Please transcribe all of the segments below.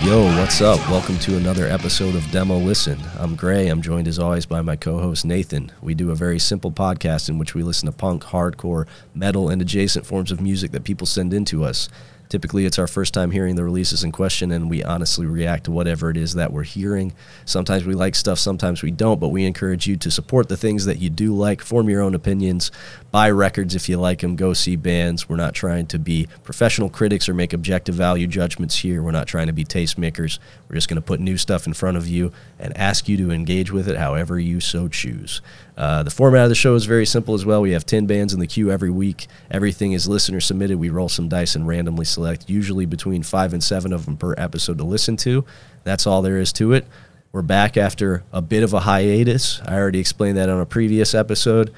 Yo, what's up? Welcome to another episode of Demo Listen. I'm Gray. I'm joined as always by my co host Nathan. We do a very simple podcast in which we listen to punk, hardcore, metal, and adjacent forms of music that people send in to us. Typically, it's our first time hearing the releases in question, and we honestly react to whatever it is that we're hearing. Sometimes we like stuff, sometimes we don't, but we encourage you to support the things that you do like, form your own opinions, buy records if you like them, go see bands. We're not trying to be professional critics or make objective value judgments here. We're not trying to be tastemakers. We're just going to put new stuff in front of you and ask you to engage with it however you so choose. Uh, the format of the show is very simple as well. We have 10 bands in the queue every week. Everything is listener submitted. We roll some dice and randomly select, usually between five and seven of them per episode to listen to. That's all there is to it. We're back after a bit of a hiatus. I already explained that on a previous episode.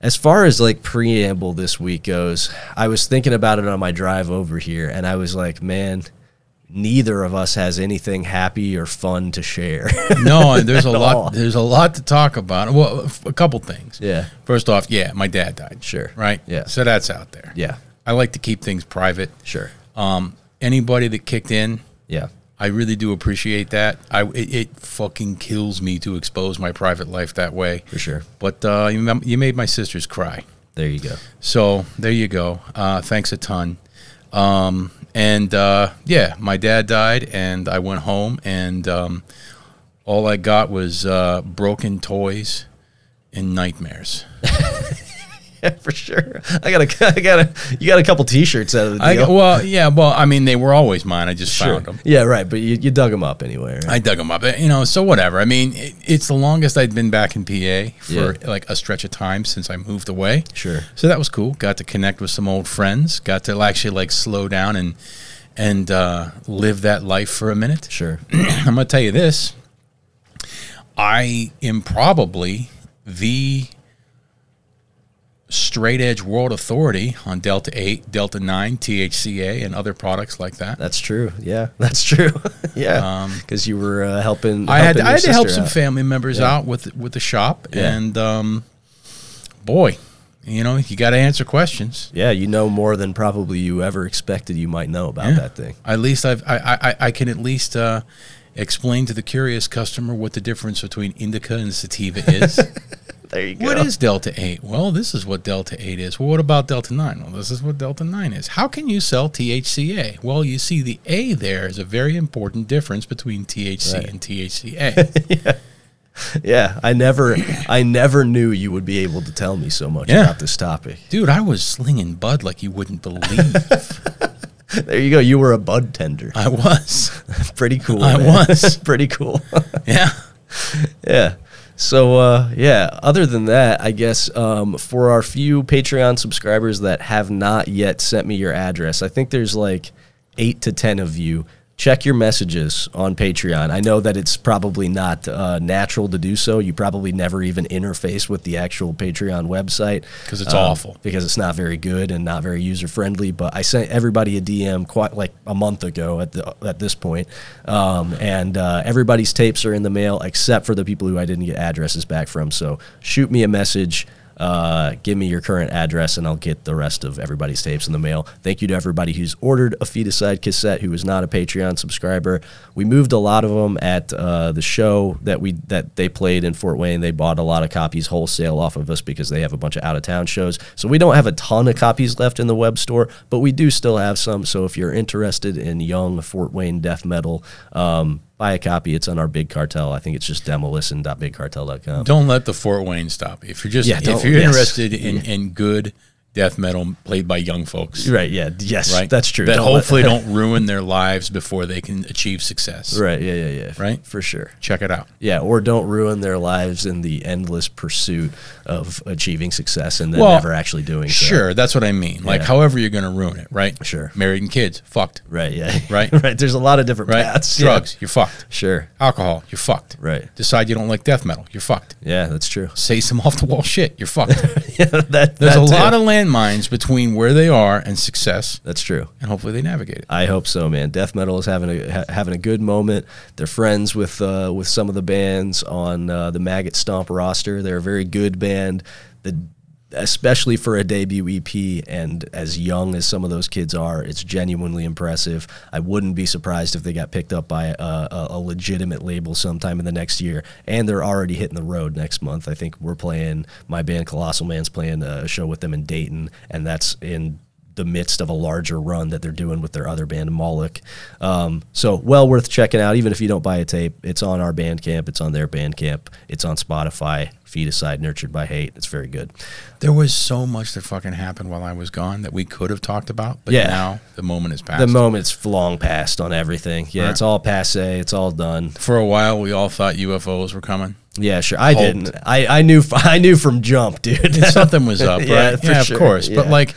As far as like preamble this week goes, I was thinking about it on my drive over here and I was like, man, neither of us has anything happy or fun to share. No, and there's a lot. all. There's a lot to talk about. Well, f- a couple things. Yeah. First off, yeah, my dad died. Sure. Right. Yeah. So that's out there. yeah, I like to keep things private. sure. Um, anybody that kicked in, Yeah. I really do appreciate that. I it, it fucking kills me to expose my private life that way. For sure. But uh, you, mem- you made my sisters cry. There you go. So there you go. Uh, thanks a ton. Um, and uh, yeah, my dad died, and I went home, and um, all I got was uh, broken toys and nightmares. Yeah, for sure. I got a, I got a, you got a couple T-shirts out of the deal. I, well, yeah, well, I mean, they were always mine. I just found them. Yeah, right. But you, you dug them up anyway. Right? I dug them up, eh, you know. So whatever. I mean, it, it's the longest I'd been back in PA for Yeah. like a stretch of time since I moved away. Sure. So that was cool. Got to connect with some old friends. Got to actually like slow down and and uh, live that life for a minute. sure. I'm going to tell you this. I am probably the straight edge world authority on Delta 8, Delta 9, THCA, and other products like that. That's true. Yeah, that's true. yeah, because you were uh, helping. Um, I had, helping to, I your had to help sister some out. family members out with, with the shop. Yeah. And um, boy, you know, you got to answer questions. yeah, you know more than probably you ever expected you might know about that thing. At least I've, I, I, I- I can at least uh, explain to the curious customer what the difference between indica and sativa is. There you go. What is Delta 8? Well, this is what Delta 8 is. Well, what about Delta 9? Well, this is what Delta 9 is. How can you sell THCA? Well, you see, the A there is a very important difference between THC Right. and THCA. Yeah, I never, I never knew you would be able to tell me so much Yeah. about this topic. Dude, I was slinging bud like you wouldn't believe. There you go. You were a bud tender. I was. Pretty cool. I man. was. Pretty cool. Yeah. Yeah. So uh, yeah. Other than that, I guess um, for our few Patreon subscribers that have not yet sent me your address, I think there's like eight to ten of you. Check your messages on Patreon. I know that it's probably not uh, natural to do so. You probably never even interface with the actual Patreon website Um, 'Cause it's awful. because it's not very good and not very user friendly. But I sent everybody a DM quite like a month ago at the at this point, um, and uh, everybody's tapes are in the mail except for the people who I didn't get addresses back from. So shoot me a message. Uh, give me your current address and I'll get the rest of everybody's tapes in the mail. Thank you to everybody who's ordered a Feticide cassette who is not a Patreon subscriber. We moved a lot of them at uh, the show that we that they played in Fort Wayne. They bought a lot of copies wholesale off of us because they have a bunch of out of town shows. So we don't have a ton of copies left in the web store, but we do still have some. So if you're interested in young Fort Wayne death metal, um, buy a copy. It's on our Big Cartel. I think it's just demolisten.bigcartel.com. Don't let the Fort Wayne stop. If you're just Yeah, if don't- you're yes. interested in, in good death metal played by young folks, Right? Yeah. Yes. right? That's true. That Don't let- hopefully don't ruin their lives before they can achieve success. Right. Yeah. Yeah. Yeah. Right? For sure. Check it out. Yeah, or don't ruin their lives in the endless pursuit of achieving success and then Well, never actually doing so. Sure, that's what I mean. Like, Yeah. however you're going to ruin it, right? Sure. Married and kids, fucked. Right, yeah. Right. right. There's a lot of different Right? paths. yeah. Drugs, you're fucked. Sure. Alcohol, you're fucked. Right. Decide you don't like death metal, you're fucked. Yeah, that's true. Say some off the wall shit, you're fucked. yeah, that, There's that a too. lot of landmines between where they are and success, That's true. and hopefully they navigate it. I hope so, man. Death metal is having a ha- having a good moment. They're friends with uh, with some of the bands on uh, the Maggot Stomp roster. They're a very good band. The especially for a debut EP and as young as some of those kids are, it's genuinely impressive. I wouldn't be surprised if they got picked up by a, a, a legitimate label sometime in the next year. And they're already hitting the road next month. I think we're playing, my band Colossal Man's playing a show with them in Dayton, and that's in the midst of a larger run that they're doing with their other band Moloch. Um, so well worth checking out, even if you don't buy a tape. It's on our Bandcamp, it's on their Bandcamp, it's on Spotify. Feed aside, nurtured by hate. It's very good. There was so much that fucking happened while I was gone that we could have talked about, but Yeah. now the moment is past. The moment's long past on everything. Yeah, it's all passe. It's all done. For a while, we all thought UFOs were coming. Yeah, sure. I Hoped. didn't. I, I knew. I knew from jump, dude. something was up, right? Yeah, for of sure. course. But Yeah. like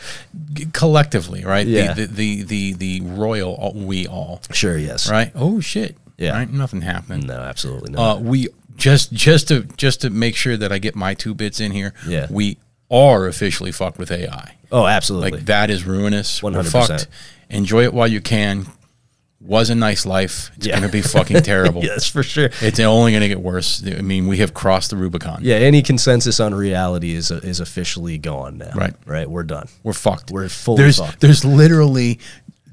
g- collectively, right? Yeah. The, the the the the royal all, we all, sure. Yes. right? Oh shit. Yeah. Right? Nothing happened. No, absolutely not. Uh we just just to just to make sure that I get my two bits in here. Yeah. We are officially fucked with AI. oh, absolutely. Like that is ruinous. we are 100%. fucked. Enjoy it while you can. Was a nice life. It's Yeah. gonna be fucking terrible. yes, for sure. It's only gonna get worse. I mean, we have crossed the Rubicon. Yeah. Any consensus on reality is is officially gone now. Right. Right. We're done. We're fucked. We're fully there's, fucked. There's literally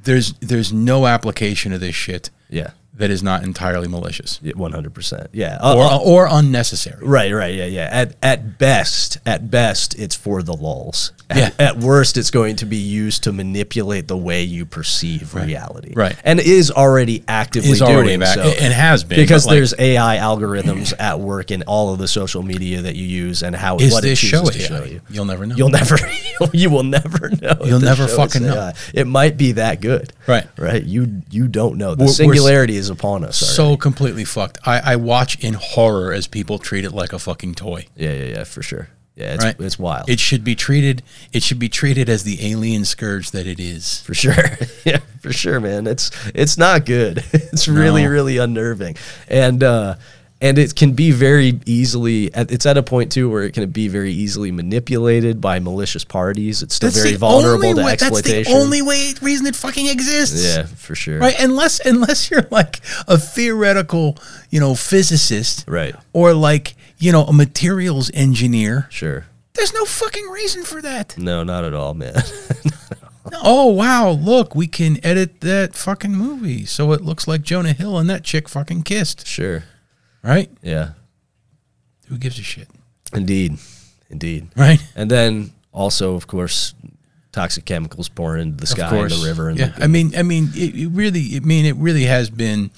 there's there's no application of this shit Yeah. that is not entirely malicious One hundred percent. Yeah. Uh, or or unnecessary. Right, right, yeah, yeah. At at best, at best, it's for the lulls. At, Yeah. at worst, it's going to be used to manipulate the way you perceive reality. right. and is already actively Is already doing back so. and has been because but, like, there's AI algorithms at work in all of the social media that you use and how is what this it show chooses AI? to show you. You'll never know. You'll never, you'll, you will never know. if You'll the never show is fucking know. AI. It might be that good. Right. right. You you don't know. The We're- we're s- singularity is upon us. already. so completely fucked. I, I watch in horror as people treat it like a fucking toy. yeah, yeah, yeah, for sure. Yeah, it's, Right? it's wild. It should be treated. It should be treated as the alien scourge that it is. for sure. yeah, for sure, man. It's it's not good. It's really No. really unnerving, and uh, and it can be very easily. at- It's at a point too where it can be very easily manipulated by malicious parties. It's still very vulnerable to way, exploitation. That's the only way reason it fucking exists. yeah, for sure. right unless unless you're like a theoretical you know physicist Right. or like you know a materials engineer Sure. there's no fucking reason for that No, not at all, man. oh wow look we can edit that fucking movie so it looks like jonah hill and that chick fucking kissed sure. right Yeah. who gives a shit Indeed. Indeed. right And then also, of course, toxic chemicals pouring into the sky and the river and yeah the, i mean i mean it, it really i mean it really has been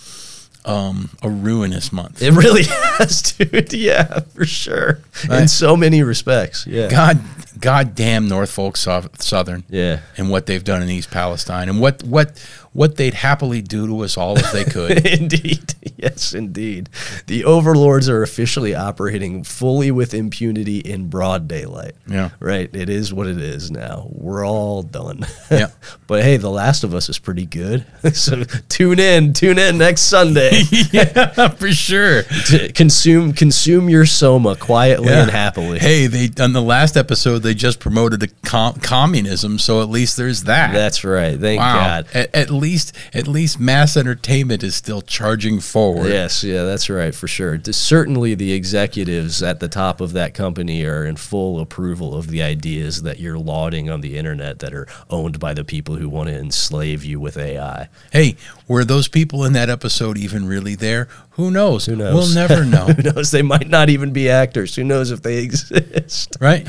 um a ruinous month It really has, dude. Yeah, for sure. In Right. so many respects. Yeah. god god damn norfolk Sou- southern Yeah. and what they've done in East Palestine and what what what they'd happily do to us all if they could. Indeed. Yes, indeed. The overlords are officially operating fully with impunity in broad daylight. Yeah. Right. It is what it is now. We're all done. Yeah. but hey, The Last of Us is pretty good. so tune in. Tune in next Sunday. yeah, for sure. to consume consume your soma quietly and happily. Hey, they on the last episode they just promoted a com- communism, so at least there's that. That's right. Thank wow. God. At, at least at least mass entertainment is still charging forward. Yes, yeah, that's right, for sure. D- Certainly, the executives at the top of that company are in full approval of the ideas that you're lauding on the internet that are owned by the people who want to enslave you with AI. Hey, were those people in that episode even really there? Who knows? Who knows? We'll never know. Who knows? They might not even be actors. Who knows if they exist? right?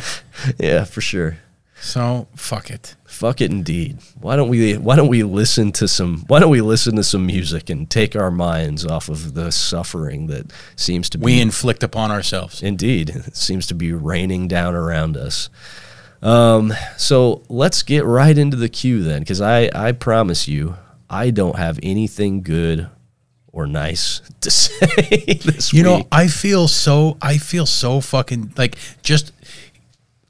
yeah, for sure. So fuck it. Fuck it, indeed. Why don't we? Why don't we listen to some? Why don't we listen to some music and take our minds off of the suffering that seems to be We inflict upon ourselves. Indeed, it seems to be raining down around us. Um, so let's get right into the queue then, because I, I promise you, I don't have anything good or nice to say this You week. know, I feel so I feel so fucking like just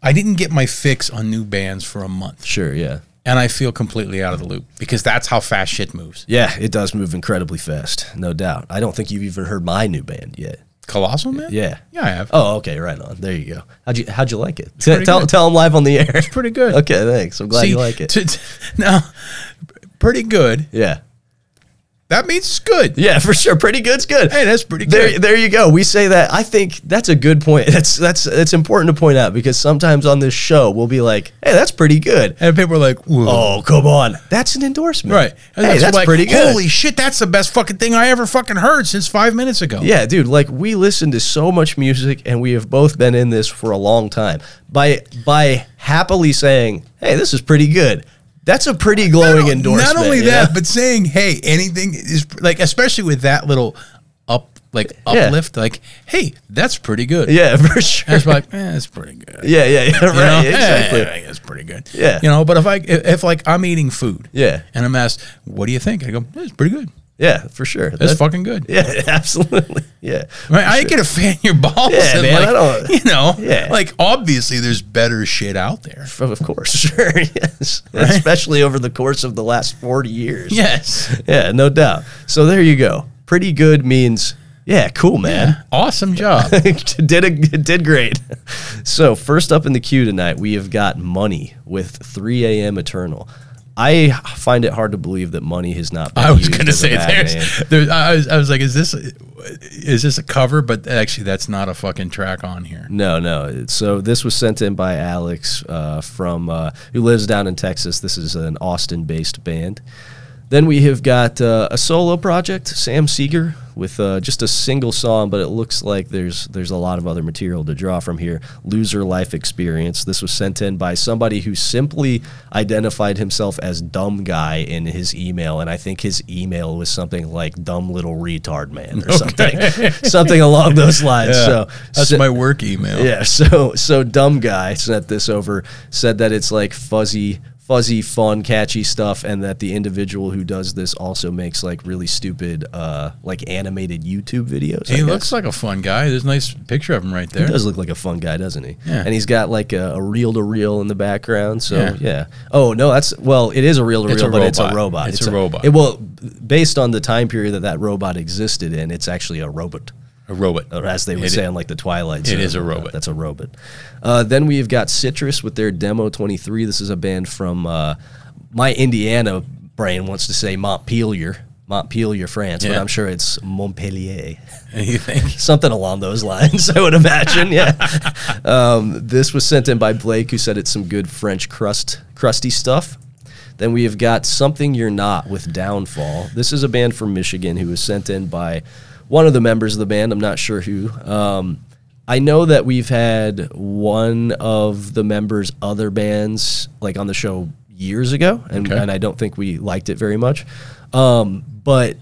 I didn't get my fix on new bands for a month sure, yeah, and I feel completely out of the loop because that's how fast shit moves. yeah, it does move incredibly fast, no doubt. I don't think you've even heard my new band yet. Colossal man? Yeah. Yeah, I have. Oh, okay, right on. There you go. How'd you How'd you like it? T- pretty tell good. Tell them live on the air. pretty good. Okay, thanks. I'm glad you like it. t- t- no, pretty good. yeah. That means it's good. Yeah, for sure. Pretty good's good. Hey, that's pretty there, good. There you go. We say that. I think that's a good point. That's that's it's important to point out because sometimes on this show we'll be like, "Hey, that's pretty good." And people are like, Whoa. Oh, come on. That's an endorsement. Right. And Hey, that's like, pretty good. Holy shit, that's the best fucking thing I ever fucking heard since five minutes ago. Yeah, dude, like we listen to so much music and we have both been in this for a long time. By by happily saying, "Hey, this is pretty good." That's a pretty glowing not, endorsement. Not only you that, know? but saying, hey, anything is like, especially with that little up, like Yeah. uplift, like, hey, that's pretty good. yeah, for sure. And it's like, eh, that's pretty good. Yeah, yeah, yeah, You know? right, exactly. Eh, I think that's pretty good. Yeah. You know, but if I, if if, like I'm eating food. Yeah. And I'm asked, what do you think? I go, it's pretty good. Yeah, for sure. That's That- fucking good. Yeah, absolutely. Yeah. Right, I get a fan your balls. Yeah, and man, like, I don't- you know, Yeah. like obviously there's better shit out there. Of of course, sure, yes. Especially over the course of the last 40 years. Yes. Yeah, no doubt. So there you go. Pretty good means, yeah, cool, man. Awesome job. did a, did great. So first up in the queue tonight, we have got Money with 3 a.m. Eternal. I find it hard to believe that Money has not been I was used gonna as a say bad name. there's, there's I was I was like, is this is this a cover? But actually that's not a fucking track on here. No, no. So this was sent in by Alex uh, from uh, who lives down in Texas. This is an Austin-based band. Then we have got uh, a solo project, Sam Seeger, with uh, just a single song, but it looks like there's there's a lot of other material to draw from here. Loser life experience. This was sent in by somebody who simply identified himself as dumb guy in his email, and I think his email was something like dumb little retard man or something, something along those lines. Yeah. so that's so- my work email. yeah, so so dumb guy sent this over, said that it's like fuzzy, fuzzy, fun, catchy stuff, and that the individual who does this also makes like really stupid, uh, like animated YouTube videos. I He guess. looks like a fun guy. There's a nice picture of him right there. He does look like a fun guy, doesn't he? Yeah. And he's got like a reel to reel in the background. So Yeah. yeah. Oh no, that's well, it is a reel to It's a reel, but it's a robot. robot. It's a robot. It, well, based on the time period that that robot existed in, it's actually a robot A robot. or uh, as they would It- say on like the Twilight Zone. is a Uh, robot. that's a robot. Uh, then we've got Citrus with their demo 23. This is a band from uh, my Indiana brain wants to say Montpelier, Montpelier, France, but Yeah. I'm sure it's Montpellier You think? something along those lines, I would imagine. Yeah. um, this was sent in by Blake, who said it's some good French crust, crusty stuff. Then we have got Something You're Not with Downfall. This is a band from Michigan who was sent in by one of the members of the band. I'm not sure who. Um, I know that we've had one of the members' other bands like on the show years ago, and, Okay. and I don't think we liked it very much. Um, but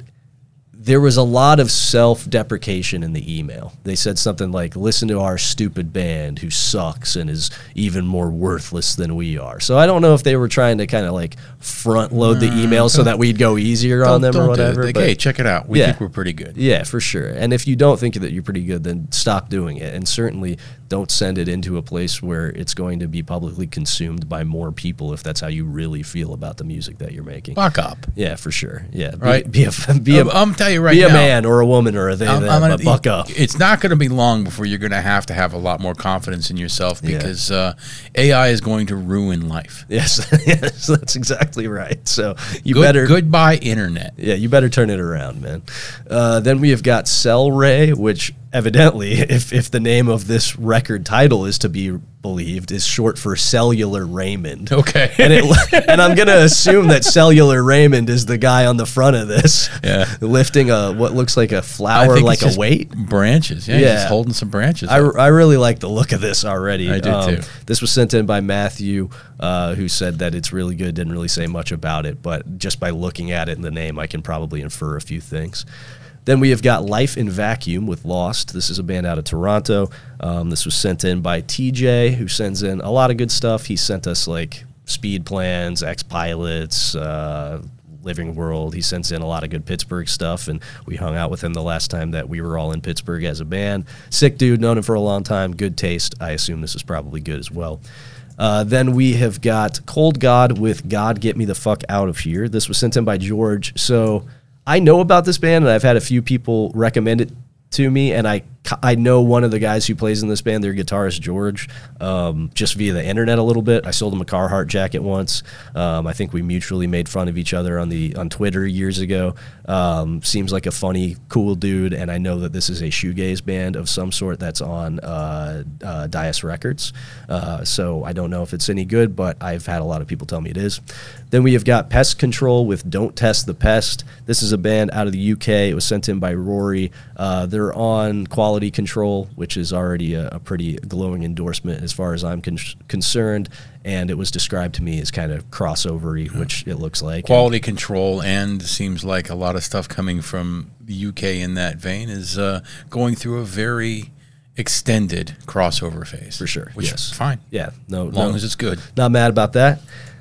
there was a lot of self deprecation in the email. They said something like, listen to our stupid band who sucks and is even more worthless than we are. So I don't know if they were trying to kind of like front load the email so that we'd go easier on them Don't or do it. whatever. Like, but- hey, check it out. We Yeah. think we're pretty good. yeah, for sure. And if you don't think that you're pretty good, then stop doing it. And certainly don't send it into a place where it's going to be publicly consumed by more people if that's how you really feel about the music that you're making. Fuck up. Yeah, for sure. Yeah, be, Right. Be a be a, I'm- I'm telling you right be a now. man or a woman or a they I'm- them, I'm e- gonna- but buck up. It's not going to be long before you're going to have to have a lot more confidence in yourself Yeah. because uh, AI is going to ruin life. Yes, yes, that's exactly right. So you Good, better goodbye, internet. Yeah, you better turn it around, man. Uh, then we have got Cell Ray, which evidently, if, if the name of this record title is to be believed, is short for Cellular Raymond. Okay. And, it, and I'm going to assume that Cellular Raymond is the guy on the front of this, Yeah. lifting a what looks like a I flower think like it's a just weight. Branches. Yeah, he's Yeah. just holding some branches. I, up. I really like the look of this already. Um, I do too. This was sent in by Matthew, uh, who said that it's really good. Didn't really say much about it, but just by looking at it and the name, I can probably infer a few things. Then we have got Life in Vacuum with Lost. This is a band out of Toronto. Um, this was sent in by TJ, who sends in a lot of good stuff. He sent us like Speed Plans, X Pilots, uh, Living World. He sends in a lot of good Pittsburgh stuff, and we hung out with him the last time that we were all in Pittsburgh as a band. Sick dude, known him for a long time, good taste. I assume this is probably good as well. Uh, then we have got Cold God with God Get Me the Fuck Out of Here. This was sent in by George. So I know about this band, and I've had a few people recommend it to me, and I I know one of the guys who plays in this band, their guitarist George, um, just via the internet a little bit. I sold him a Carhartt jacket once. Um, I think we mutually made fun of each other on the on Twitter years ago. Um, seems like a funny, cool dude, and I know that this is a shoegaze band of some sort that's on uh, uh, Dias Records. Uh, so I don't know if it's any good, but I've had a lot of people tell me it is. Then we have got Pest Control with Don't Test the Pest. This is a band out of the UK. It was sent in by Rory. Uh, they're on Quality Control, which is already a, a pretty glowing endorsement as far as I'm con- concerned. And it was described to me as kind of crossovery, which it looks like. Quality control and seems like a lot of stuff coming from the UK in that vein is uh, going through a very extended crossover phase. For sure, Which yes. is fine. yeah, no, As long no. as it's good. not mad about that.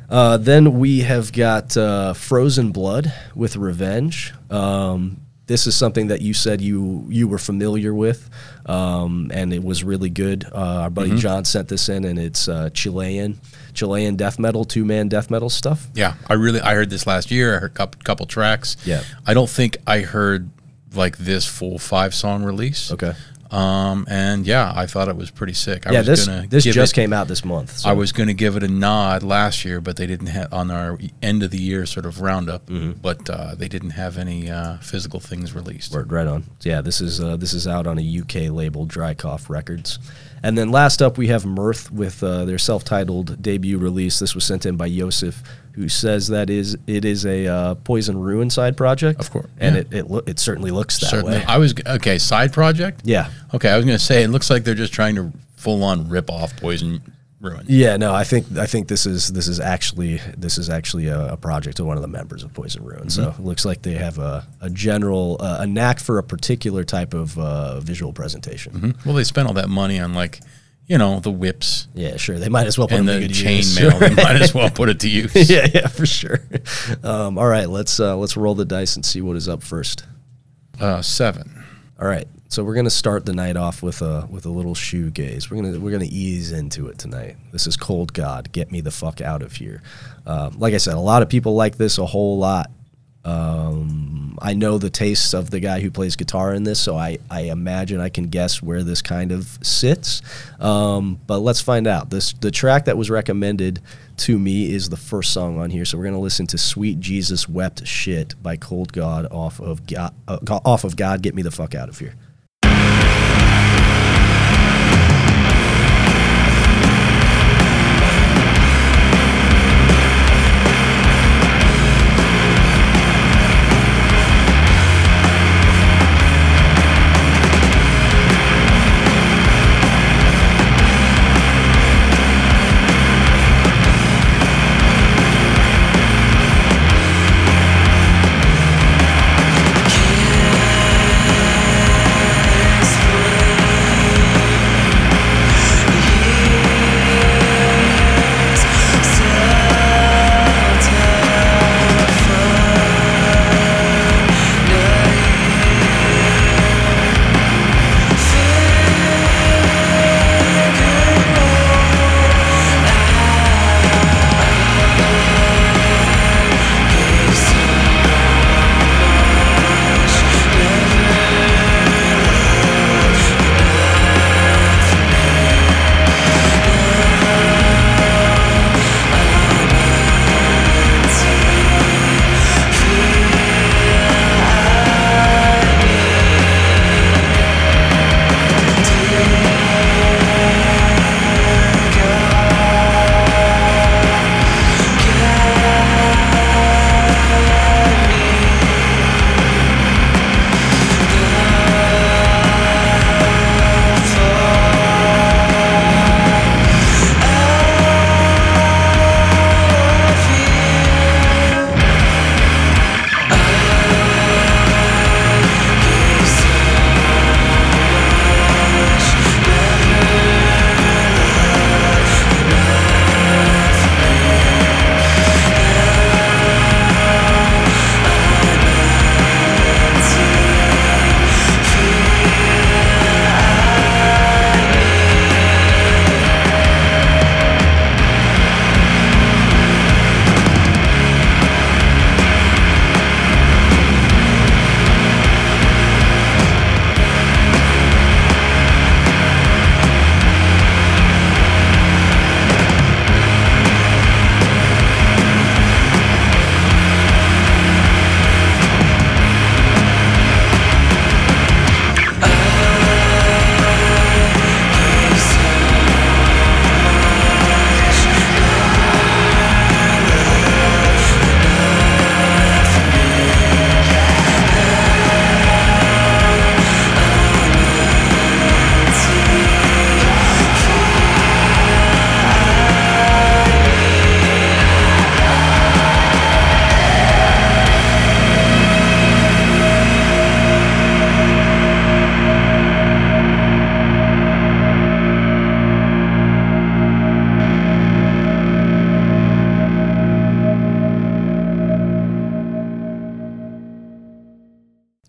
Uh, then we have got uh, Frozen Blood with Revenge. Um, this is something that you said you you were familiar with, um, and it was really good. Uh, our buddy Mm-hmm. John sent this in, and it's uh, Chilean Chilean death metal, two man death metal stuff. Yeah, I really I heard this last year. I heard a couple, couple tracks. Yeah. I don't think I heard like this full five song release. Okay, Um, and yeah, I thought it was pretty sick. I yeah, was this gonna this give just it, came out this month. So I was gonna give it a nod last year, but they didn't have on our end of the year sort of roundup. Mm-hmm. But uh, they didn't have any uh, physical things released. Word, right on. So, yeah, this is uh, this is out on a UK label, Dry Cough Records. And then last up, we have Mirth with uh, their self-titled debut release. This was sent in by Yosef, who says that is it is a uh, Poison Ruin side project. Of course, and yeah. it it, lo- it certainly looks that Certainly, way. I was okay. Side project. Yeah, Okay, I was gonna say it looks like they're just trying to full on rip off Poison Ruin. yeah. No, I think I think this is this is actually this is actually a, a project of one of the members of Poison Mm-hmm. Ruin. So it looks like they have a a general uh, a knack for a particular type of uh, visual presentation. Well, they spent all that money on like, you know, the whips Yeah, sure. They might as well put and them the to good chain use. mail. They might as well put it to use. yeah, yeah, for sure. Um, all right, let's uh, let's roll the dice and see what is up first. Uh, seven. All right, so we're gonna start the night off with a with a little shoe gaze. We're gonna we're gonna ease into it tonight. This is Cold God. Get me the fuck out of here. Um, like I said, a lot of people like this a whole lot. Um, I know the tastes of the guy who plays guitar in this, so I, I imagine I can guess where this kind of sits. Um, but let's find out. This the track that was recommended to me is the first song on here, so we're gonna listen to "Sweet Jesus Wept Shit" by Cold God off of God, uh, Go- off of God. Get me the fuck out of here. Kill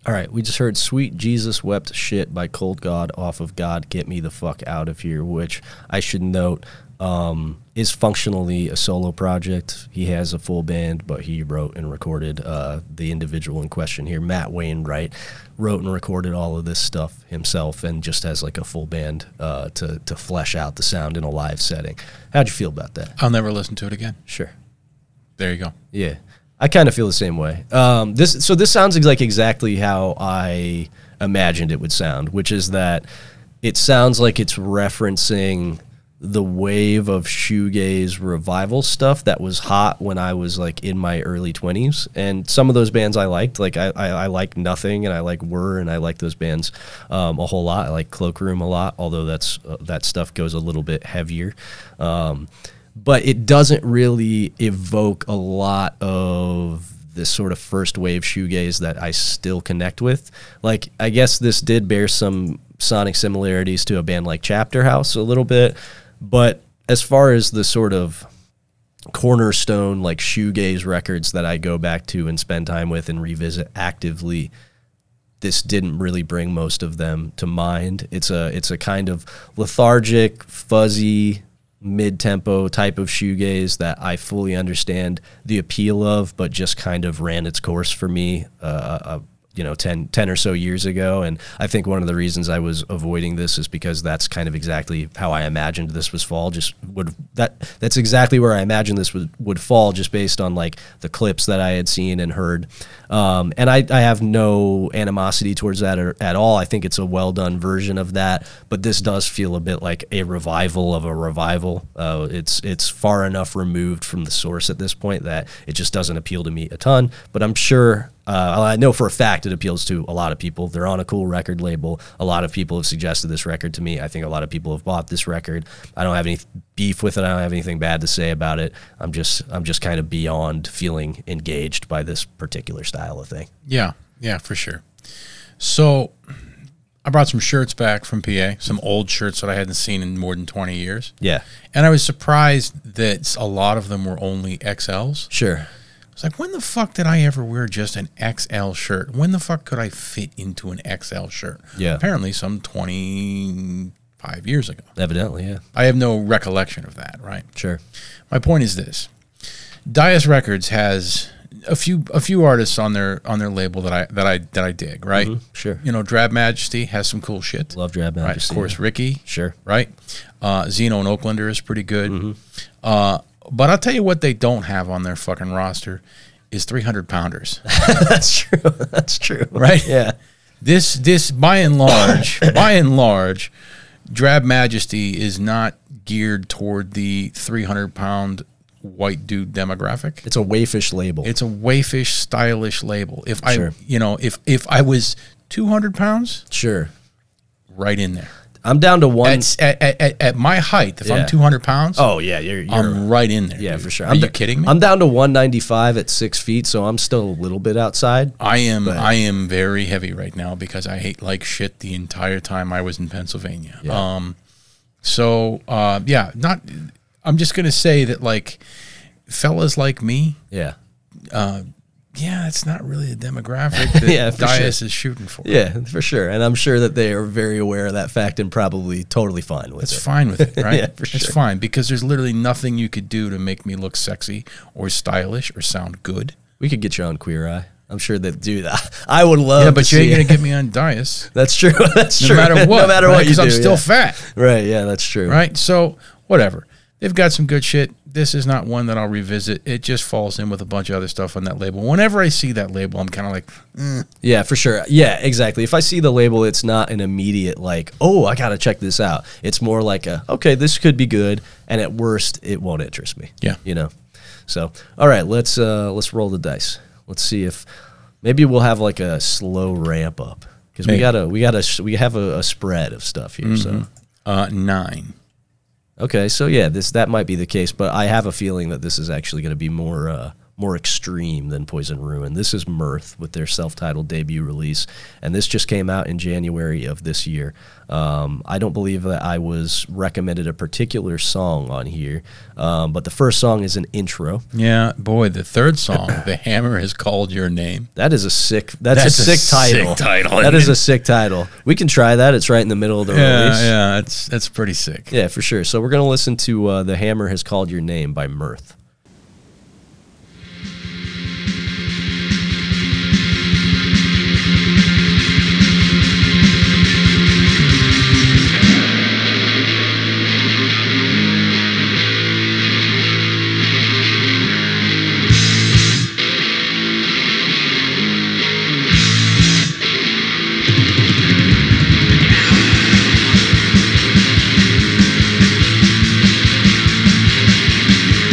All right, we just heard Sweet Jesus Wept Shit by Cold God off of God Get Me the Fuck Out of Here, which I should note um, is functionally a solo project. He has a full band, but he wrote and recorded uh, the individual in question here, Matt Wainwright, wrote and recorded all of this stuff himself and just has like a full band uh, to, to flesh out the sound in a live setting. How'd you feel about that? I'll never listen to it again. Sure. There you go. Yeah, I kind of feel the same way. Um, this so this sounds ex- like exactly how I imagined it would sound, which is that it sounds like it's referencing the wave of shoegaze revival stuff that was hot when I was like in my early twenties, and some of those bands I liked, like I I, I like Nothing and I like Were and I like those bands um, a whole lot. I like Cloakroom a lot, although that's uh, that stuff goes a little bit heavier. Um, but it doesn't really evoke a lot of this sort of first wave shoegaze that I still connect with. Like, I guess this did bear some sonic similarities to a band like Chapter House a little bit, but as far as the sort of cornerstone like shoegaze records that I go back to and spend time with and revisit actively, this didn't really bring most of them to mind. It's a it's a kind of lethargic, fuzzy, mid-tempo type of shoegaze that I fully understand the appeal of, but just kind of ran its course for me. Uh, uh, you know, 10, 10 or so years ago. And I think one of the reasons I was avoiding this is because that's kind of exactly how I imagined this was fall. Just would that that's exactly where I imagined this would, would fall just based on like the clips that I had seen and heard. Um, and I, I have no animosity towards that or, at all. I think it's a well done version of that, but this does feel a bit like a revival of a revival. Uh, it's, it's far enough removed from the source at this point that it just doesn't appeal to me a ton, but I'm sure uh, I know for a fact it appeals to a lot of people. They're on a cool record label. A lot of people have suggested this record to me. I think a lot of people have bought this record. I don't have any beef with it. I don't have anything bad to say about it. I'm just I'm just kind of beyond feeling engaged by this particular style of thing. Yeah, yeah, for sure. So I brought some shirts back from PA, some old shirts that I hadn't seen in more than 20 years. Yeah, And I was surprised that a lot of them were only XLs. sure. It's like, when the fuck did I ever wear just an XL shirt? When the fuck could I fit into an XL shirt? Yeah. Apparently, some 25 years ago. Evidently, yeah, I have no recollection of that, right? sure. My point is this: Dias Records has a few a few artists on their on their label that I that I that I dig, right? Mm-hmm. sure. You know, Drab Majesty has some cool shit. Love Drab right, Majesty. of course, Ricky, Sure. Mm-hmm. right? Uh, Zeno and Oaklander is pretty good. Uh, but I'll tell you what they don't have on their fucking roster is 300 pounders. That's true. That's true. Right? Yeah. this this by and large by and large drab majesty is not geared toward the 300 pound white dude demographic It's a waifish label. it's a waifish stylish label if i Sure. you know if if i was 200 pounds sure. right in there I'm down to one. at, at, at, at my height if Yeah. i'm 200 pounds oh yeah, you're. you're i'm right in there Yeah, dude. for sure. are I'm you da- kidding me I'm down to 195 at six feet, so I'm still a little bit outside. I am I am very heavy right now because I ate like shit the entire time I was in Pennsylvania. Um so uh yeah, not I'm just going to say that like fellas like me, Yeah. yeah, it's not really the demographic that Yeah, for sure. Dias is shooting for. Yeah, for sure. And I'm sure that they are very aware of that fact and probably totally fine with It's it. fine with it, right? Yeah, for It's sure. fine because there's literally nothing you could do to make me look sexy or stylish or sound good. we could get you on Queer Eye. I'm sure they do that. I would love Yeah, to but you ain't see going it. to get me on Dias That's true. That's no true. matter what. no matter right? what you 'Cause do. I'm still yeah. fat. Right, yeah, that's true. right? So whatever. They've got some good shit. This is not one that I'll revisit. It just falls in with a bunch of other stuff on that label. Whenever I see that label, I'm kind of like, Yeah, for sure. Yeah, exactly. If I see the label, it's not an immediate like, "Oh, I got to check this out." It's more like a, "Okay, this could be good," and at worst, it won't interest me. Yeah. you know. So, all right, let's uh let's roll the dice. Let's see if maybe we'll have like a slow ramp up because we Maybe. gotta we gotta we have a, a spread of stuff here. So. uh, nine. Okay, so yeah, this that might be the case, but I have a feeling that this is actually going to be more uh, more extreme than Poison Ruin. This is Mirth with their self-titled debut release, and this just came out in January of this year. Um, I don't believe that I was recommended a particular song on here, um, but the first song is an intro. Yeah, boy, the third song, "The Hammer Has Called Your Name." That is a sick. That's, That's a a sick sick title. title, That is isn't it? a sick title. We can try that. It's right in the middle of the release. Yeah, yeah, that's that's pretty sick. Yeah, for sure. So we're gonna listen to uh, "The Hammer Has Called Your Name" by Mirth.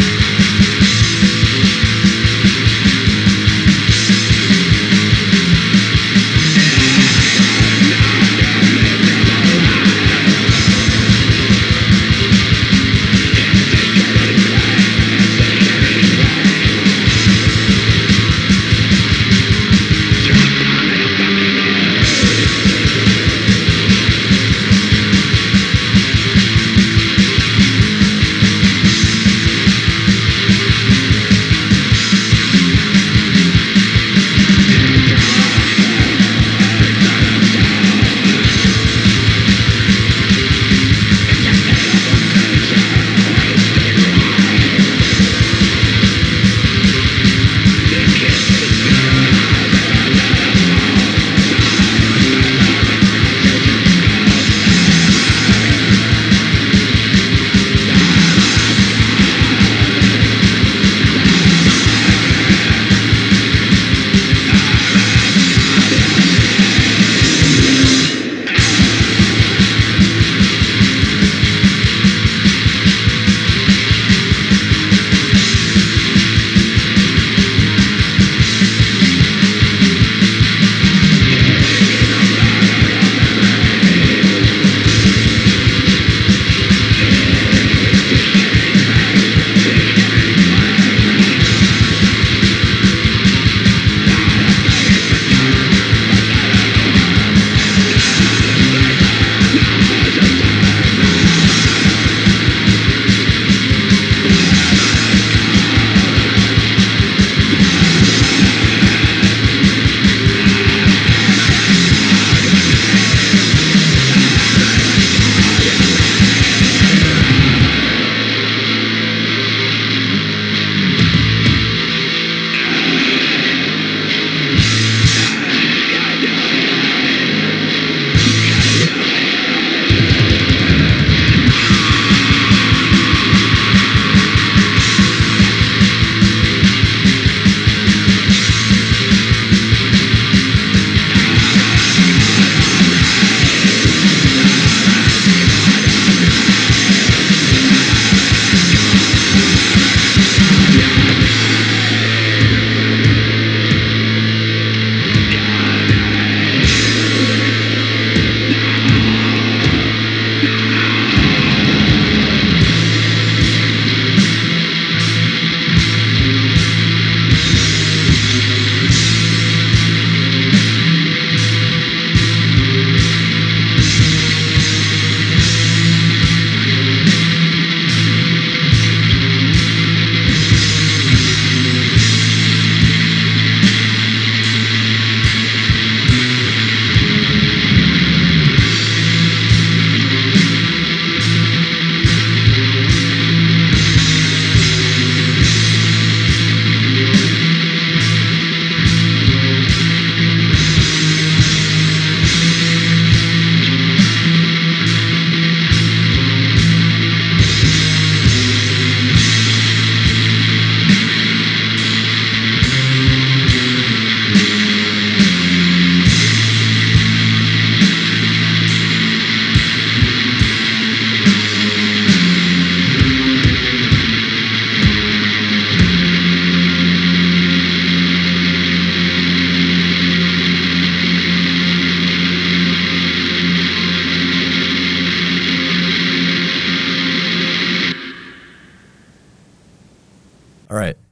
Thank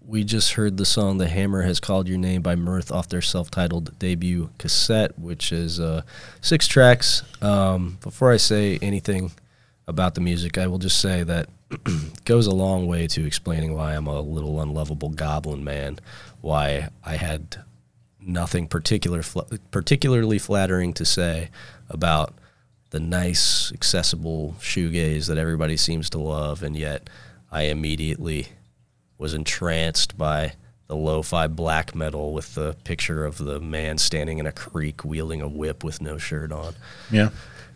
we just heard the song "The Hammer Has Called Your Name" by Mirth off their self-titled debut cassette, which is uh, six tracks. Um, before I say anything about the music, I will just say that goes a long way to explaining why I'm a little unlovable goblin man, why I had nothing particular fl- particularly flattering to say about the nice, accessible shoegaze that everybody seems to love, and yet I immediately was entranced by the lo-fi black metal with the picture of the man standing in a creek wielding a whip with no shirt on. Yeah.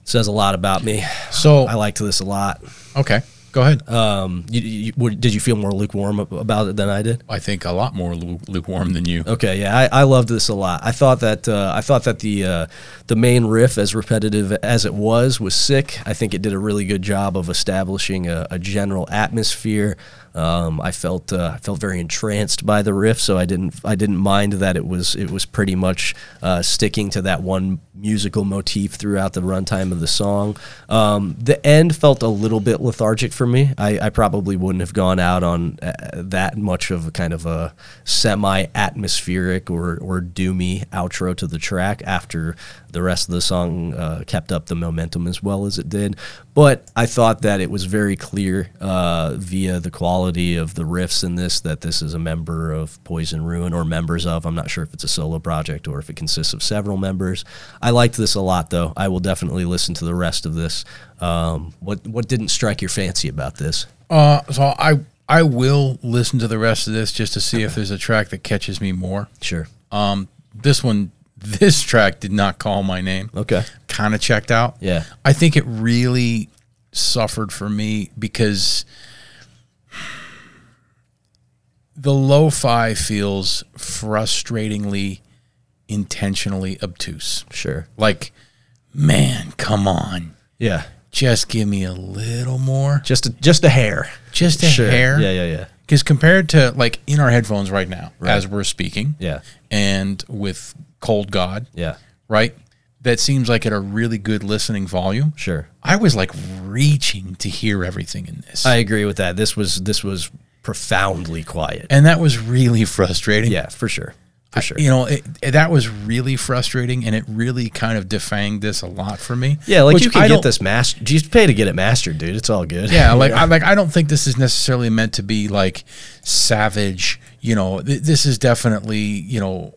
says a lot about me. So I liked this a lot. okay, go ahead. Um, you, you, were- did you feel more lukewarm ab- about it than I did? I think a lot more lu- lukewarm than you. Okay, yeah, I, I loved this a lot. I thought that uh, I thought that the uh, the main riff, as repetitive as it was, was sick. I think it did a really good job of establishing a, a general atmosphere. Um, I felt uh, I felt very entranced by the riff, so I didn't I didn't mind that it was it was pretty much uh, sticking to that one musical motif throughout the runtime of the song. Um, the end felt a little bit lethargic for me. I, I probably wouldn't have gone out on uh, that much of a kind of a semi atmospheric or, or doomy outro to the track after the rest of the song uh, kept up the momentum as well as it did. But I thought that it was very clear uh, via the quality of the riffs in this that this is a member of Poison Ruin or members of. I'm not sure if it's a solo project or if it consists of several members. I liked this a lot though. I will definitely listen to the rest of this. Um, what what didn't strike your fancy about this? Uh, so I I will listen to the rest of this just to see if there's a track that catches me more. Sure. Um, this one, this track did not call my name. Okay. Kind of checked out. Yeah. I think it really suffered for me because the lo-fi feels frustratingly intentionally obtuse. Sure. Like, man, come on. Yeah. Just give me a little more. Just a, just a hair. Just a sure. hair. Yeah, yeah, yeah. Because compared to like in our headphones right now, as we're speaking, Yeah. and with Cold God, Yeah. right? That seems like at a really good listening volume. Sure. I was like reaching to hear everything in this, I agree with that. This was this was profoundly quiet. and that was really frustrating. Yeah, for sure. For sure. You know, it, it- that was really frustrating, and it really kind of defanged this a lot for me. Yeah, like Which you can I get don't- this mastered. Just pay to get it mastered, dude. It's all good. Yeah, like I like I don't think this is necessarily meant to be like savage. You know, th- this is definitely you know,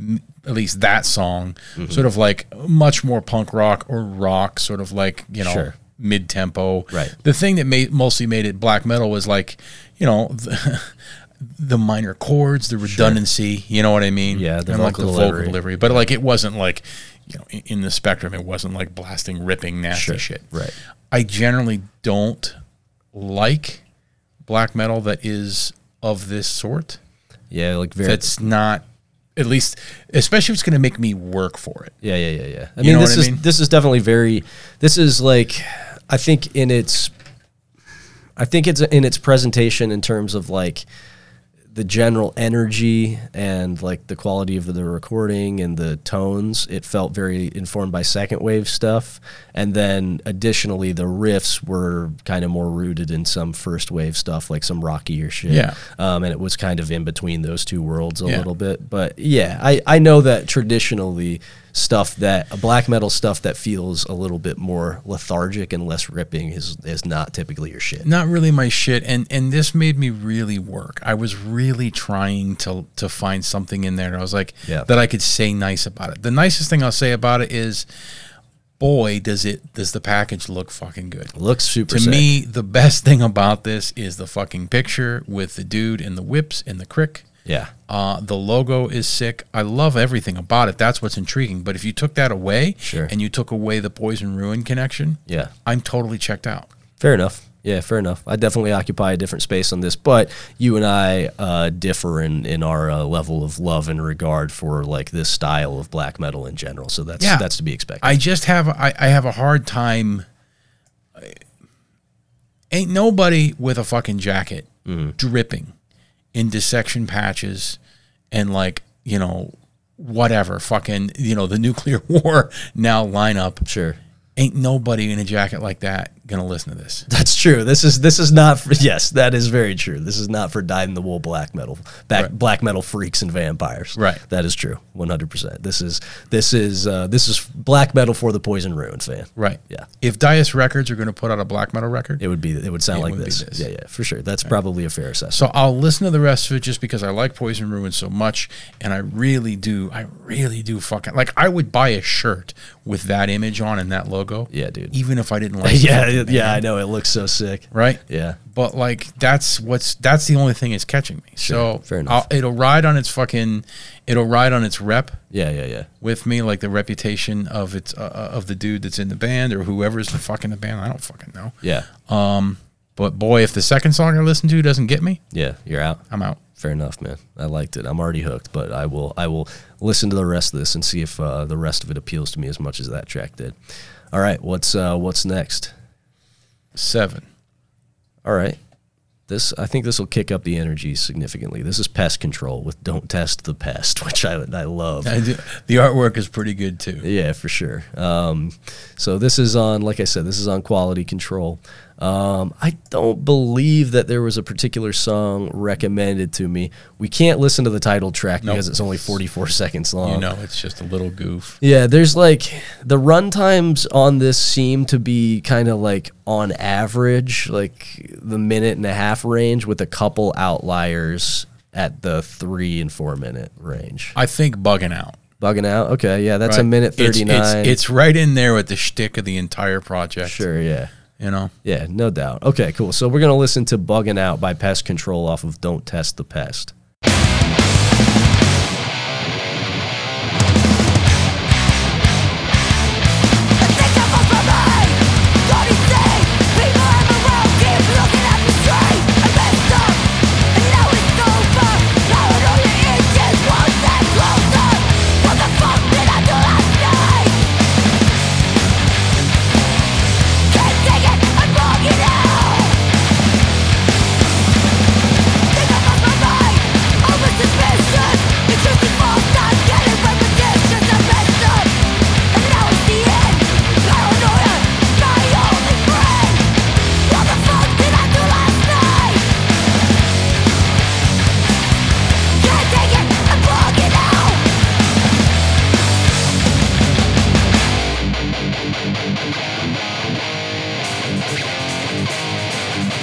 m- at least that song, Mm-hmm. sort of like much more punk rock or rock, sort of like you know. Sure. Mid tempo. Right. The thing that made mostly made it black metal was like, you know, the, the minor chords, the redundancy. You know what I mean? Yeah, the and like the vocal vocal delivery. delivery. But like, it wasn't like, you know, in, in the spectrum, it wasn't like blasting, ripping, nasty Sure. shit. Right. I generally don't like black metal that is of this sort. Yeah, like very That's not, at least, especially if it's going to make me work for it. Yeah, yeah, yeah, yeah. I know mean, what this I is mean? this is definitely very. This is like, I think in its, I think it's in its presentation in terms of like the general energy and like the quality of the recording and the tones. It felt very informed by second wave stuff, and then additionally the riffs were kind of more rooted in some first wave stuff, like some rockier shit. Yeah. um, and it was kind of in between those two worlds a Yeah. little bit. But yeah, I, I know that traditionally stuff that black metal stuff that feels a little bit more lethargic and less ripping is is not typically your shit. Not really my shit, and and this made me really work. I was really trying to to find something in there. I was like, Yeah. that I could say nice about it. The nicest thing I'll say about it is, boy, does it does the package look fucking good. Looks super to sick. me, the best thing about this is the fucking picture with the dude and the whips and the crick. Yeah. Uh, the logo is sick. I love everything about it. That's what's intriguing. But if you took that away Sure. and you took away the poison ruin connection, Yeah. I'm totally checked out. Fair enough. Yeah, fair enough. I definitely occupy a different space on this, but you and I uh, differ in in our uh, level of love and regard for like this style of black metal in general. So that's Yeah. that's to be expected. I just have I, I have a hard time. Ain't nobody with a fucking jacket Mm-hmm. dripping in dissection patches and like you know whatever fucking you know the nuclear war now lineup sure. ain't nobody in a jacket like that going to listen to this. That's true. This is this is not for yes, that is very true. This is not for dyed in the wool black metal back, Right. black metal freaks and vampires. Right. That is true. One hundred percent. This is this is uh, this is black metal for the poison ruin fan. Right. Yeah. If Dias Records are going to put out a black metal record, It would be it would sound It like would be this. this. Yeah, yeah, for sure. That's probably a fair assessment. So I'll listen to the rest of it just because I like Poison Ruin so much, and I really do. I really do fucking like. I would buy a shirt with that image on and that logo. Yeah, dude. Even if I didn't like. the yeah, fucking it- yeah, I band, know. It looks so sick. Right. Yeah. But like that's what's that's the only thing that's catching me. so fair enough. I'll, it'll ride on its fucking, it'll ride on its rep Yeah, yeah, yeah. with me, like the reputation of its uh, uh, of the dude that's in the band or whoever's the fucking the band. I don't fucking know. Yeah. Uh, But boy, if the second song I listen to doesn't get me, Yeah. You're out. I'm out. Fair enough, man. I liked it. I'm already hooked, but I will I will listen to the rest of this and see if uh, the rest of it appeals to me as much as that track did. All right, what's uh, what's next? Seven. All right, this I think this will kick up the energy significantly. This is pest control with "Don't Test the Pest," which I I love. I do. The artwork is pretty good too. Yeah, for sure. Um, so this is on, like I said, this is on quality control. Um, I don't believe that there was a particular song recommended to me. We can't listen to the title track Nope. because it's only 44 seconds long. You know, it's just a little goof. Yeah, there's like the run times on this seem to be kind of like on average, like the minute and a half range, with a couple outliers at the three and four minute range. I think bugging out. Bugging out? Okay, yeah, that's a right? minute It's- thirty nine. It's, it's, right in there with the shtick of the entire project. sure, yeah. You know, Yeah, no doubt. Okay, cool. So we're going to listen to Bugging Out by Pest Control off of Don't Test the Pest.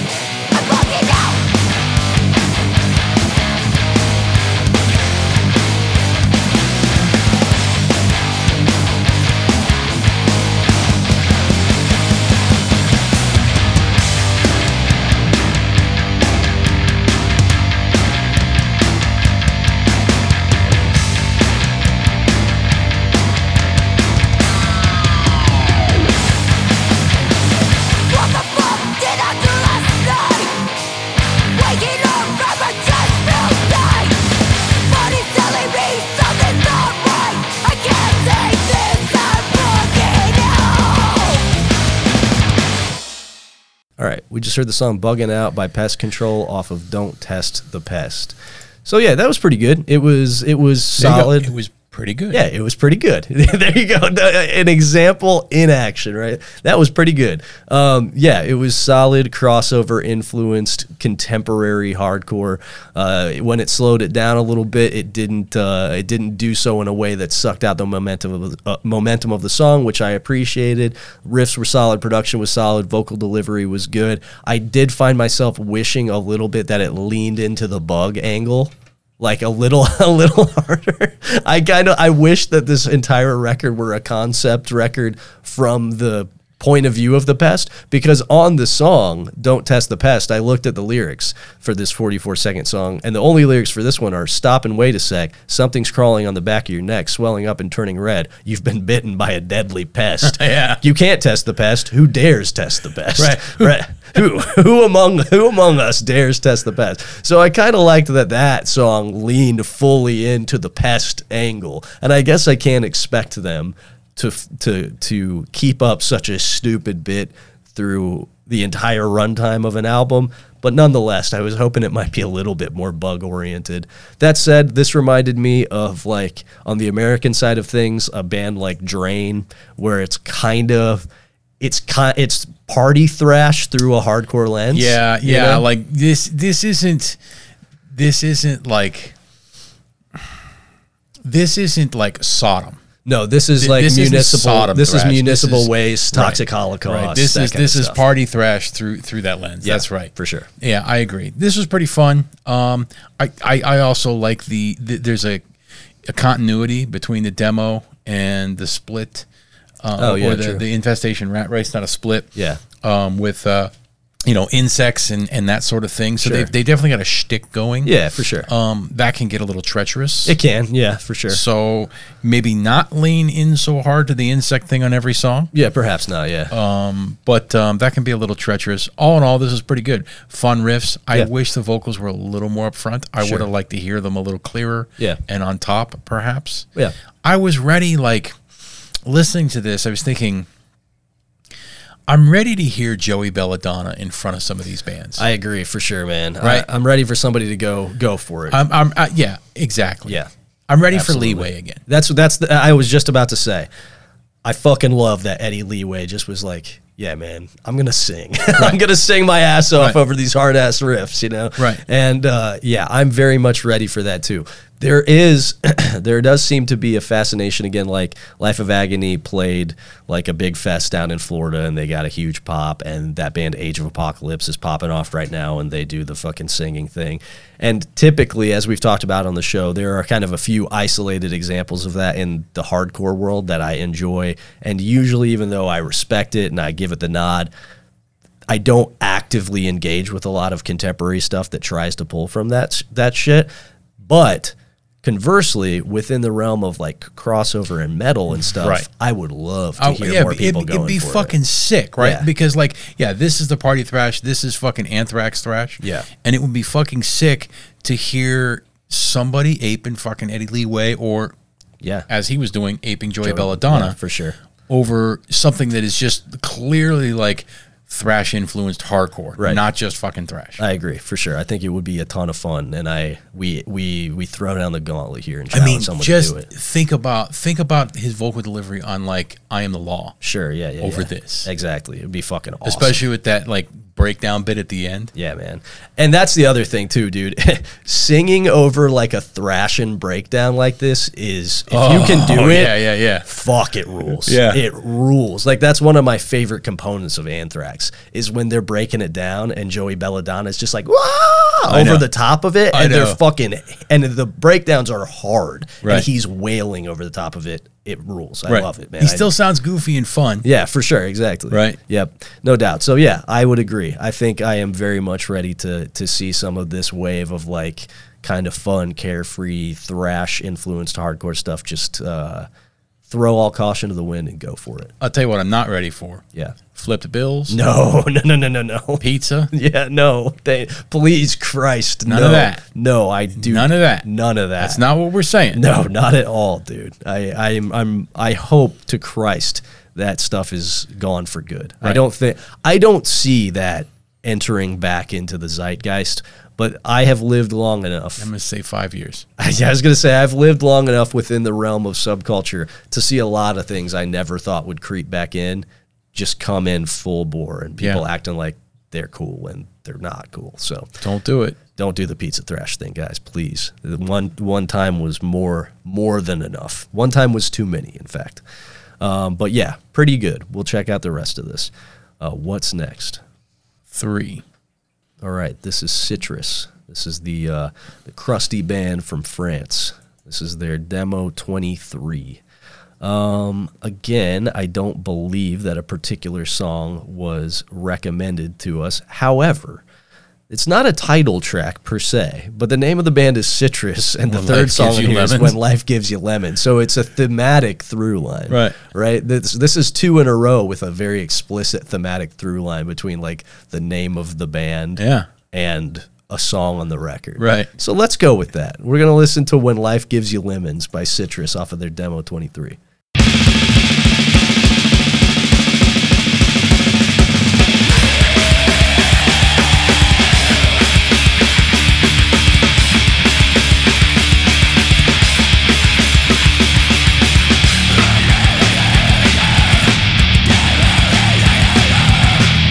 Out! What the fuck did I do last night? Waking up from a just filled night. Body's telling me something's not right. I can't take this. I'm fucking out. All right, we just heard the song Bugging Out by Pest Control off of Don't Test the Pest. So yeah, that was pretty good. It was it was There you go. solid. It was pretty good. Yeah, it was pretty good. there you go. uh, An example in action, right? That was pretty good. Um, yeah, it was solid crossover influenced contemporary hardcore. Uh, when it slowed it down a little bit, it didn't uh, it didn't do so in a way that sucked out the momentum of the, uh, momentum of the song, which I appreciated. Riffs were solid, production was solid, vocal delivery was good. I did find myself wishing a little bit that it leaned into the bug angle like a little a little harder. I kind of I wish that this entire record were a concept record from the point of view of the pest because on the song Don't Test the Pest, I looked at the lyrics for this 44 second song and the only lyrics for this one are stop and wait a sec, something's crawling on the back of your neck, swelling up and turning red. You've been bitten by a deadly pest. Yeah. You can't test the pest. Who dares test the pest? Right. right. Who who among who among us dares test the pest? So I kind of liked that that song leaned fully into the pest angle, and I guess I can't expect them to f- to to keep up such a stupid bit through the entire runtime of an album. But nonetheless, I was hoping it might be a little bit more bug oriented. That said, this reminded me of like on the American side of things, a band like Drain, where it's kind of it's kind it's party thrash through a hardcore lens. Yeah, you yeah. know? Like this this isn't this isn't like this isn't like Sodom. no, this is Th- like this isn't municipal. Sodom This is thrash. This municipal is- waste, toxic holocaust. Right. This that is kind of this is stuff. party thrash through through that lens. Yeah, That's right. for sure. Yeah, I agree. This was pretty fun. Um I I, I also like the, the there's a a continuity between the demo and the split uh, Oh, yeah, or the, true. the infestation rat race, not a split. Yeah. Um with uh you know, insects and, and that sort of thing. So Sure. they they definitely got a shtick going. Yeah, for sure. Um, that can get a little treacherous. It can, yeah, for sure. so maybe not lean in so hard to the insect thing on every song, Yeah, perhaps not. Yeah, but um, that can be a little treacherous. All in all, this is pretty good. Fun riffs. I Yeah. wish the vocals were a little more upfront. I Sure. would have liked to hear them a little clearer. Yeah. and on top, perhaps. Yeah. I was ready. Like listening to this, I was thinking. I'm ready to hear Joey Belladonna in front of some of these bands. I agree for sure, man. Right. I, am ready for somebody to go go for it. I'm, I'm, I, yeah, exactly. yeah, I'm ready Absolutely. for leeway again. that's that's. The, I was just about to say, I fucking love that Eddie Leeway just was like, yeah, man, I'm gonna sing. I'm gonna sing my ass off Right. over these hard ass riffs, you know. Right. And uh, yeah, I'm very much ready for that too. There is, there does seem to be a fascination again. Like Life of Agony played like a big fest down in Florida, and they got a huge pop. And that band Age of Apocalypse is popping off right now, and they do the fucking singing thing. And typically, as we've talked about on the show, there are kind of a few isolated examples of that in the hardcore world that I enjoy. And usually, even though I respect it and I give it the nod, I don't actively engage with a lot of contemporary stuff that tries to pull from that that shit. But conversely, within the realm of like crossover and metal and stuff, Right. I would love to Oh, hear more it'd- people it'd, going be for fucking it. sick, right? Yeah. Because like, yeah, this is the party thrash. This is fucking anthrax thrash. Yeah. and it would be fucking sick to hear somebody aping fucking Eddie Leeway or, Yeah, as he was doing, aping Joey Yeah, Belladonna for sure. over something that is just clearly like thrash influenced hardcore, Right. Not just fucking thrash. I agree for sure. I think it would be a ton of fun, and I we we we throw down the gauntlet here and I challenge mean, someone just to do it. think about think about his vocal delivery on like "I Am the Law," Sure, yeah, yeah. over yeah. this. exactly, it'd be fucking awesome. especially with that like breakdown bit at the end. Yeah, man. And that's the other thing too, dude. Singing over like a thrashing breakdown like this is if you can do Oh, it, Yeah, yeah, yeah. fuck it rules. Yeah. It rules. Like that's one of my favorite components of Anthrax is when they're breaking it down and Joey Belladonna is just like "Wah!" I over know. the top of it I and they're know. fucking and the breakdowns are hard Right. and he's wailing over the top of it. It rules. I love it, man. He I- still sounds goofy and fun. yeah, for sure, exactly. Right. Yep. No doubt. So yeah, I would agree. I think I am very much ready to to see some of this wave of like kind of fun, carefree, thrash influenced hardcore stuff. Just uh, throw all caution to the wind and go for it. I'll tell you what I'm not ready for. Yeah. Flipped bills. No, no, no, no, no, no. Pizza. Yeah, no. They, please, Christ, None no. of that. No, I do None of that. None of that. That's not what we're saying. No, not at all, dude. I, I'm, I'm, I hope to Christ that stuff is gone for good. I Right. don't think, I don't see that entering back into the zeitgeist. But I have lived long enough. I'm gonna say five years. I was gonna say I've lived long enough within the realm of subculture to see a lot of things I never thought would creep back in, just come in full bore, and people Yeah. acting like they're cool and they're not cool. So Don't do it. don't do the pizza thrash thing, guys. Please. The One one time was more more than enough. One time was too many, in fact. Um, but yeah, pretty good. We'll check out the rest of this. Uh, what's next? Three. All right, this is Citrus. This is the uh, the crusty band from France. This is their demo 23. Um, again, I don't believe that a particular song was recommended to us. However, it's not a title track per se, but the name of the band is Citrus, and the When third Life song Gives in You here is Lemons. When Life Gives You Lemon. So it's a thematic through line Right. right? This this is two in a row with a very explicit thematic through line between like the name of the band Yeah. and a song on the record. Right. So let's go with that. We're gonna listen to When Life Gives You Lemons by Citrus off of their demo twenty three. Thank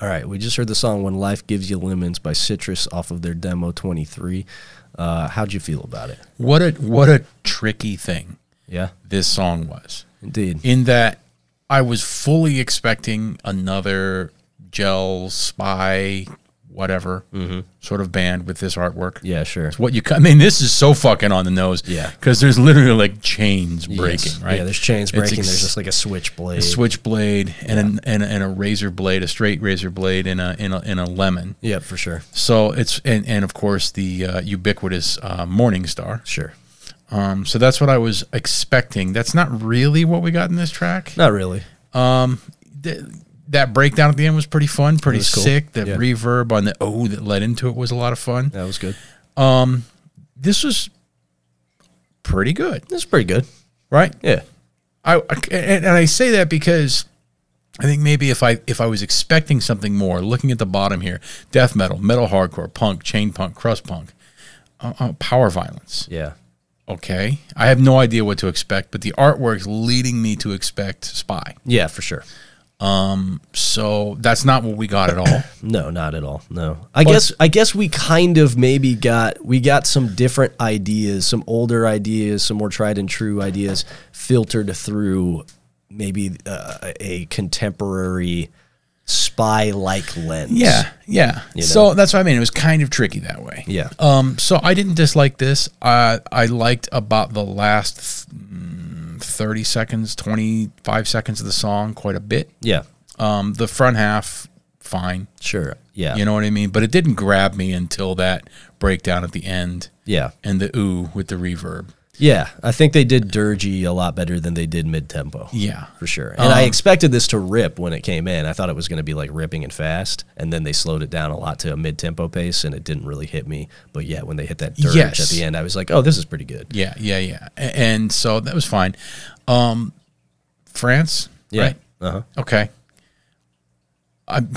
All right, we just heard the song "When Life Gives You Lemons" by Citrus off of their demo 23. Uh, how'd you feel about it? What a what a tricky thing Yeah, this song was. indeed. in that I was fully expecting another gel spy whatever sort of band with this artwork. Mm-hmm. Yeah, sure. What you I mean, this is so fucking on the nose. Yeah. because there's literally like chains breaking. Yes. Right? Yeah, there's chains It's breaking. ex- there's just like a switchblade. switchblade and an and, and a razor blade, a straight razor blade, and a in a in a lemon. yeah, for sure. So it's and and of course the uh, ubiquitous uh, Morning Star. Sure. Um, so that's what I was expecting. That's not really what we got in this track. Not really. th- that breakdown at the end was pretty fun, pretty was cool. sick. The Yeah. reverb on the O that led into it was a lot of fun. That was good. This was pretty good, That's pretty good. right? Yeah. I I- and, and I say that because I think maybe if I if I was expecting something more, looking at the bottom here, death metal, metal hardcore, punk, chain punk, crust punk, uh, uh, power violence. Yeah. Okay, I have no idea what to expect, but the artwork's leading me to expect spy. Yeah, for sure. So that's not what we got at all. No, not at all. No. I guess I guess we kind of maybe got we got some different ideas, some older ideas, some more tried and true ideas filtered through maybe uh, a contemporary spy like lens. Yeah, yeah. So that's what I mean. It was kind of tricky that way. Yeah. Um. So I didn't dislike this. I I liked about the last mm, thirty seconds, twenty five seconds of the song quite a bit. Yeah. Um. The front half, fine. Sure. Yeah. You know what I mean. But it didn't grab me until that breakdown at the end. Yeah. And the ooh with the reverb. Yeah. I think they did dirgy a lot better than they did mid tempo. Yeah. Um, For sure. And I expected this to rip when it came in. I thought it was going to be like ripping and fast. And then they slowed it down a lot to a mid tempo pace and it didn't really hit me. But yeah, when they hit that dirge Yes. at the end, I was like, oh, this is pretty good. Yeah. Yeah. Yeah. A- And so that was fine. Um. France. Yeah. Right. Uh-huh. Okay. I'm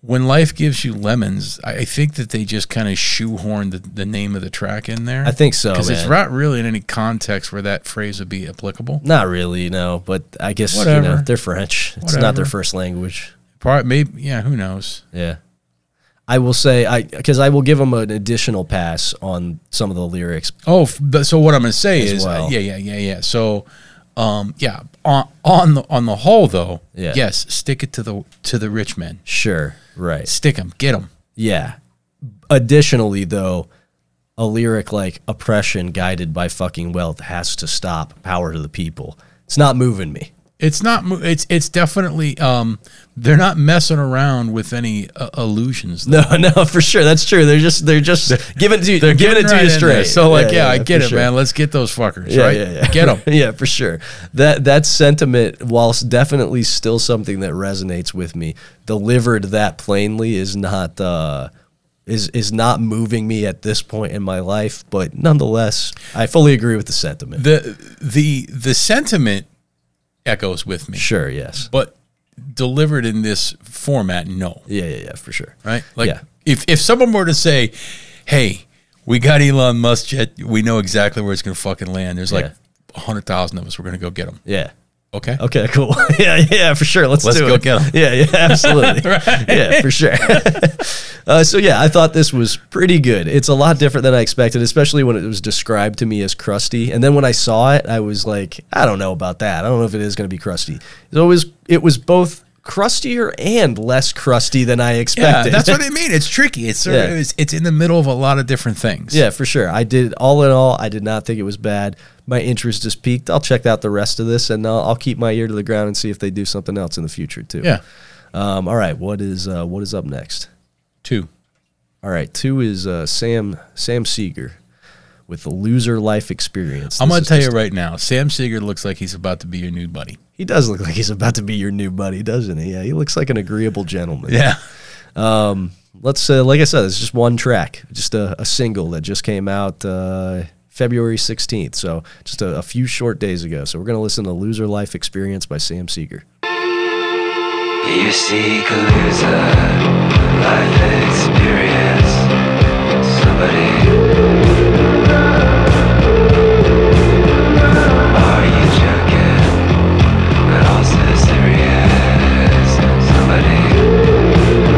when life gives you lemons, I, I think that they just kind of shoehorned the, the name of the track in there. I think so, because it's man. not really in any context where that phrase would be applicable. Not really, no. But I guess, you know, Whatever. they're French. It's not Whatever. their first language. Probably, maybe, yeah. Who knows? Yeah. I will say, I because I will give them an additional pass on some of the lyrics. Oh, f- but, so what I'm going to say As is, uh, well. yeah, yeah, yeah, yeah. So, um, yeah. On on the on the whole, though, Yeah. yes, stick it to the to the rich men. Sure. Right. Stick them, get them. Yeah. Additionally, though, a lyric like oppression guided by fucking wealth has to stop. Power to the people. It's not moving me. It's not. mo- It's it's definitely. Um, they're not messing around with any uh, illusions. No, no, for sure. That's true. They're just they're just giving it to you. They're giving it to Right you in there. straight. So like, yeah, I for get it, sure. man. Let's get those fuckers. Yeah, right? yeah, yeah. Get them. yeah, for sure. That that sentiment, whilst definitely still something that resonates with me, delivered that plainly is not uh, is is not moving me at this point in my life. But nonetheless, I fully agree with the sentiment. the the the sentiment echoes with me, Sure. Yes. but delivered in this format, no. Yeah. Yeah. Yeah. For sure. Right? Like, Yeah. if if someone were to say, "Hey, we got Elon Musk jet. We know exactly where it's going to fucking land." There's like Yeah. a hundred thousand of us. We're going to go get them. Yeah. Okay. Okay. Cool. yeah. Yeah. For sure. Let's, Let's do go it. get 'em. Yeah. Yeah. Absolutely. Yeah. For sure. uh, so yeah, I thought this was pretty good. It's a lot different than I expected, especially when it was described to me as crusty. And then when I saw it, I was like, I don't know about that. I don't know if it is going to be crusty. So it was. It was both crustier and less crusty than I Yeah, expected. that's what I mean. It's tricky. It's sort of- Yeah. it's, it's in the middle of a lot of different things. Yeah, for sure. I did all in all. I did not think it was bad. My interest is peaked. I'll check out the rest of this, and I'll, I'll keep my ear to the ground and see if they do something else in the future too. Yeah. Um, all right. What is uh, what is up next? Two. All right. Two is uh, Sam Sam Seeger with the loser life experience. I'm This going is to tell you just- right now, Sam Seeger looks like he's about to be your new buddy. he does look like he's about to be your new buddy, doesn't he? Yeah, he looks like an agreeable gentleman. Yeah. Let's uh, like I said, it's just one track, just a, a single that just came out uh, February 16th, so just a, a few short days ago. So we're gonna listen to "Loser Life Experience" by Sam Seeger. You seek a loser, life experience, somebody. Are you joking? But also serious, somebody.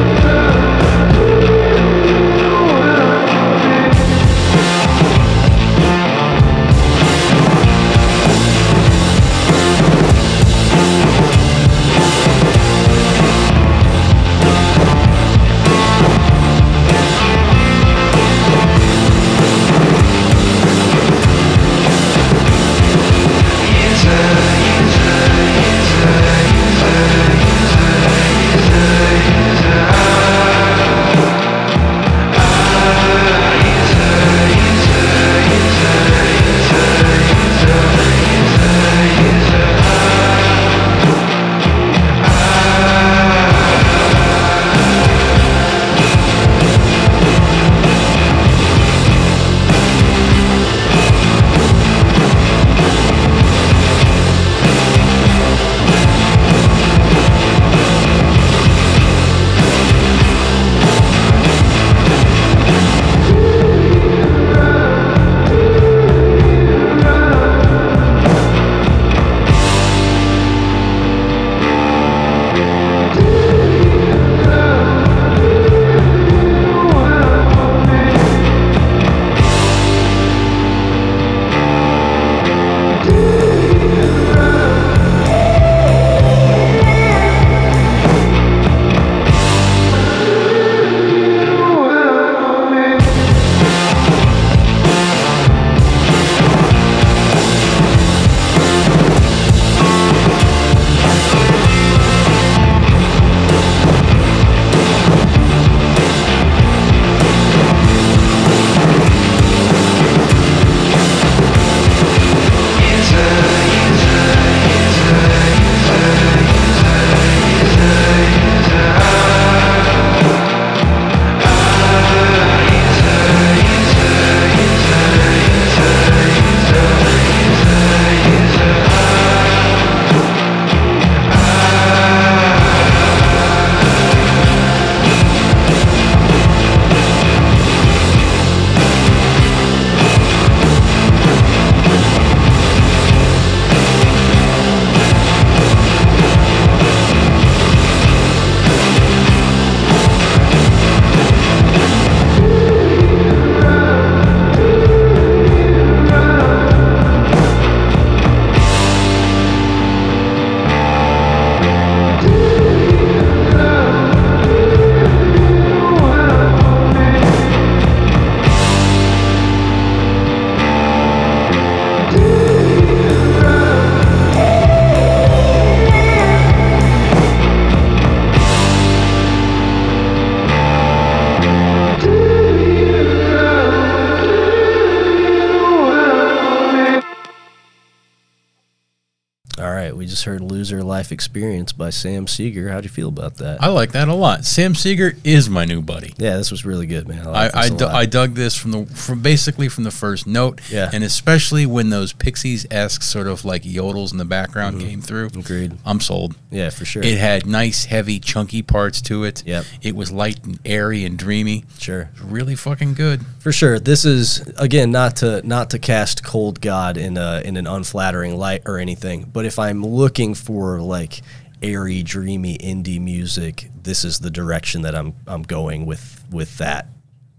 All right, we just heard "Loser Life Experience" by Sam Seeger. How do you feel about that? I like that a lot. Sam Seeger is my new buddy. yeah, this was really good, man. I, I, like I, this a du- lot. I dug this from the from basically from the first note, Yeah. and especially when those Pixies esque sort of like yodels in the background came through. Mm-hmm. Agreed. I'm sold. yeah, for sure. It had nice, heavy, chunky parts to it. Yep. It was light and airy and dreamy. sure. Really fucking good. For sure, this is again not to not to cast Cold God in a in an unflattering light or anything. But if I'm looking for like airy, dreamy indie music, this is the direction that I'm I'm going with with that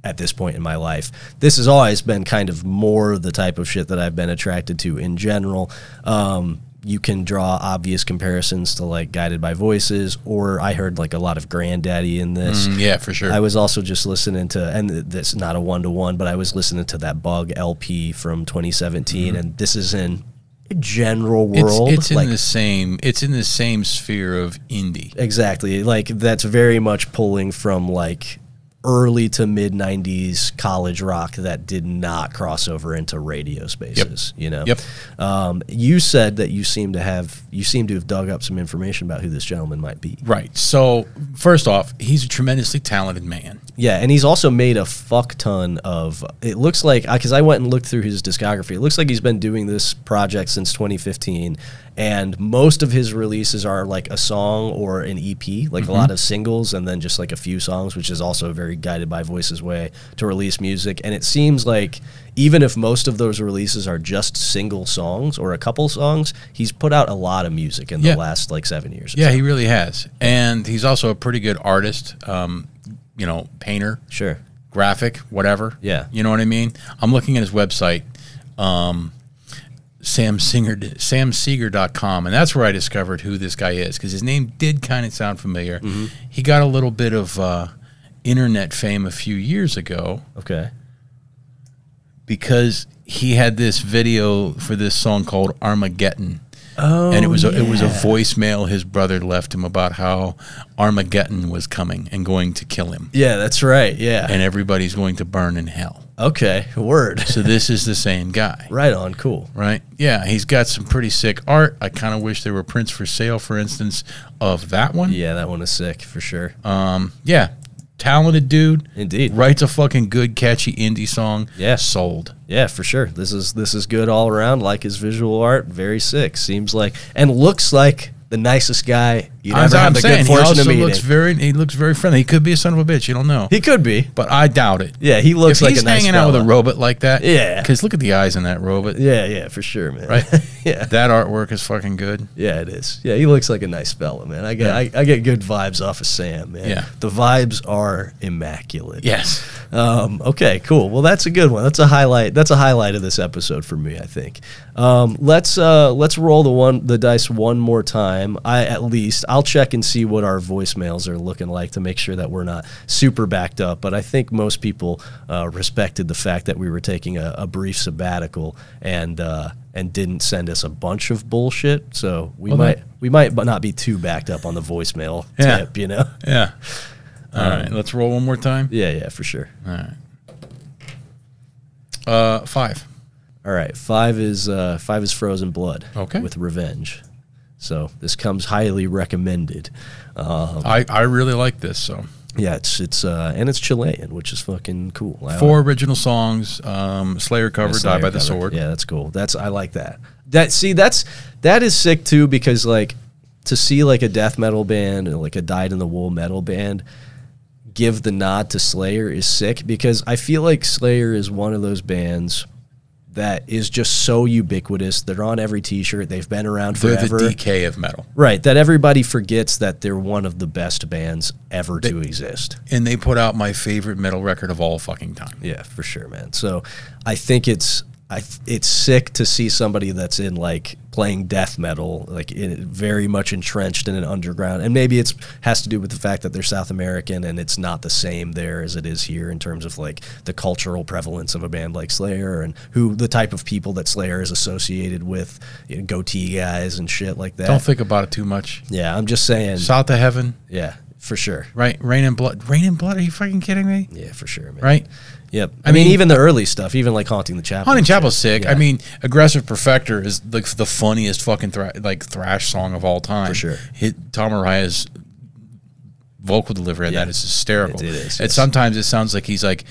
at this point in my life. This has always been kind of more the type of shit that I've been attracted to in general. Um, you can draw obvious comparisons to like Guided by Voices, or I heard like a lot of Granddaddy in this. Mm, yeah, for sure. I was also just listening to, and th- that's not a one to one, but I was listening to that Bug LP from 2017, and this is in general Mm-hmm. it's, world. it's in like, the same. It's in the same sphere of indie. Exactly. Like that's very much pulling from like early to mid 90s college rock that did not cross over into radio spaces, you know. Yep. Um, you said that you seem to have you seem to have dug up some information about who this gentleman might be. Right. So first off, he's a tremendously talented man. Yeah, and he's also made a fuck ton of. It looks like because I went and looked through his discography. It looks like he's been doing this project since 2015, and most of his releases are like a song or an EP, Mm-hmm. like a lot of singles, and then just like a few songs, which is also very guided by Voices' way to release music. And it seems like even if most of those releases are just single songs or a couple songs, he's put out a lot of music in Yeah. the last like seven years. or Yeah, so. he really has, and he's also a pretty good artist. Um, you know, painter, sure. graphic, whatever. Yeah. You know what I mean? I'm looking at his website, um, Sam Singer, samseeger.com, and that's where I discovered who this guy is because his name did kind of sound familiar. He got a little bit of uh, internet fame a few years ago Okay. because he had this video for this song called Armageddon. Oh, and it was a, it was a voicemail his brother left him about how Armageddon was coming and going to kill him, Yeah, that's right. Yeah. and everybody's going to burn in hell. okay. Word. So this is the same guy, Right on, cool. right? Yeah, he's got some pretty sick art. I kind of wish there were prints for sale, for instance, of that one. Yeah, that one is sick for sure. Uh. Yeah, talented dude. Indeed. writes a fucking good, catchy indie song. Yeah. sold. Yeah, for sure. This is this is good all around. Like his visual art, very sick. Seems like and looks like the nicest guy you As ever I'm have the saying, good he fortune also to meet. looks in. very he looks very friendly. He could be a son of a bitch. You don't know, he could be. but I doubt it. Yeah, he looks if like he's a nice hanging out with a fella. robot like that, Yeah. because look at the eyes in that robot. Yeah, yeah, for sure, man. Right? yeah. That artwork is fucking good. Yeah, it is. Yeah, he looks like a nice fella, man. I get Yeah. I, I get good vibes off of Sam, man. Yeah. The vibes are immaculate. Yes. Um, okay, cool. Well, that's a good one. That's a highlight. That's a highlight of this episode for me. I think. Um, let's uh, let's roll the one the dice one more time. I at least I'll check and see what our voicemails are looking like to make sure that we're not super backed up. But I think most people uh, respected the fact that we were taking a, a brief sabbatical and uh, and didn't send us a bunch of bullshit. So we Well, might that- we might but not be too backed up on the voicemail Yeah. tip. You know. Yeah. All right, let's roll one more time. Yeah, yeah, for sure. All right. Uh, five. All right, five is uh, five is Frozen Blood. Okay. with Revenge. So this comes highly recommended. Um, I, I really like this. So yeah, it's it's uh, and it's Chilean, which is fucking cool. I four original songs. Um, Slayer cover, Slayer Die by the cover. Sword. Yeah, that's cool. That's I like that. That see that's that is sick too because like to see like a death metal band and like a dyed in the wool metal band give the nod to Slayer is sick because I feel like Slayer is one of those bands that is just so ubiquitous. They're on every t-shirt. They've been around They're forever. the DK of metal, Right, that everybody forgets that they're one of the best bands ever to exist. and they put out my favorite metal record of all fucking time. Yeah, for sure, man. So I think it's I th- it's sick to see somebody that's in like playing death metal, like in, very much entrenched in an underground, and maybe it's has to do with the fact that they're South American and it's not the same there as it is here in terms of like the cultural prevalence of a band like Slayer and who the type of people that Slayer is associated with, you know, goatee guys and shit like that. Don't think about it too much. yeah, I'm just saying. South to Heaven. yeah, for sure. Right? Rain and blood. Rain and blood. Are you fucking kidding me? Yeah, for sure, man. Right? Yep. I, I mean, mean- even the early stuff, even like haunting the chapel. Haunting and shit. Chapel's sick. Yeah. I mean, Aggressive Perfector is like the funniest fucking thra- like thrash song of all time. For sure. Hit Tom Araya's vocal delivery on Yeah. that is hysterical. It- it is, And yes. sometimes it sounds like he's like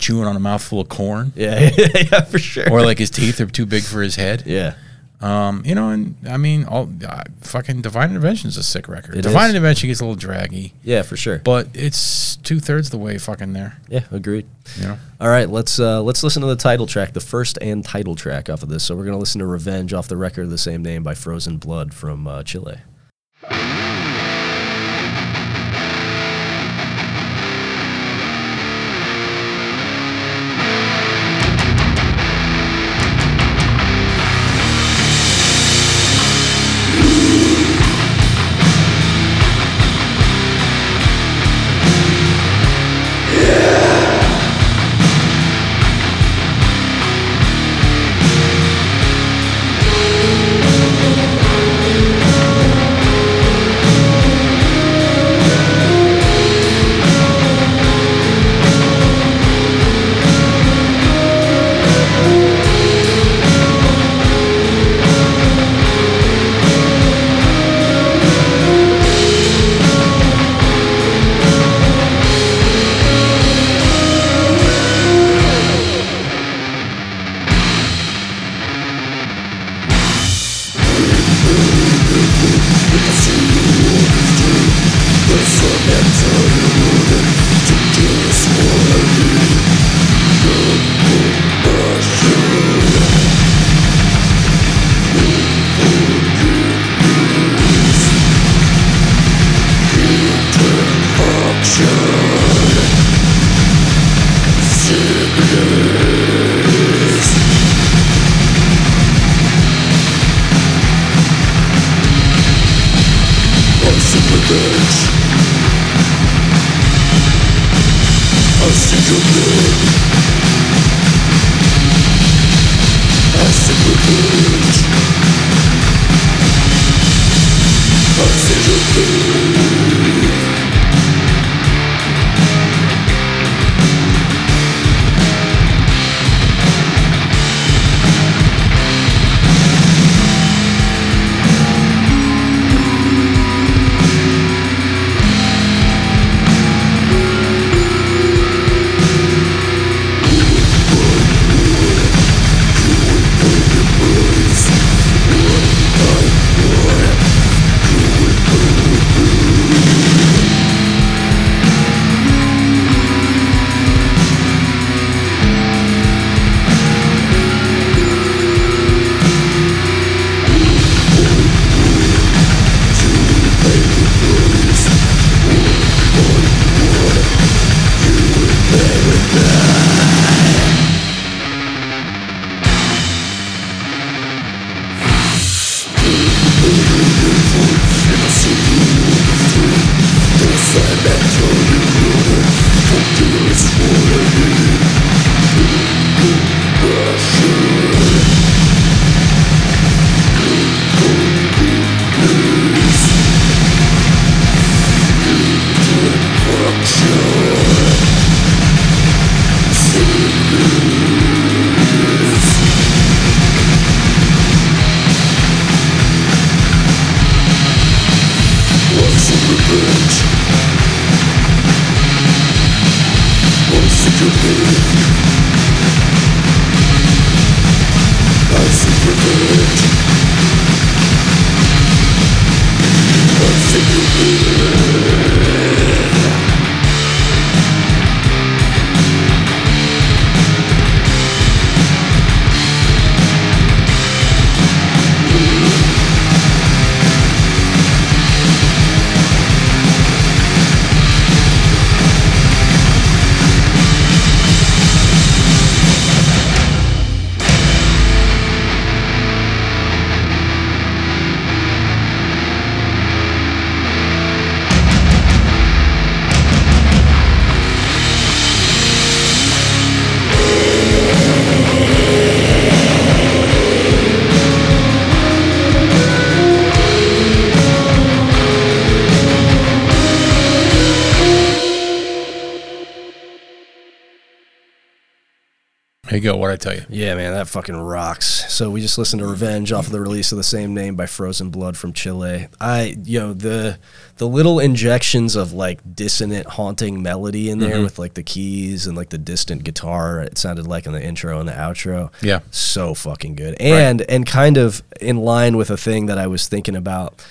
chewing on a mouthful of corn. yeah, yeah, for sure. Or like his teeth are too big for his head. yeah, Um, you know, and I mean, all uh, fucking Divine Intervention is a sick record. It Divine is. Intervention gets a little draggy, yeah, for sure. but it's two thirds the way fucking there. yeah, agreed. You know, All right, let's uh, let's listen to the title track, the first and title track off of this. So we're gonna listen to "Revenge" off the record of the same name by Frozen Blood from uh, Chile. There you go. What I tell you. Yeah, man, that fucking rocks. So we just listened to Revenge off of the release of the same name by Frozen Blood from Chile. I, you know, the the little injections of like dissonant, haunting melody in there with like the keys and like the distant guitar. It sounded like in the intro and the outro. Yeah. so fucking good, and and kind of in line with a thing that I was thinking about.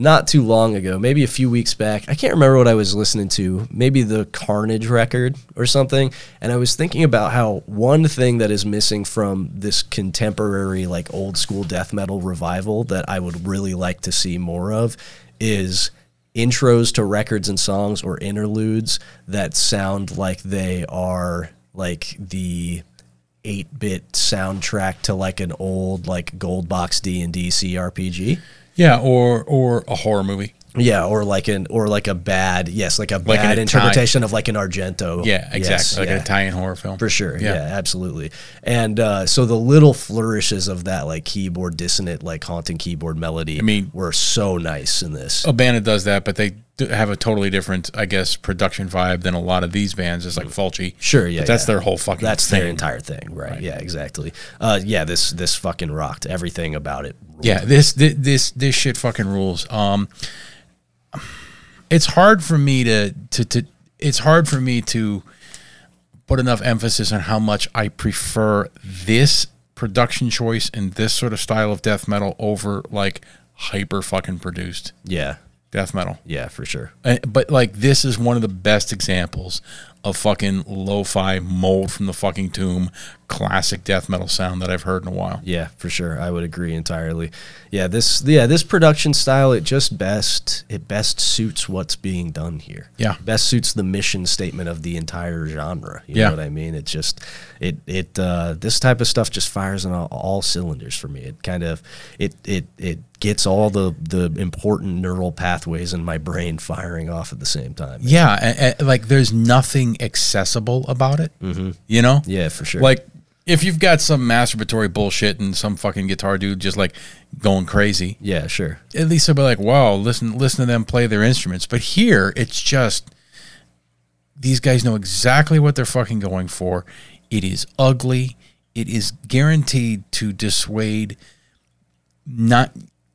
Not too long ago, maybe a few weeks back, I can't remember what I was listening to, maybe the Carnage record or something. And I was thinking about how one thing that is missing from this contemporary, like old school death metal revival that I would really like to see more of is intros to records and songs or interludes that sound like they are like the 8-bit soundtrack to like an old like gold box D&D CRPG. Yeah, or or a horror movie. Yeah, or like an or like a bad, yes, like a Like an bad Italian- interpretation of like an Argento. Yeah, exactly. Oh, Yes, like yeah. an Italian horror film. For sure. Yeah, absolutely. And uh, so the little flourishes of that like keyboard dissonant, like haunting keyboard melody I Oh, mean- were so nice in this. a band that does that, but they do have a totally different, I guess, production vibe than a lot of these bands. It's like Fulci. Mm. Sure, yeah, But that's yeah. their whole fucking. That's thing. their entire thing, right? Yeah, exactly. Uh, yeah, this this fucking rocked. Everything about it. ruled. Yeah, this thi- this this shit fucking rules. Um, it's hard for me to to to. It's hard for me to put enough emphasis on how much I prefer this production choice and this sort of style of death metal over like hyper fucking produced yeah, death metal. yeah, for sure. Uh, but like this is one of the best examples of fucking lo-fi mold from the fucking tomb classic death metal sound that I've heard in a while. Yeah, for sure. I would agree entirely. Yeah, this yeah, this production style it just best it best suits what's being done here. Yeah. Best suits the mission statement of the entire genre. You Yeah. know what I mean? It just it it uh this type of stuff just fires on all, all cylinders for me. It kind of it it it gets all the the important neural pathways in my brain firing off at the same time. Yeah, a- a- like there's nothing accessible about it. You know? Yeah, for sure. Like if you've got some masturbatory bullshit and some fucking guitar dude just like going crazy, yeah, sure. at least they'll be like, "Wow, listen, listen to them play their instruments." But here, it's just these guys know exactly what they're fucking going for. It is ugly. It is guaranteed to dissuade not.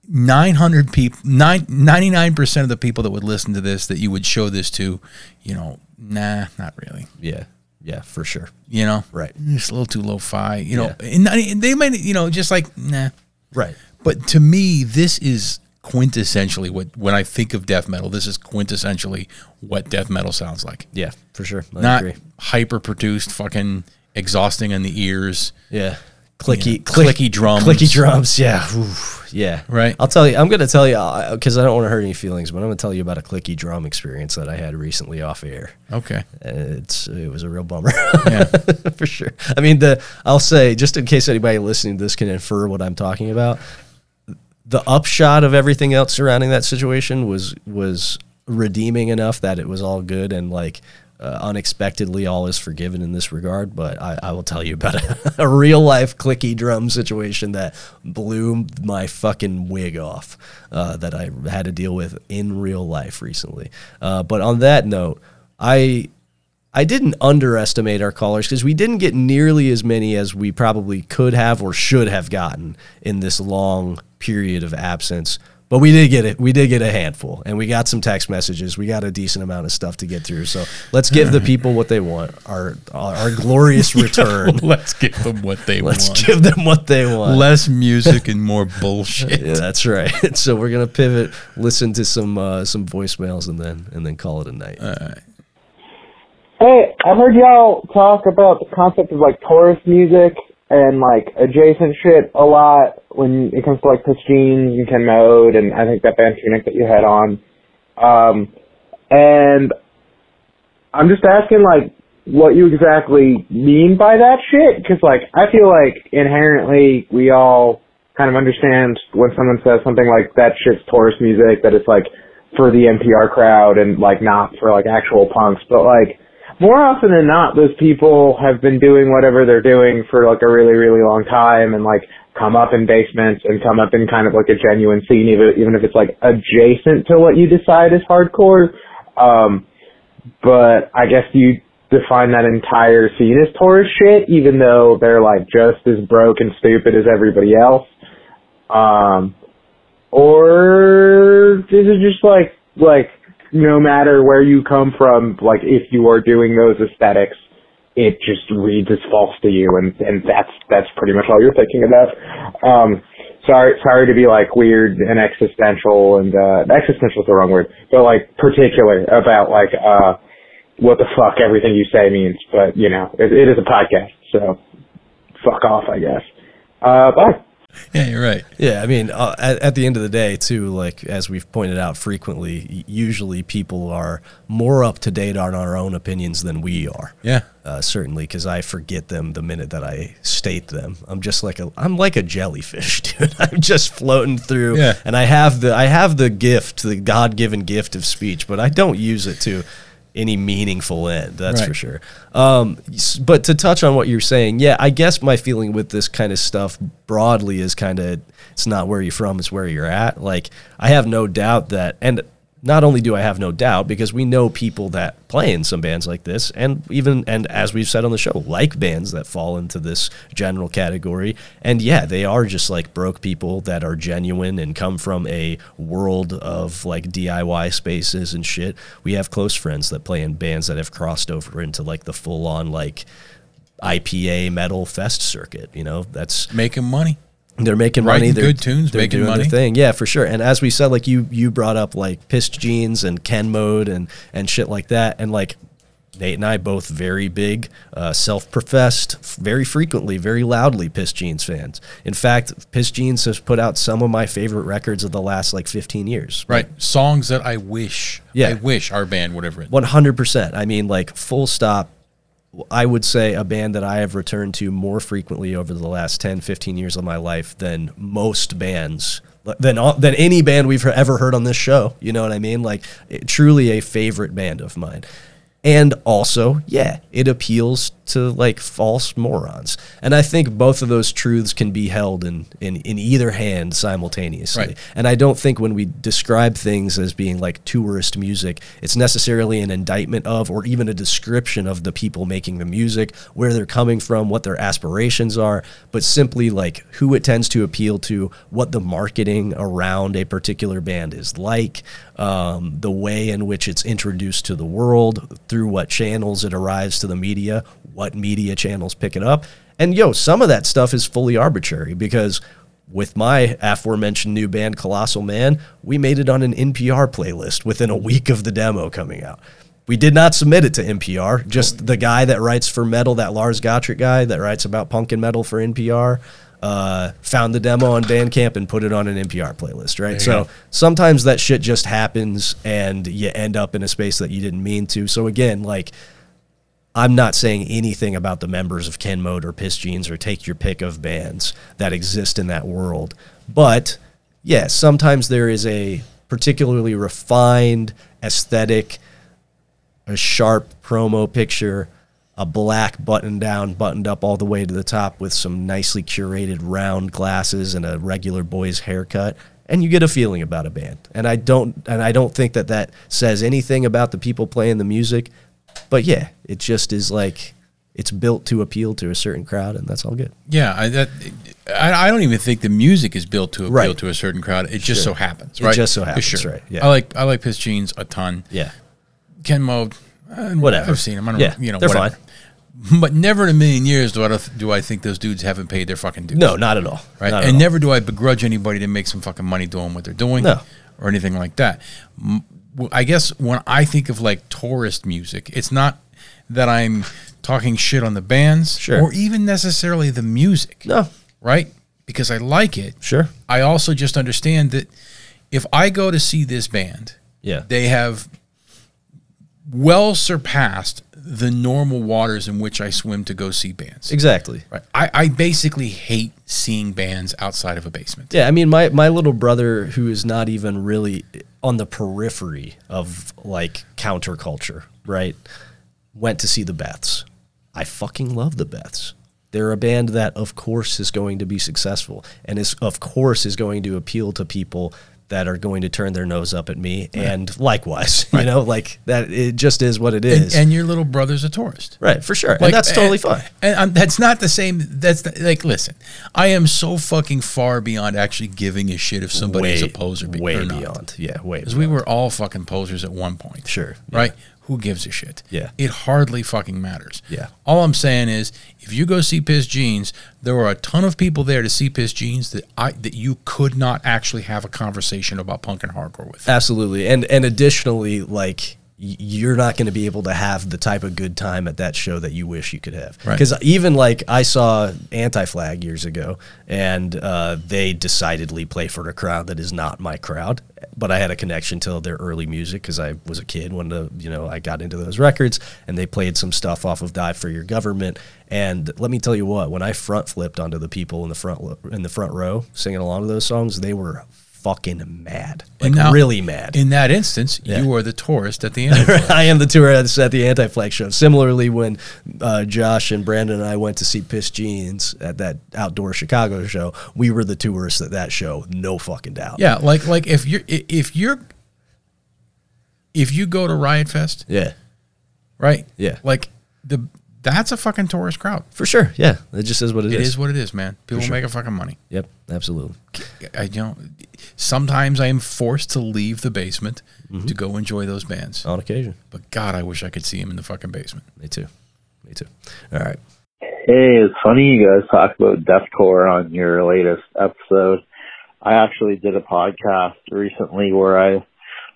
900 people nine, 99% of the people that would listen to this that you would show this to you know nah not really Yeah. Yeah, for sure. you know Right. it's a little too lo-fi you know Yeah. and, and they might you know just like nah Right. but to me, this is quintessentially what when I think of death metal, this is quintessentially what death metal sounds like. Yeah, for sure. I Not agree. hyper produced, fucking exhausting in the ears. Yeah. Clicky, Yeah. click- Clicky drums. Clicky drums. Yeah. Oof. Yeah. Right. I'll tell you, I'm going to tell you, because I don't want to hurt any feelings, but I'm going to tell you about a clicky drum experience that I had recently off air. Uh, Okay. It's, it was a real bummer. Yeah. for sure. I mean, the I'll say just in case anybody listening to this can infer what I'm talking about. The upshot of everything else surrounding that situation was was redeeming enough that it was all good and like uh, unexpectedly all is forgiven in this regard. But I, I will tell you about a, a real life clicky drum situation that blew my fucking wig off uh, that I had to deal with in real life recently. Uh, but on that note, I I didn't underestimate our callers because we didn't get nearly as many as we probably could have or should have gotten in this long period of absence. But we did get it. We did get a handful, and we got some text messages. We got a decent amount of stuff to get through. So let's give the people what they want. Our our, our glorious return. Let's give them what they let's want. give them what they want. Less music and more bullshit. yeah, that's right. so we're gonna pivot, listen to some uh, some voicemails, and then and then call it a night. Hey, I heard y'all talk about the concept of like chorus music and like adjacent shit a lot when it comes to like Pristine and Ken Mode and I think that band Tunic that you had on. Um, and I'm just asking like what you exactly mean by that shit because like I feel like inherently we all kind of understand when someone says something like that shit's chorus music that it's like for the NPR crowd and like not for like actual punks but like more often than not, those people have been doing whatever they're doing for like a really, really long time and like come up in basements and come up in kind of like a genuine scene, even, even if it's like adjacent to what you decide is hardcore. Um, but I guess you define that entire scene as Taurus shit, even though they're like just as broke and stupid as everybody else. Um, or is it just like like no matter where you come from, like if you are doing those aesthetics, it just reads as false to you, and and that's that's pretty much all you're thinking about. Um, sorry sorry to be like weird and existential and uh, existential is the wrong word, but like particular about like uh what the fuck everything you say means, but you know it, it is a podcast, so fuck off, I guess. Uh, bye. Yeah, you're right. Yeah, I mean, uh, at, at the end of the day, too, like as we've pointed out frequently, y- usually people are more up to date on our own opinions than we are. Yeah. Uh, certainly, because I forget them the minute that I state them. I'm just like a, I'm like a jellyfish, dude. I'm just floating through, Yeah. and I have the, I have the gift, the God given gift of speech, but I don't use it to any meaningful end. That's Right. for sure. Um, s- but to touch on what you're saying, yeah, I guess my feeling with this kind of stuff broadly is kind of it's not where you're from, it's where you're at. Like I have no doubt that, and not only do I have no doubt because we know people that play in some bands like this, and even and as we've said on the show, like bands that fall into this general category. And yeah, they are just like broke people that are genuine and come from a world of like DIY spaces and shit. We have close friends that play in bands that have crossed over into like the full on like IPA metal fest circuit. You know, that's Making money. they're making money. Writing They're good tunes, they're making doing their money. thing. Yeah, for sure. And as we said, like you you brought up like pissed jeans and Ken mode and and shit like that. And like Nate and I both very big, uh, self-professed, f- very frequently, very loudly pissed jeans fans. In fact, pissed jeans has put out some of my favorite records of the last like 15 years. Right. Songs that I wish. Yeah. I wish our band would have written. One hundred percent. I mean, like full stop. I would say a band that I have returned to more frequently over the last 10, 15 years of my life than most bands, than all- than any band we've ever heard on this show. You know what I mean? Like it- truly a favorite band of mine. And also, yeah, it appeals to like false morons. And I think both of those truths can be held in in, in either hand simultaneously. Right. And I don't think when we describe things as being like tourist music, it's necessarily an indictment of or even a description of the people making the music, where they're coming from, what their aspirations are, but simply like who it tends to appeal to, what the marketing around a particular band is like, um, the way in which it's introduced to the world, through what channels it arrives to the media, what media channels pick it up. And yo, some of that stuff is fully arbitrary because with my aforementioned new band Colossal Man, we made it on an NPR playlist within a week of the demo coming out. We did not submit it to NPR. Just the guy that writes for metal, that Lars Gottrich guy that writes about punk and metal for NPR, uh, found the demo on Bandcamp and put it on an NPR playlist. Right. So sometimes that shit just happens, and you end up in a space that you didn't mean to. So again, like I'm not saying anything about the members of Ken Mode or Piss Jeans or take your pick of bands that exist in that world. But yeah, sometimes there is a particularly refined aesthetic, a sharp promo picture, a black button down, buttoned up all the way to the top with some nicely curated round glasses and a regular boy's haircut. And you get a feeling about a band, and I don't, and I don't think that that says anything about the people playing the music, but yeah, it just is like it's built to appeal to a certain crowd, and that's all good. Yeah, I, that I, I don't even think the music is built to appeal Right. to a certain crowd. It just so happens, It right? just so For happens, right, yeah. I like I like Piss Jeans a ton. Yeah, Ken Mode, uh, Whatever. I've seen him. I don't, Yeah, you know, they're whatever. But never in a million years do I do I think those dudes haven't paid their fucking dues. no, not at all. right? Not at and all. never do I begrudge anybody that makes some fucking money doing what they're doing, No. or anything like that. M- w- I guess when I think of like tourist music, it's not that I'm talking shit on the bands, Sure. or even necessarily the music, No, right? Because I like it. Sure. I also just understand that if I go to see this band, yeah, they have well surpassed the normal waters in which I swim to go see bands. exactly. Right. I, I basically hate seeing bands outside of a basement. Yeah, I mean, my my little brother, who is not even really on the periphery of like counterculture, right, went to see the Beths. I fucking love the Beths. They're a band that, of course, is going to be successful, and is of course is going to appeal to people that are going to turn their nose up at me, and likewise, you know, like that. It just is what it is. And, and your little brother's a tourist. right, for sure, Like, and that's totally fine. And um, that's not the same. That's the, like, listen, I am so fucking far beyond actually giving a shit if somebody is a poser be- way or not. beyond, yeah, way. Because we were all fucking posers at one point. Sure, yeah. Right? Who gives a shit? Yeah. It hardly fucking matters. Yeah. All I'm saying is if you go see Piss Jeans, there are a ton of people there to see Piss Jeans that I that you could not actually have a conversation about punk and hardcore with. Absolutely. And and additionally, like y- you're not going to be able to have the type of good time at that show that you wish you could have. Right. Because even like I saw Anti Flag years ago, and uh, they decidedly play for a crowd that is not my crowd. But I had a connection to their early music because I was a kid when the you know I got into those records, and they played some stuff off of "Die for Your Government." And let me tell you what, when I front flipped onto the people in the front lo- in the front row singing along to those songs, they were fucking mad, like And now- really mad. In that instance, you are the tourist at the end. Of it. I am the tourist at the Anti Flag show. Similarly, when uh, Josh and Brandon and I went to see Piss Jeans at that outdoor Chicago show, we were the tourists at that show, no fucking doubt. Yeah, like like if you're i- if you're if you go to Riot Fest, yeah, right? Yeah. like the that's a fucking tourist crowd. for sure. Yeah, it just is what It it is is. what it is, man. People make a fucking money. Yep, absolutely. I don't. Sometimes I am forced to leave the basement Mm-hmm. to go enjoy those bands. On occasion, But God, I wish I could see him in the fucking basement. me too, me too. All right, Hey, it's funny you guys talk about deathcore on your latest episode. I actually did a podcast recently where I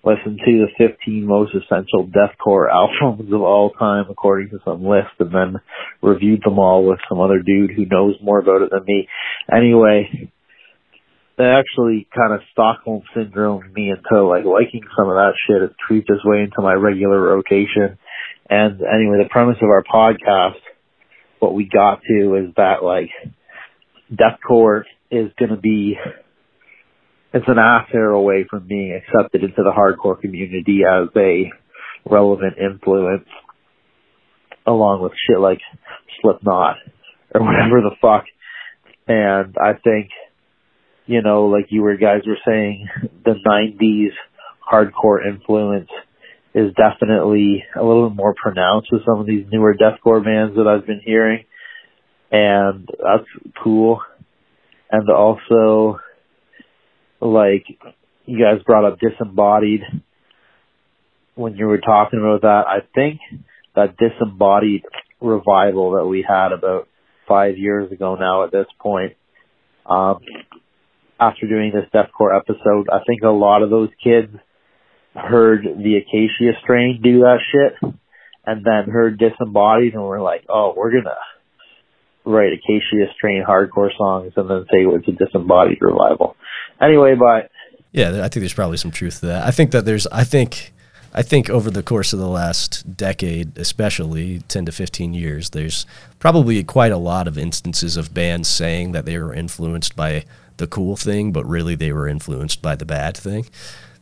listened to the 15 most essential deathcore albums of all time according to some list and then reviewed them all with some other dude who knows more about it than me. Anyway, that actually kind of Stockholm syndrome me into like liking some of that shit. It creeped its way into my regular rotation. And anyway, the premise of our podcast what we got to is that like deathcore is going to be it's an affair away from being accepted into the hardcore community as a relevant influence along with shit like Slipknot or whatever the fuck and I think you know like you were guys were saying the 90s hardcore influence is definitely a little bit more pronounced with some of these newer deathcore bands that I've been hearing, and that's cool. And also, like you guys brought up disembodied when you were talking about that, I think that disembodied revival that we had about five years ago now at this point, um, after doing this deathcore episode, I think a lot of those kids heard the Acacia strain do that shit and then heard disembodied and we're like, oh, we're gonna write Acacia strain hardcore songs and then say it's a disembodied revival. Anyway, but Yeah, th- I think there's probably some truth to that. I think that there's, I think, I think over the course of the last decade, especially 10 to 15 years, there's probably quite a lot of instances of bands saying that they were influenced by the cool thing, but really they were influenced by the bad thing.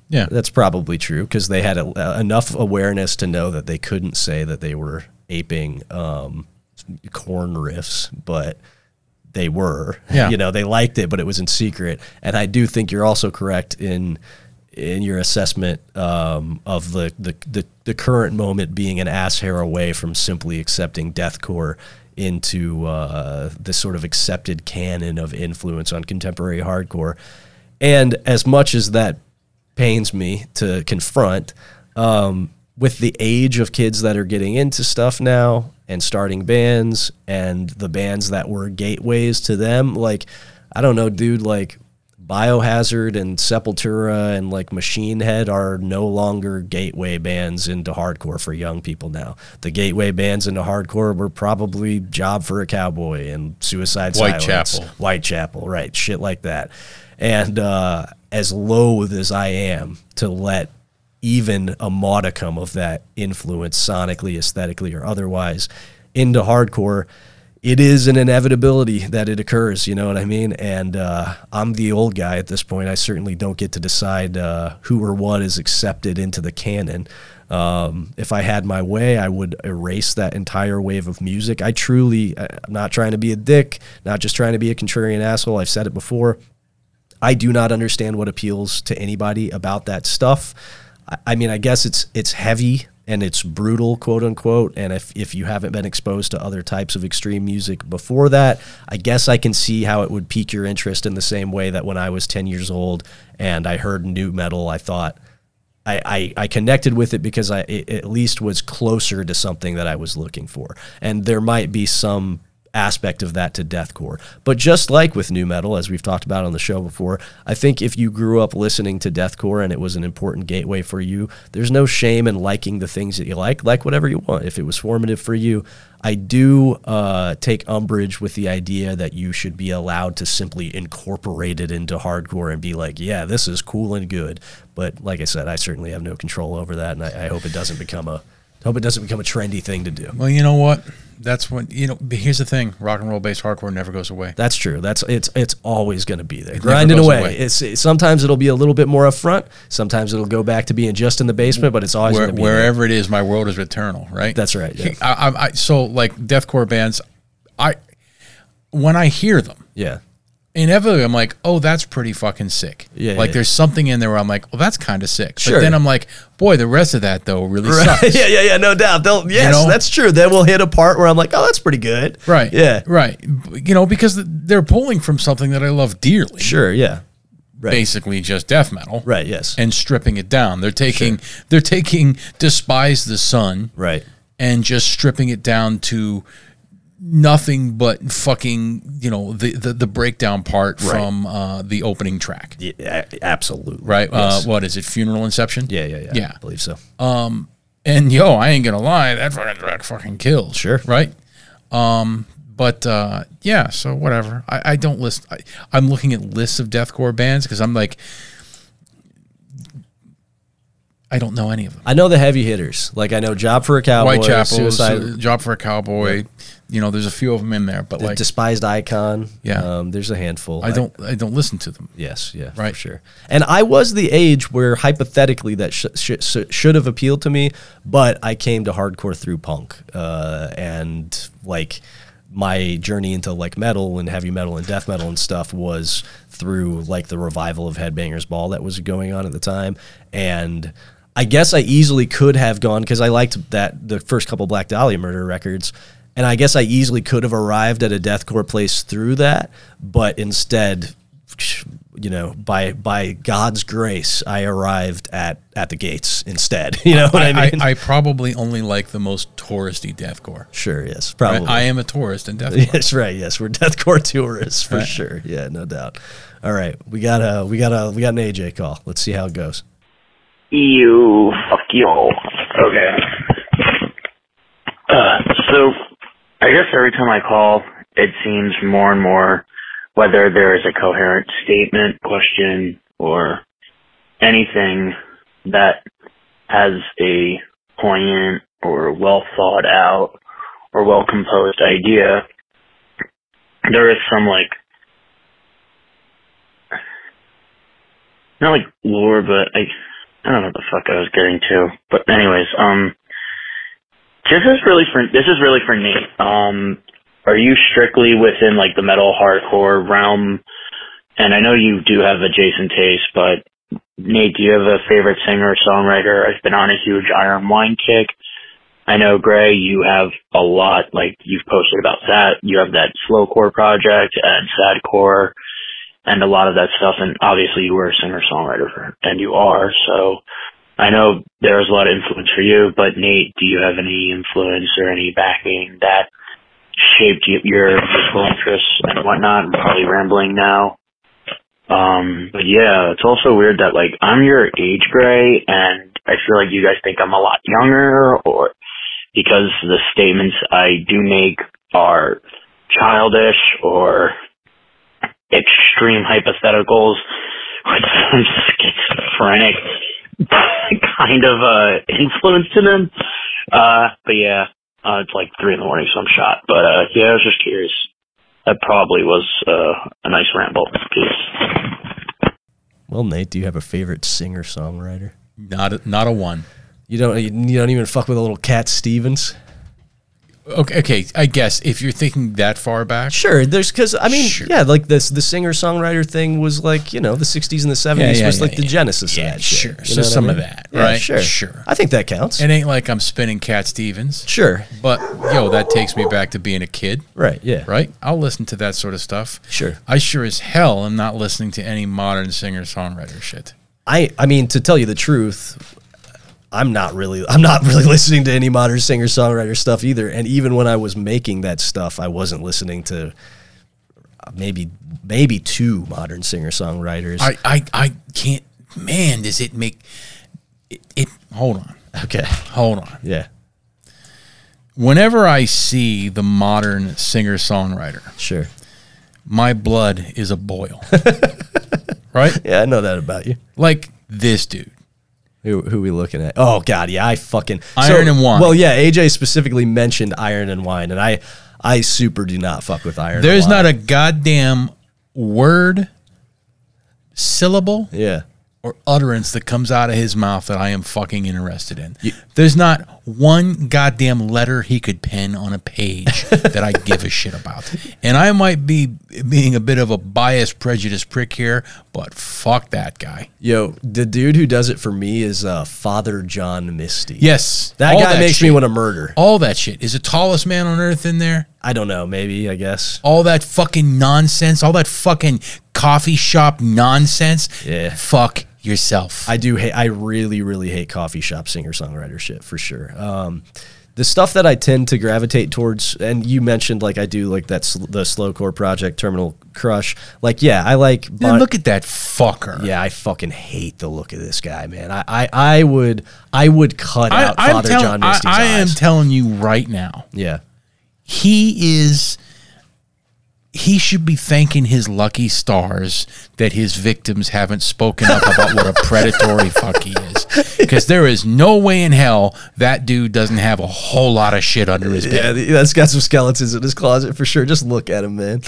Yeah, That's probably true because they had a, uh, enough awareness to know that they couldn't say that they were aping um, corn riffs, but they were. Yeah. You know, they liked it, but it was in secret. And I do think you're also correct in in your assessment um, of the, the the the current moment being an ass hair away from simply accepting deathcore into uh, the sort of accepted canon of influence on contemporary hardcore. And as much as that pains me to confront, um, with the age of kids that are getting into stuff now and starting bands and the bands that were gateways to them, like, I don't know, dude, like Biohazard and Sepultura and like Machine Head are no longer gateway bands into hardcore for young people now. The gateway bands into hardcore were probably Job for a Cowboy and Suicide Whitechapel. Silence. Whitechapel, right? Shit like that. And uh, as loath as I am to let even a modicum of that influence, sonically, aesthetically, or otherwise, into hardcore, it is an inevitability that it occurs. You know what I mean? And uh, I'm the old guy at this point. I certainly don't get to decide uh, who or what is accepted into the canon. Um, if I had my way, I would erase that entire wave of music. I truly, I- I'm not trying to be a dick, not just trying to be a contrarian asshole. I've said it before. I do not understand what appeals to anybody about that stuff. I, I mean, I guess it's it's heavy and it's brutal, quote unquote. And if if you haven't been exposed to other types of extreme music before that, I guess I can see how it would pique your interest in the same way that when I was ten years old and I heard new metal, I thought. I, I, I connected with it because I it at least was closer to something that I was looking for. And there might be some aspect of that to deathcore. But just like with new metal, as we've talked about on the show before, I think if you grew up listening to deathcore and it was an important gateway for you, there's no shame in liking the things that you like. Like whatever you want. If it was formative for you, I do uh, take umbrage with the idea that you should be allowed to simply incorporate it into hardcore and be like, yeah, this is cool and good. But like I said, I certainly have no control over that, and I, I hope it doesn't become a hope it doesn't become a trendy thing to do. Well, you know what? That's when you know. Here's the thing: rock and roll based hardcore never goes away. That's true. That's it's it's always going to be there, never grinding goes away. away. It's it, sometimes it'll be a little bit more up front. Sometimes it'll go back to being just in the basement, but it's always Where, going to be there. wherever it is, my world is eternal. Right. That's right, yeah. I, I, I, so, like deathcore bands, I when I hear them, Yeah, inevitably I'm like, oh, that's pretty fucking sick. Yeah, Like yeah. there's something in there where I'm like, well, that's kind of sick. Sure. But then I'm like, boy, the rest of that though really sucks. yeah, yeah, yeah. No doubt. They'll yes, know? that's true. Then we'll hit a part where I'm like, oh, that's pretty good. Right. Yeah. Right. You know, because they're pulling from something that I love dearly. Sure. Yeah. Right. Basically, just death metal. Right. Yes. And stripping it down. They're taking they're taking despise the sun right. and just stripping it down to nothing but fucking you know the the, the breakdown part from uh, the opening track. Yeah, a- absolutely. Right. Yes. Uh, what is it? Funeral Inception. yeah. Yeah. Yeah. Yeah. I believe so. And yo, I ain't gonna lie, that fucking, that fucking kills. Sure. Right. Um. But uh, yeah. So whatever. I, I don't list. I, I'm looking at lists of deathcore bands because I'm like, I don't know any of them. I know the heavy hitters. Like I know Job for a Cowboy, Whitechapel, Suicide, Su- Job for a Cowboy. You know, there's a few of them in there, but The like, Despised Icon. Yeah. Um, there's a handful. I don't. I don't listen to them. Yes, yeah, for Right. sure. And I was the age where hypothetically that sh- sh- sh- should have appealed to me, but I came to hardcore through punk, uh, and like my journey into like metal and heavy metal and death metal and stuff was through like the revival of Headbangers Ball that was going on at the time, and. I guess I easily could have gone because I liked that the first couple Black Dahlia murder records, and I guess I easily could have arrived at a deathcore place through that, but instead you know, by by God's grace, I arrived at at the gates instead. You know what I, mean? I, probably only like the most touristy deathcore. sure, yes, I, probably. I am a tourist in deathcore. yes, right. Yes, we're deathcore tourists for Right. sure. Yeah, no doubt. All right, we got a we got a we got an AJ call. Let's see how it goes. E You fuck y'all. Okay. Uh, so, I guess every time I call, it seems more and more whether there is a coherent statement, question, or anything that has a poignant or well thought out or well composed idea. There is some like not like lore, but I I don't know what the fuck I was getting to. But anyways, um, this is really for this is really for Nate. Um, are you strictly within like the metal hardcore realm? And I know you do have adjacent taste, but Nate, do you have a favorite singer or songwriter? I've been on a huge Iron Wine kick. I know Gray, you have a lot. Like you've posted about that. You have that slowcore project and sadcore and a lot of that stuff. And obviously, you were a singer songwriter, for, and you are. So I know there was a lot of influence for you. But Nate, do you have any influence or any backing that shaped y- your musical interests and whatnot? I'm probably rambling now. Um, but yeah, it's also weird that like I'm your age, Gray, and I feel like you guys think I'm a lot younger, or because the statements I do make are childish or extreme hypotheticals with some schizophrenic kind of uh influence to them. Uh but yeah, uh it's like three in the morning so I'm shot. But uh yeah, I was just curious. That probably was uh a nice ramble. Peace. Well, Nate, do you have a favorite singer songwriter? Not a, not a one. You don't you, you don't even fuck with a little Cat Stevens. Okay, okay. I guess if you're thinking that far back, Sure, there's because I mean, Sure. yeah, like this the singer songwriter thing was like you know the '60s and the '70s yeah, was yeah, like the yeah. genesis Yeah, of that. sure. shit, you So know what I some of mean? that, Yeah, right? Sure, Sure. I think that counts. it ain't like I'm spinning Cat Stevens. sure, But yo, that takes me back to being a kid, right? Yeah, right? I'll listen to that sort of stuff. Sure. I sure as hell am not listening to any modern singer songwriter shit. I I mean to tell you the truth, I'm not really I'm not really listening to any modern singer songwriter stuff either. And even when I was making that stuff, I wasn't listening to uh, maybe maybe two modern singer songwriters. I, I, I can't. Man, does it make it, it? Hold on, okay, hold on. yeah, Whenever I see the modern singer songwriter, sure, my blood is a boil. right? yeah, I know that about you. Like this dude. Who, who we looking at? Oh God, yeah, I fucking Iron and Wine. Well, yeah, AJ specifically mentioned Iron and Wine, and I, I super do not fuck with Iron. There's and wine. not a goddamn word, syllable, yeah, or utterance that comes out of his mouth that I am fucking interested in. There's not one goddamn letter he could pen on a page that I give a shit about. And I might be being a bit of a biased, prejudiced prick here, but fuck that guy. yo, the dude who does it for me is uh, Father John Misty. Yes. that all guy makes me shit. want to murder. All that shit. Is the tallest man on earth in there? I don't know, maybe I guess. all that fucking nonsense, all that fucking coffee shop nonsense. Yeah. Fuck yourself. I do hate. I really, really hate coffee shop singer songwriter shit for sure. Um, the stuff that I tend to gravitate towards, and you mentioned like I do like that's the slowcore project, Terminal Crush. Like, yeah, I like. Then Bon- look at that fucker. Yeah, I fucking hate the look of this guy, man. I, I, I would I would cut I, out I'm Father John telling, I, Misty's I am eyes. telling you right now, yeah. he is. He should be thanking his lucky stars that his victims haven't spoken up about what a predatory fuck he is, because there is no way in hell that dude doesn't have a whole lot of shit under his bed. Yeah, th- that's got some skeletons in his closet for sure. Just look at him, man.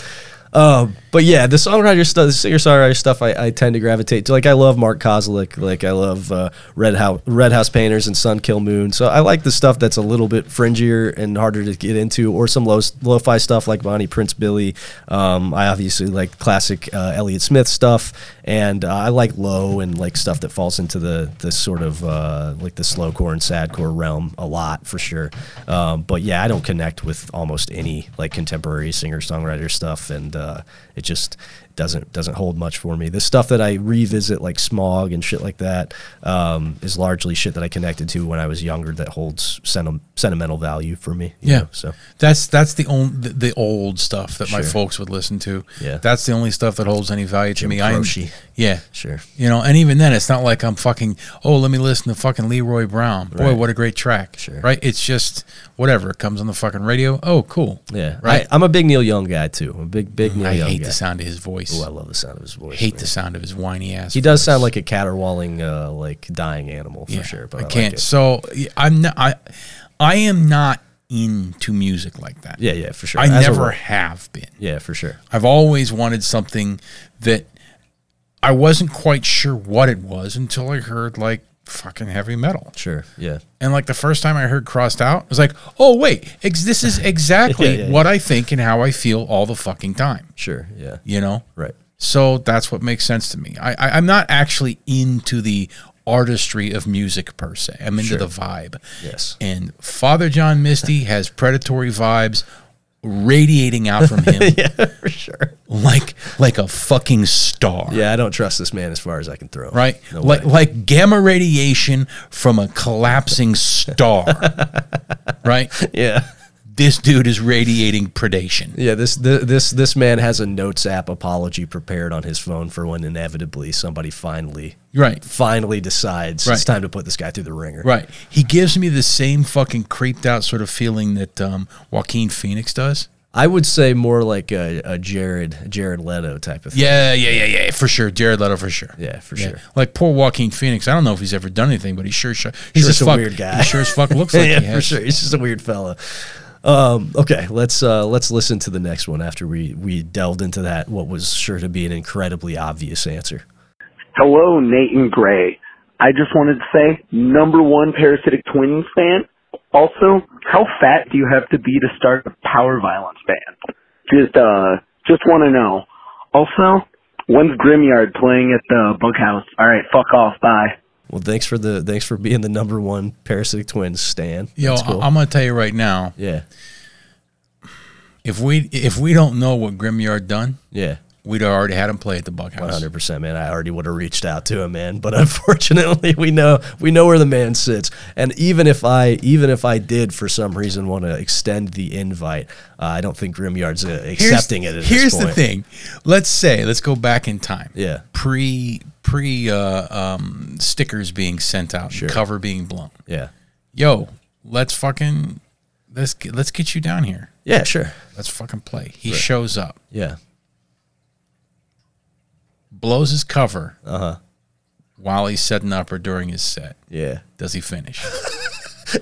Um, but yeah, the songwriter stuff, the singer songwriter stuff, I, I tend to gravitate to. Like I love Mark Kozlik, like I love uh, Red House, Red House Painters, and Sun Kill Moon. So I like the stuff that's a little bit fringier and harder to get into, or some low lo-fi stuff like Bonnie Prince Billy. Um, I obviously like classic uh, Elliott Smith stuff, and uh, I like low and like stuff that falls into the the sort of uh, like the slowcore and sadcore realm a lot for sure. Um, but yeah, I don't connect with almost any like contemporary singer songwriter stuff, and uh, it just doesn't doesn't hold much for me. The stuff that I revisit like Smog and shit like that um, is largely shit that I connected to when I was younger that holds senti- sentimental value for me. you Yeah. know, so That's that's the old the, the old stuff that my Sure. folks would listen to. Yeah. That's the only stuff that holds any value to me. Croce. I yeah. sure. You know, and even then it's not like I'm fucking oh, let me listen to fucking Leroy Brown. Boy, Right. what a great track. Sure. Right? It's just whatever. It comes on the fucking radio. Oh, cool. Yeah, Right. Mm, I, am a big Neil Young guy too. I'm a big big Neil I, Young hate guy. the sound of his voice. Ooh, I love the sound of his voice. hate man. the sound of his whiny ass. He does voice. sound like a caterwauling, uh, like dying animal for Yeah, sure. But I I, can't. Like it. so yeah, I'm not I I am not into music like that. Yeah, yeah, for sure. I As a never rule. have been. Yeah, for sure. I've always wanted something that I wasn't quite sure what it was until I heard like fucking heavy metal. Sure. Yeah. And like the first time I heard Crossed Out, I was like, oh, wait, ex- this is exactly Yeah, yeah, what I think and how I feel all the fucking time, Sure. Yeah. you know? Right. So that's what makes sense to me. I, I, I'm not actually into the artistry of music per se, I'm into Sure. the vibe. Yes. And Father John Misty has predatory vibes radiating out from him For sure. like like a fucking star. Yeah, I don't trust this man as far as I can throw. him. Right? No like way. like gamma radiation from a collapsing star. right? yeah. This dude is radiating predation. Yeah, this th- this this man has a notes app apology prepared on his phone for when inevitably somebody finally Right. finally decides Right. it's time to put this guy through the ringer. Right. He gives me the same fucking creeped out sort of feeling that um, Joaquin Phoenix does. I would say more like a, a Jared Jared Leto type of thing. Yeah, yeah, yeah, yeah, for sure. Jared Leto, for sure. Yeah, for sure. Like poor Joaquin Phoenix. I don't know if he's ever done anything, but he sure, sure, He's sure as just a fuck- weird guy. He sure as fuck looks like yeah, he has. for sure. He's just a weird fella. Um, okay, let's uh, let's listen to the next one after we we delved into that what was sure to be an incredibly obvious answer. Hello, Nate and Gray. I just wanted to say, number one Parasitic Twins fan, Also, how fat do you have to be to start a power violence band? Just uh just wanna know. Also, when's Grimyard playing at the bug house? Alright, fuck off, bye. Well, thanks for the thanks for being the number one parasitic twins, Stan. Yo, That's cool. I- I'm gonna tell you right now. yeah, If we if we don't know what Grimyard done, yeah. we'd already had him play at the One Buckhouse. hundred percent, man. I already would have reached out to him, man. But unfortunately, we know we know where the man sits. And even if I even if I did for some reason want to extend the invite, uh, I don't think Grimyard's uh, accepting it. At here's this point. the thing. Let's say let's go back in time. Yeah. Pre pre uh, um, stickers being sent out, and cover being blown. Yeah, Yo, let's fucking let's get, let's get you down here. yeah, sure. Let's fucking play. He shows up, Yeah, blows his cover. Uh huh. Uh-huh. While he's setting up or during his set, yeah. does he finish?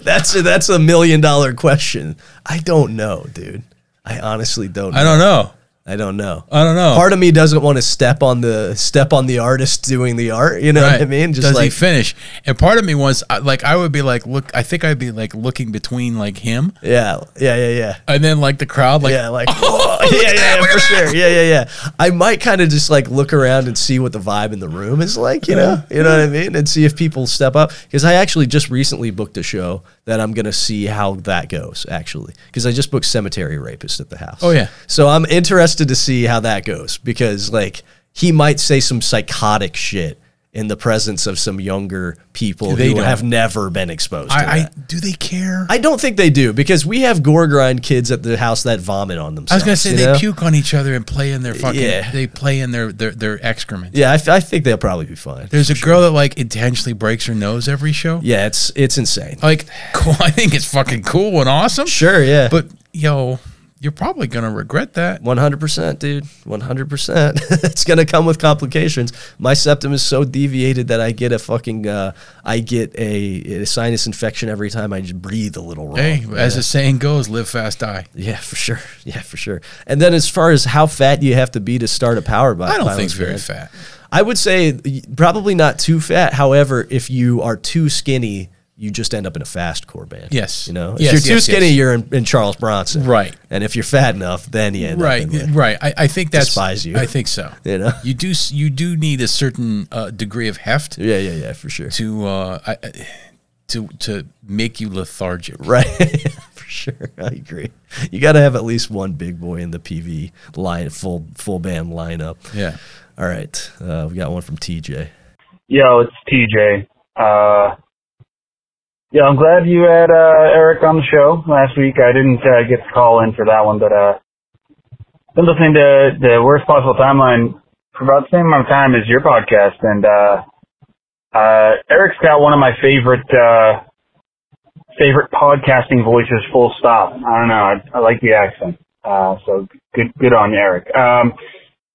That's a, that's a million dollar question. I don't know, dude. I honestly don't. Know. I don't know. I don't know. I don't know. Part of me doesn't want to step on the step on the artist doing the art. You know what I Right. mean? Just Does he like finish? And part of me was I- like, I would be like, look, I think I'd be like looking between like him yeah, yeah, yeah, yeah. and then like the crowd, like, oh, yeah, like yeah, yeah, yeah, for sure, yeah, yeah, yeah. I might kind of just like look around and see what the vibe in the room is like, you know, you know what I mean, and see if people step up. Because I actually just recently booked a show that I'm gonna see how that goes. Actually, because I just booked Cemetery Rapist at the house. Oh, yeah. So I'm interested to see how that goes because like he might say some psychotic shit in the presence of some younger people They who don't. have never been exposed. to I, I that. do they care? I don't think they do because we have gore grind kids at the house that vomit on themselves. I was gonna say you they know? puke on each other and play in their fucking. Yeah. They play in their their, their excrement. Yeah, I, f- I think they'll probably be fine. There's a girl that like intentionally breaks her nose every show. yeah, it's it's insane. Like, cool. I think it's fucking cool and awesome. Sure, yeah, But yo, you're probably gonna regret that. one hundred percent, dude, one hundred percent. It's gonna come with complications. My septum is so deviated that I get a fucking uh, I get a, a sinus infection every time I just breathe a little wrong. Hey, as the saying goes, live fast, die. Yeah, for sure. Yeah, for sure. And then as far as how fat you have to be to start a power bi- I don't violence think it's very band, fat. I would say y- probably not too fat. However, if you are too skinny, you just end up in a fast core band. Yes. You know, Yes, if you're too yes, skinny, yes. you're in, in Charles Bronson. Right. And if you're fat enough, then you end right up in like- right I, I think that's despise you. i think so You know? you do s- you do need a certain uh, degree of heft Yeah, yeah, yeah, for sure. to uh I, I- to to make you lethargic Right. for sure. I agree. You got to have at least one big boy in the PV line, full, full band lineup. yeah All right. Uh, we got one from TJ. Yo, it's TJ. Uh, yeah, I'm glad you had uh, Eric on the show last week. I didn't uh, get to call in for that one, but uh, been listening to the worst possible timeline for about the same amount of time as your podcast, and uh, uh, Eric's got one of my favorite uh, favorite podcasting voices. Full stop. I don't know. I, I like the accent. Uh, so good, good on you, Eric. Um,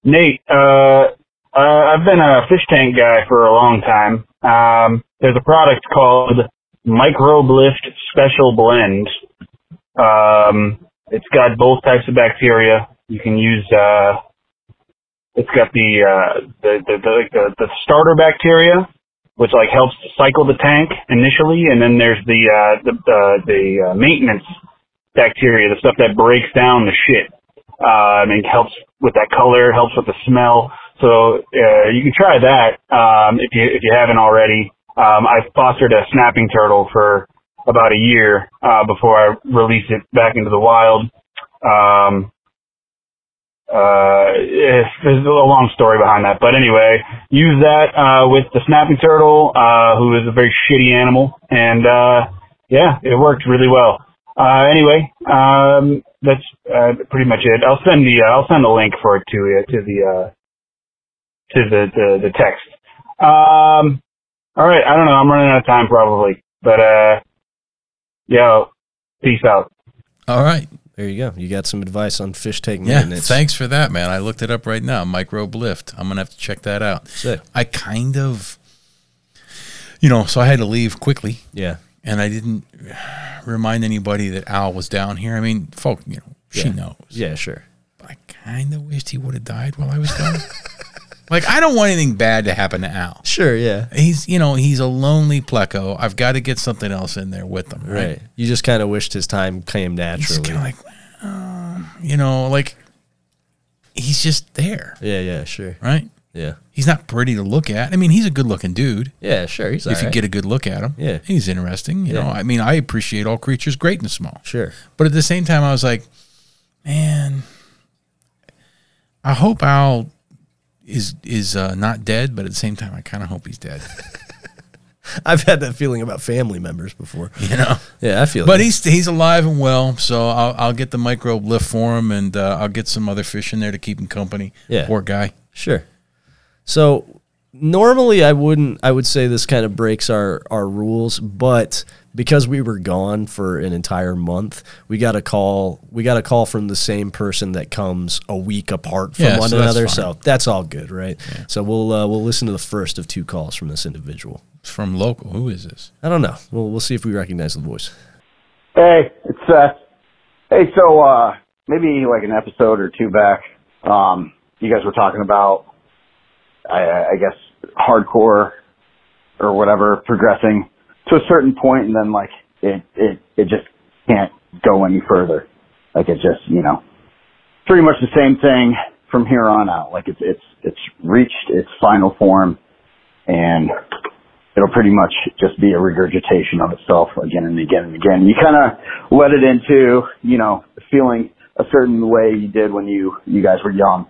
Nate, uh, uh, I've been a fish tank guy for a long time. Um, there's a product called Microblift Special Blend. Um, it's got both types of bacteria. You can use. Uh, it's got the, uh, the, the the like, the the starter bacteria, which like helps to cycle the tank initially, and then there's the uh, the uh, the uh, maintenance bacteria, the stuff that breaks down the shit um, and helps with that color, helps with the smell. So uh, you can try that um, if you if you haven't already. Um, I fostered a snapping turtle for about a year uh, before I released it back into the wild. Um, uh, eh, there's a long story behind that, but anyway, use that uh, with the snapping turtle, uh, who is a very shitty animal, and uh, yeah, it worked really well. Uh, anyway, um, that's uh, pretty much it. I'll send the uh, I'll send a link for it to you to the uh, to the, the the text. Um, all right, I don't know. I'm running out of time probably, but uh, yo, peace out. all right There you go. You got some advice on fish tank yeah maintenance. thanks for that man i looked it up right now microblift i'm gonna have to check that out Sick. i kind of you know so i had to leave quickly Yeah. and i didn't remind anybody that al was down here i mean folk you know she knows Yeah, sure. I kind of wished he would have died while I was gone. Like I don't want anything bad to happen to Al. Sure, yeah. He's you know he's a lonely pleco. I've got to get something else in there with him, right? Right. You just kind of wished his time came He's naturally. kind of like, um, you know, like he's just there, yeah, yeah, sure. right? Yeah. He's not pretty to look at. I mean, he's a good looking dude. Yeah, sure. He's if you get a good look at him, Yeah. he's interesting. You Yeah. know, I mean, I appreciate all creatures, great and small. Sure. But at the same time, I was like, man, I hope Al is is uh, not dead, but at the same time, I kind of hope he's dead. I've had that feeling about family members before. You know, Yeah, I feel but you. he's he's alive and well, so I'll I'll get the microbe lift for him, and uh, I'll get some other fish in there to keep him company. Yeah. poor guy. Sure. So normally I wouldn't I would say this kind of breaks our our rules, but because we were gone for an entire month, we got a call we got a call from the same person that comes a week apart from Yeah, one so that's another. fine. so that's all good, right? So we'll uh, we'll listen to the first of two calls from this individual. It's from local. Who is this? I don't know. We'll we'll see if we recognize the voice. Hey, it's uh hey, so uh maybe like an episode or two back, um, you guys were talking about I I guess hardcore or whatever progressing to a certain point and then like it it it just can't go any further. Like it just, you know, pretty much the same thing from here on out. Like it's it's it's reached its final form and it'll pretty much just be a regurgitation of itself again and again and again. You kind of let it into, you know, feeling a certain way you did when you you guys were young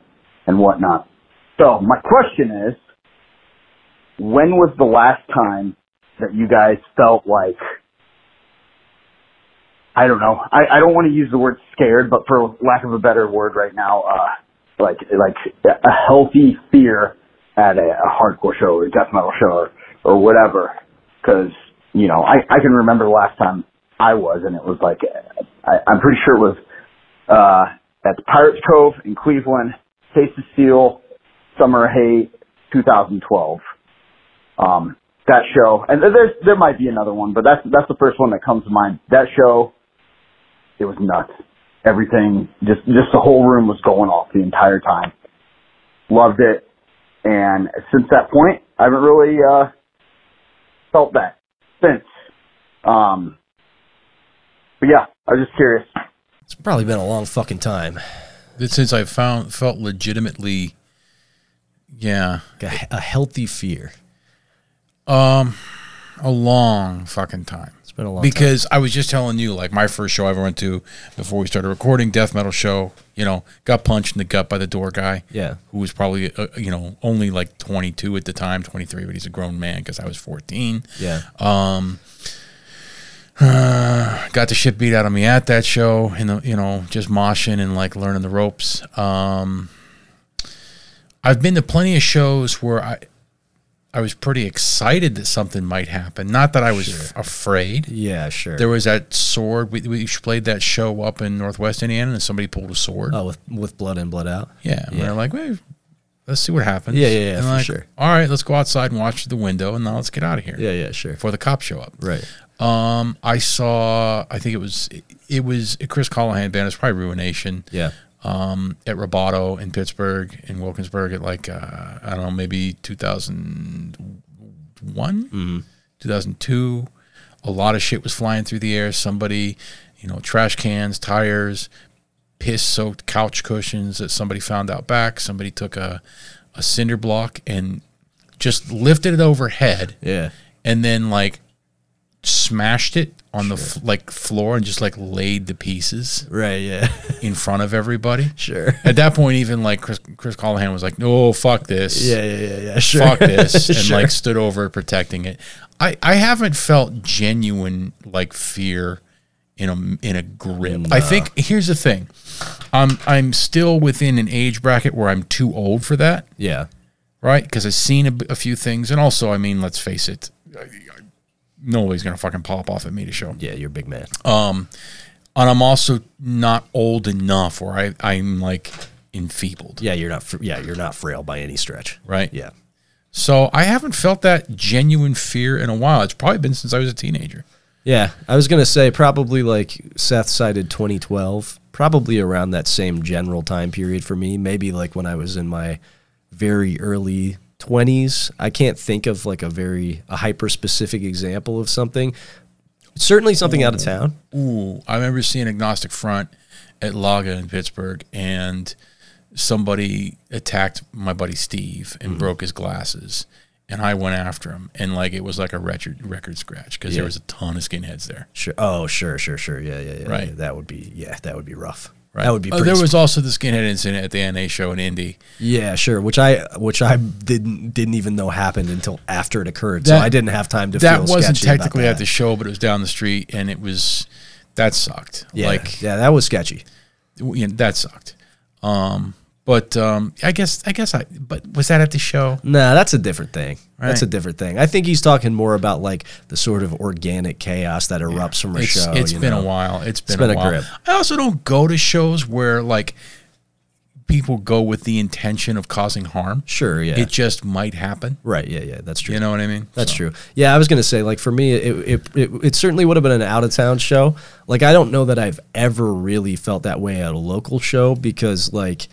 and whatnot. So my question is, when was the last time that you guys felt like I don't know. I, I don't want to use the word scared, but for lack of a better word right now, uh, like like a healthy fear at a, a hardcore show or a death metal show or, or whatever. Because you know, I I can remember the last time I was, and it was like I, I'm pretty sure it was uh, at the Pirates Cove in Cleveland, Taste of Steel, Summer of Hate, 2012. Um, that show, and there- there's there might be another one, but that's that's the first one that comes to mind. That show, it was nuts. Everything, just just the whole room was going off the entire time. Loved it, and since that point, I haven't really uh, felt that since. Um, but yeah, I was just curious. It's probably been a long fucking time. That since I found felt legitimately, yeah, Like a, a healthy fear. um, a long fucking time. It's been a long time. because I was just telling you, like my first show I ever went to before we started recording, death metal show. You know, got punched in the gut by the door guy. Yeah. who was probably uh, you know only like 22 at the time, 23, but he's a grown man because I was 14. Yeah. Got the shit beat out of me at that show, and the- you know just moshing and like learning the ropes. Um, I've been to plenty of shows where I. I was pretty excited that something might happen. Not that I was f- afraid. yeah, sure. There was that sword. We, we played that show up in Northwest Indiana, and somebody pulled a sword. oh, with with blood in, blood out. yeah, and yeah. they're like, "Wait, let's see what happens." Yeah, yeah, yeah, And for like, sure. All right, let's go outside and watch the window, and now let's get out of here Yeah, yeah, sure. before the cops show up. Right. Um, I saw. I think it was it was a Chris Callahan band. It's probably Ruination. Yeah. Um, at Roboto in Pittsburgh in Wilkinsburg at like uh, I don't know maybe two thousand one. 2002 a lot of shit was flying through the air somebody you know trash cans tires piss soaked couch cushions that somebody found out back somebody took a, a cinder block and just lifted it overhead Yeah. and then like smashed it on the f- like floor and just like laid the pieces Right, yeah. in front of everybody Sure. at that point even like chris, chris callahan was like no fuck this Yeah, yeah, yeah, yeah. Sure. fuck this and Sure. like stood over it, protecting it. I, I haven't felt genuine like fear in a in a grip. I think here's the thing. I'm I'm still within an age bracket where I'm too old for that, Yeah. right? Cuz I've seen a, b- a few things and also I mean, let's face it, I- I- nobody's going to fucking pop off at me to show 'em. Yeah, you're a big man. And I'm also not old enough where I I'm like enfeebled. yeah, you're not. Fr- yeah, you're not frail by any stretch. Right. Yeah. So I haven't felt that genuine fear in a while. It's probably been since I was a teenager. Yeah, I was gonna say probably like Seth cited 2012, probably around that same general time period for me. Maybe like when I was in my very early 20s. I can't think of like a very a hyper specific example of something. Certainly something Mm. out of town. Ooh, I remember seeing Agnostic Front at Laga in Pittsburgh, and somebody attacked my buddy Steve Hmm. and broke his glasses. And I went after him, and like it was like a record record scratch because Yeah. there was a ton of skinheads there. Sure. Oh, sure, sure, sure. Yeah, yeah, yeah. Right. yeah. That would be yeah, that would be rough. That would be Oh, pretty there was also the skinhead incident at the NA show in Indy. Yeah, sure. Which I which I didn't didn't even know happened until after it occurred. so That- I didn't have time to. That feel wasn't sketchy about technically at that. the show, but it was down the street, and it was that sucked. Yeah, Like yeah, that was sketchy. you know, that sucked. Um, but um, I guess I guess I. But was that at the show? Nah, that's a different thing. That's Right. a different thing. I think he's talking more about like the sort of organic chaos that erupts from a It's, show. it's you been know? a while. It's been, been a, a while. grip. I also don't go to shows where like people go with the intention of causing harm. Sure. Yeah. It just might happen. right. Yeah. Yeah. That's true. You know what I mean? That's true. Yeah, I was gonna say like for me, it it, it, it certainly would have been an out of town show. Like I don't know that I've ever really felt that way at a local show because like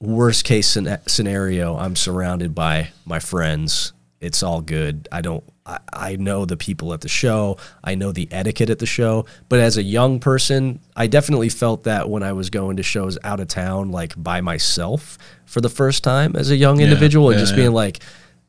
worst case scen- scenario, I'm surrounded by my friends. It's all good. I don't. I, I know the people at the show. I know the etiquette at the show. But as a young person, I definitely felt that when I was going to shows out of town, like by myself for the first time as a young individual, and yeah, just yeah. being being like,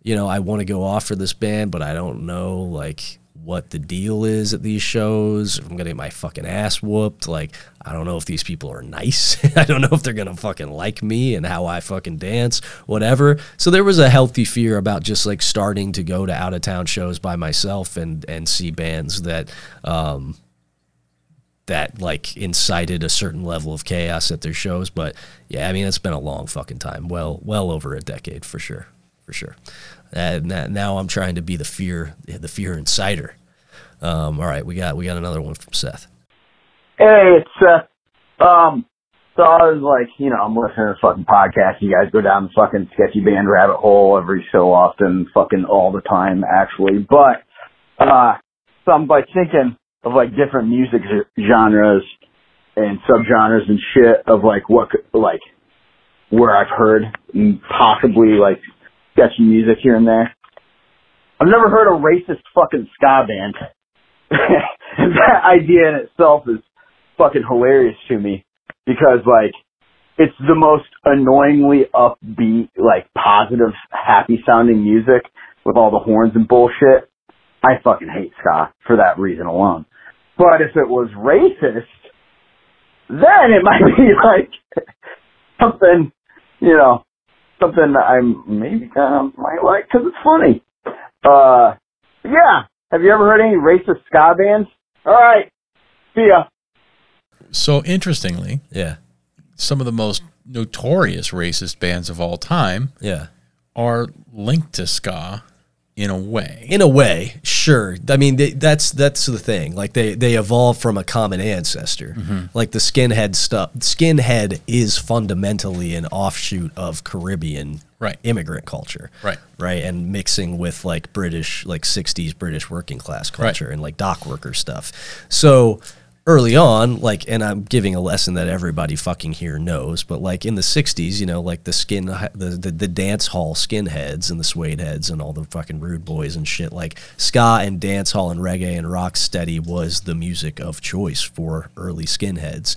you know, I want to go off for this band, but I don't know like what the deal is at these shows. If I'm gonna get my fucking ass whooped. Like, I don't know if these people are nice. I don't know if they're gonna fucking like me and how I fucking dance, whatever. So there was a healthy fear about just like starting to go to out of town shows by myself and and see bands that um that like incited a certain level of chaos at their shows. But yeah, I mean, it's been a long fucking time. Well, well over a decade for sure, for sure. And that, now I'm trying to be the fear, the fear inciter. Um, all right, we got we got another one from Seth. Hey, it's uh, um. So I was like, you know, I'm listening to fucking podcast. You guys go down the fucking sketchy band rabbit hole every so often, fucking all the time, actually. But uh, so I'm like thinking of like different music ge- genres and subgenres and shit of like what could- like where I've heard and possibly like sketchy music here and there. I've never heard a racist fucking ska band. And that idea in itself is fucking hilarious to me because like it's the most annoyingly upbeat, like positive, happy sounding music with all the horns and bullshit. I fucking hate ska for that reason alone. But if it was racist, then it might be like something, you know, something that I'm maybe kind of might like because it's funny. Uh, yeah. Have you ever heard any racist ska bands? All right. See ya. So interestingly, Yeah, some of the most notorious racist bands of all time yeah. are linked to ska in a way. In a way, sure. I mean, they, that's that's the thing. Like they they evolve from a common ancestor. Like the skinhead stuff. Skinhead is fundamentally an offshoot of Caribbean Right. immigrant culture. Right. Right. And mixing with like British, like 60s British working class culture and like dock worker stuff. So early on, like, and I'm giving a lesson that everybody fucking here knows, but like in the 60s, you know, like the skin, the, the, the dance hall skinheads and the suede heads and all the fucking rude boys and shit, like ska and dance hall and reggae and rock steady was the music of choice for early skinheads.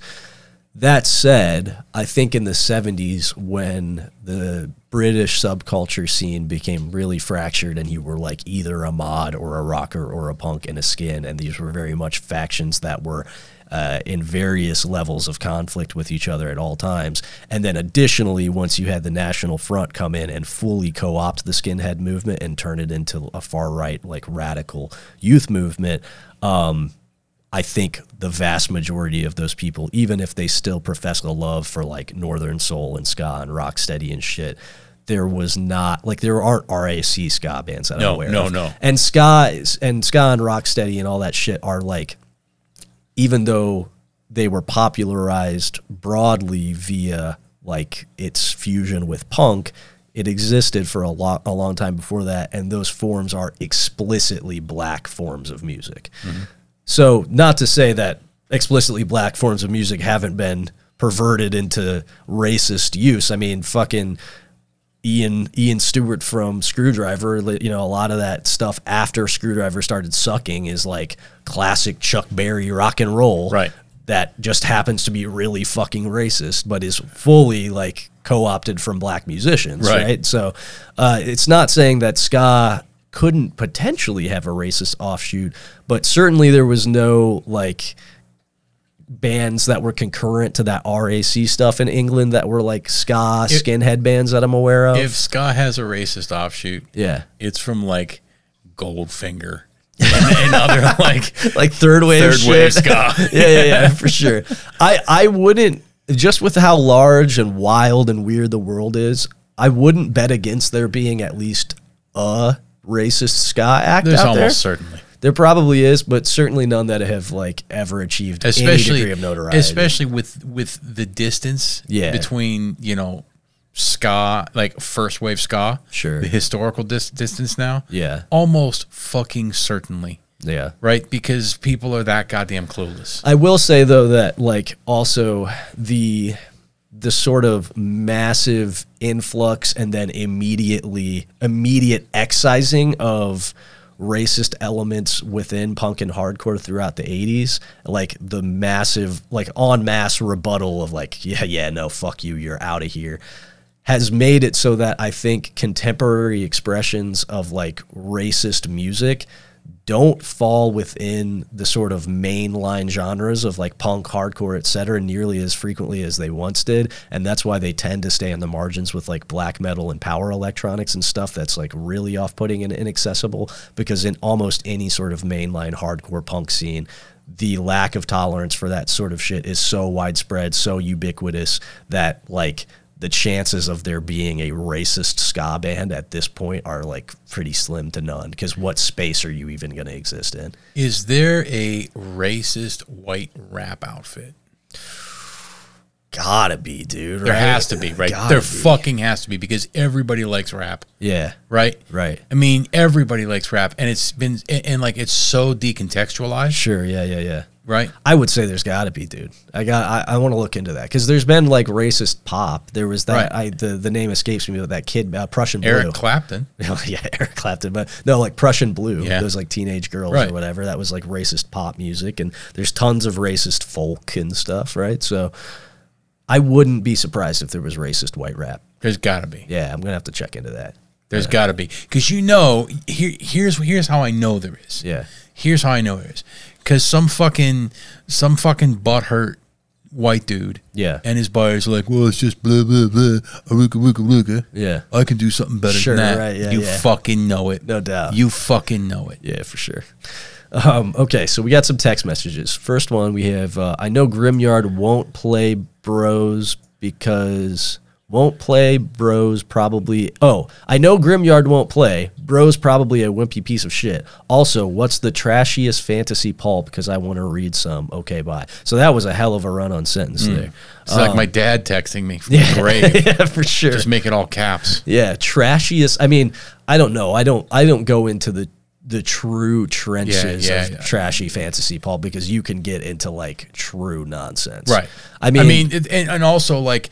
That said, I think in the 70s, when the British subculture scene became really fractured, and you were like either a mod or a rocker or a punk and a skin, and these were very much factions that were uh, in various levels of conflict with each other at all times. And then additionally, once you had the National Front come in and fully co opt the skinhead movement and turn it into a far right, like radical youth movement, um, I think the vast majority of those people, even if they still profess a love for like Northern Soul and ska and rock steady and shit, there was not like there aren't RAC ska bands that No, I'm aware no, of. no. And ska is- and ska and rock steady and all that shit are like even though they were popularized broadly via like its fusion with punk, it existed for a lot a long time before that, and those forms are explicitly black forms of music. So, not to say that explicitly black forms of music haven't been perverted into racist use. I mean, fucking Ian Ian Stewart from Screwdriver. li- You know, a lot of that stuff after Screwdriver started sucking is like classic Chuck Berry rock and roll, Right. That just happens to be really fucking racist, but is fully like co-opted from black musicians, Right. right? So, uh, it's not saying that ska couldn't potentially have a racist offshoot, but certainly there was no like bands that were concurrent to that RAC stuff in England that were like ska If- skinhead bands that I'm aware of. If ska has a racist offshoot, yeah. it's from like Goldfinger and, and other like Like third wave third shit. wave ska. yeah, yeah, yeah, for sure. I, I wouldn't just with how large and wild and weird the world is, I wouldn't bet against there being at least a racist ska act There's out almost there. certainly, There probably is, but certainly none that have like ever achieved any especially degree of notoriety. especially with with the distance Yeah. between you know ska like first wave ska, Sure. the historical dis- distance now, Yeah. almost fucking certainly, yeah. right? Because people are that goddamn clueless. I will say though that like also the the sort of massive influx and then immediately immediate excising of racist elements within punk and hardcore throughout the 80s like the massive like en masse rebuttal of like yeah yeah no fuck you you're out of here has made it so that i think contemporary expressions of like racist music don't fall within the sort of mainline genres of like punk, hardcore, et cetera, nearly as frequently as they once did. And that's why they tend to stay on the margins with like black metal and power electronics and stuff that's like really off putting and inaccessible. Because in almost any sort of mainline hardcore punk scene, the lack of tolerance for that sort of shit is so widespread, so ubiquitous that like the chances of there being a racist ska band at this point are like pretty slim to none because what space are you even going to exist in Is there a racist white rap outfit? gotta be dude There right? has to be, right? Gotta there be. fucking has to be because everybody likes rap, yeah right? right I mean, everybody likes rap, and it's been and, and like it's so decontextualized, sure yeah yeah yeah right? I would say there's got to be, dude. I got. I, I want to look into that because there's been like racist pop. There was that. Right. I the, the name escapes me, but that kid uh, Prussian Eric Blue. Clapton, yeah, Eric Clapton, but no, like Prussian Blue, Yeah. those like teenage girls Right. or whatever. That was like racist pop music, and there's tons of racist folk and stuff, right? So I wouldn't be surprised if there was racist white rap. there's got to be, Yeah, I'm gonna have to check into that. there's got to be, because you know, here here's here's how I know there is. Yeah, Here's how I know there is, because some fucking some fucking butthurt white dude, Yeah. and his buyers are like, well, it's just blah blah blah, aruka ruka ruka, yeah, I can do something better Sure, than that. right, yeah, you yeah. fucking know it. No doubt. You fucking know it. yeah, for sure. Um, okay, so we got some text messages. First one we have: uh, I know Grimyard won't play Bros because won't play Bros probably. Oh, I know Grimyard won't play Bros probably a wimpy piece of shit. Also, what's the trashiest fantasy pulp? Because I want to read some. Okay, bye. So that was a hell of a run-on sentence there. It's like my dad texting me from the grave. Um, yeah, for sure. Just make it all caps. Yeah, trashiest. I mean, I don't know. I don't. I don't go into the the true trenches Yeah, yeah, of yeah. trashy fantasy, Paul, because you can get into like true nonsense. Right. I mean. I mean, it, and, and also like,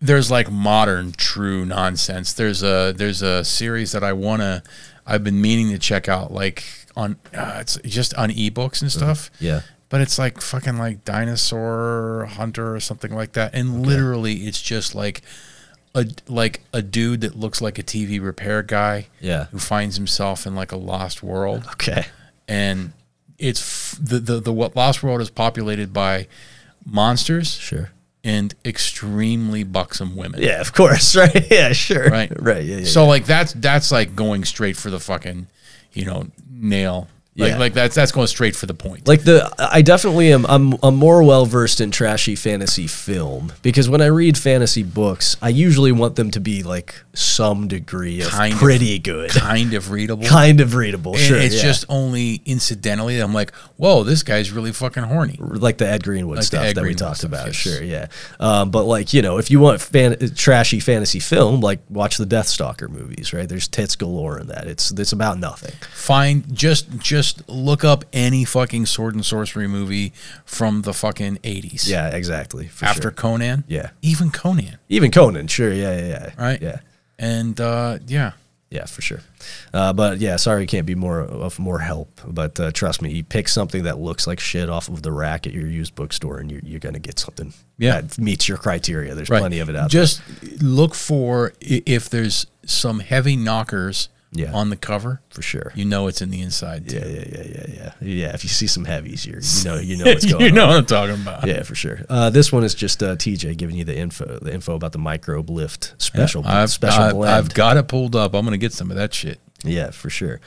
there's like modern true nonsense. There's a there's a series that I wanna, I've been meaning to check out. Like on, uh, it's just on ebooks and stuff. Mm-hmm. yeah. But it's like fucking like dinosaur hunter or something like that, and literally it's just like a like a dude that looks like a TV repair guy, Yeah. who finds himself in like a lost world, Okay. and it's f- the the the what Lost World is populated by monsters Sure. and extremely buxom women. Yeah, of course. Right. Yeah. Sure. Right. Right. Yeah. yeah So like that's that's like going straight for the fucking, you know, nail. Like Yeah. like that's that's going straight for the point. Like the, I definitely am. I'm, I'm more well versed in trashy fantasy film because when I read fantasy books, I usually want them to be like some degree of Kind of- pretty good, kind of readable. kind of readable. and sure, it's yeah. just only incidentally I'm like, whoa, this guy's really fucking horny. like the Ed Greenwood Like the stuff Ed that we Greenwood talked stuff, about. yes. Sure, yeah. Um, but like you know, if you want fan- trashy fantasy film, like watch the Death Stalker movies. Right? There's tits galore in that. It's it's about nothing. Find just just look up any fucking sword and sorcery movie from the fucking eighties. Yeah, exactly. for After sure. Conan. Yeah. Even Conan. even Conan, sure, yeah, yeah, yeah. Right? Yeah. And uh, yeah, Yeah, for sure. Uh, but yeah, sorry, it can't be more of more help. But uh, trust me, you pick something that looks like shit off of the rack at your used bookstore, and you're, you're going to get something Yeah. that meets your criteria. There's right. plenty of it out there. Just look for i- if there's some heavy knockers Yeah. on the cover. for sure. You know it's in the inside. Too. Yeah, yeah, yeah, yeah, yeah, yeah. If you see some heavies, you you know you know what's going you on. know what I'm talking about. Yeah, for sure. Uh, this one is just uh, TJ giving you the info, the info about the microbe lift special I've, special I've, blend. I've got it pulled up. I'm gonna get some of that shit. Yeah, for sure.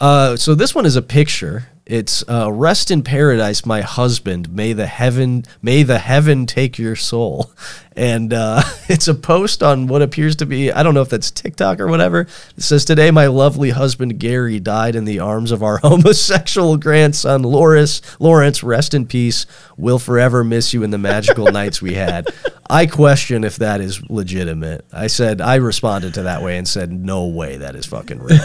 Uh, so this one is a picture. It's uh, "Rest in Paradise, My Husband. May the heaven, may the heaven take your soul." And uh, it's a post on what appears to be—I don't know if that's TikTok or whatever. It says, "Today, my lovely husband Gary died in the arms of our homosexual grandson, Loris. Lawrence, rest in peace. We'll forever miss you in the magical nights we had." I question if that is legitimate. I said I responded to that way and said, "No way, that is fucking real."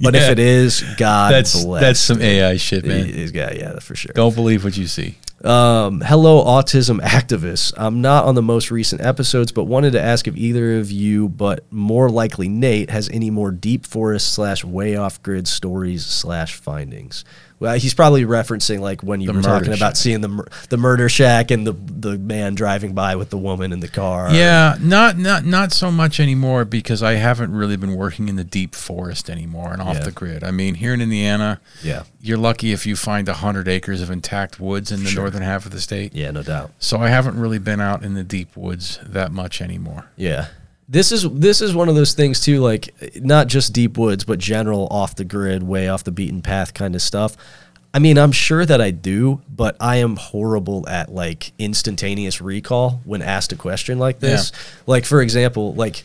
But Yeah. if it is, God That's bless. that's some AI shit, man. He's got yeah, for sure. Don't believe what you see. Um, hello, autism activists. I'm not on the most recent episodes, but wanted to ask if either of you, but more likely Nate, has any more deep forest slash way off grid stories slash findings. Well, he's probably referencing like when you The were murder talking about shack. seeing the mur- the murder shack and the the man driving by with the woman in the car. Yeah, not not not so much anymore because I haven't really been working in the deep forest anymore and off Yeah. the grid. I mean, here in Indiana, yeah, you're lucky if you find hundred acres of intact woods in the Sure. northern half of the state. yeah, no doubt. So I haven't really been out in the deep woods that much anymore. Yeah. This is this is one of those things too, like not just deep woods, but general off the grid, way off the beaten path kind of stuff. I mean, I'm sure that I do, but I am horrible at like instantaneous recall when asked a question like this. Like for example, like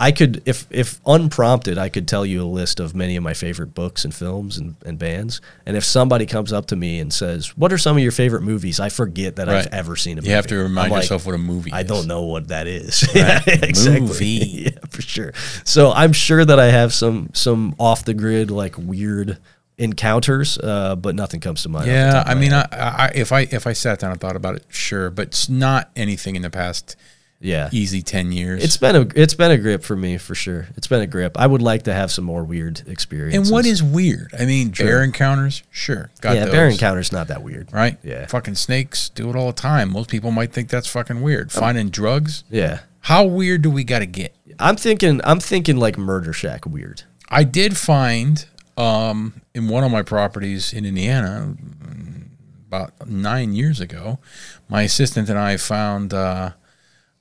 I could if if unprompted, I could tell you a list of many of my favorite books and films and, and bands. And if somebody comes up to me and says, What are some of your favorite movies? I forget that I've Right. ever seen a movie. You have to remind I'm like, yourself what a movie I is. don't know what that is. Yeah, exactly. Movie. yeah, for sure. So I'm sure that I have some some off the grid like weird encounters, uh, but nothing comes to mind. off the Yeah, top of I my mean, head. I, I if I if I sat down and thought about it, sure, but it's not anything in the past yeah. easy ten years. It's been a it's been a grip for me for sure. It's been a grip. I would like to have some more weird and experiences. what is weird? I mean, bear encounters, sure, got yeah? those. Bear encounter's not that weird, right? Yeah. Fucking snakes do it all the time. Most people might think that's fucking weird. Finding drugs. Yeah, How weird do we got to get? I'm thinking I'm thinking like Murder Shack weird. I did find um, in one of my properties in Indiana mm, about nine years ago, my assistant and I found uh,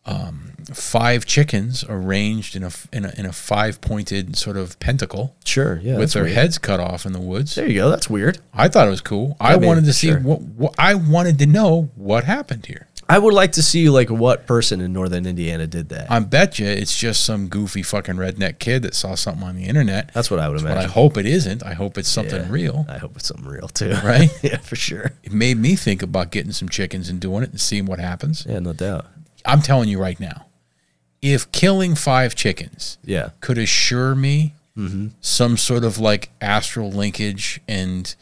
um, five chickens arranged in a in a, in a five pointed sort of pentacle Sure, yeah. with that's their weird. heads cut off in the woods. There you go. That's weird. I thought it was cool. I, mean, wanted to see sure. what, what I wanted to know what happened here. I would like to see like what person in northern Indiana did that. I bet you it's just some goofy fucking redneck kid that saw something on the internet. That's what I would But I imagine. hope it isn't. I hope it's something Yeah. real. I hope it's something real too. Right? yeah, for sure. It made me think about getting some chickens and doing it and seeing what happens. Yeah, no doubt. I'm telling you right now, if killing five chickens Yeah. could assure me Mm-hmm. some sort of like astral linkage and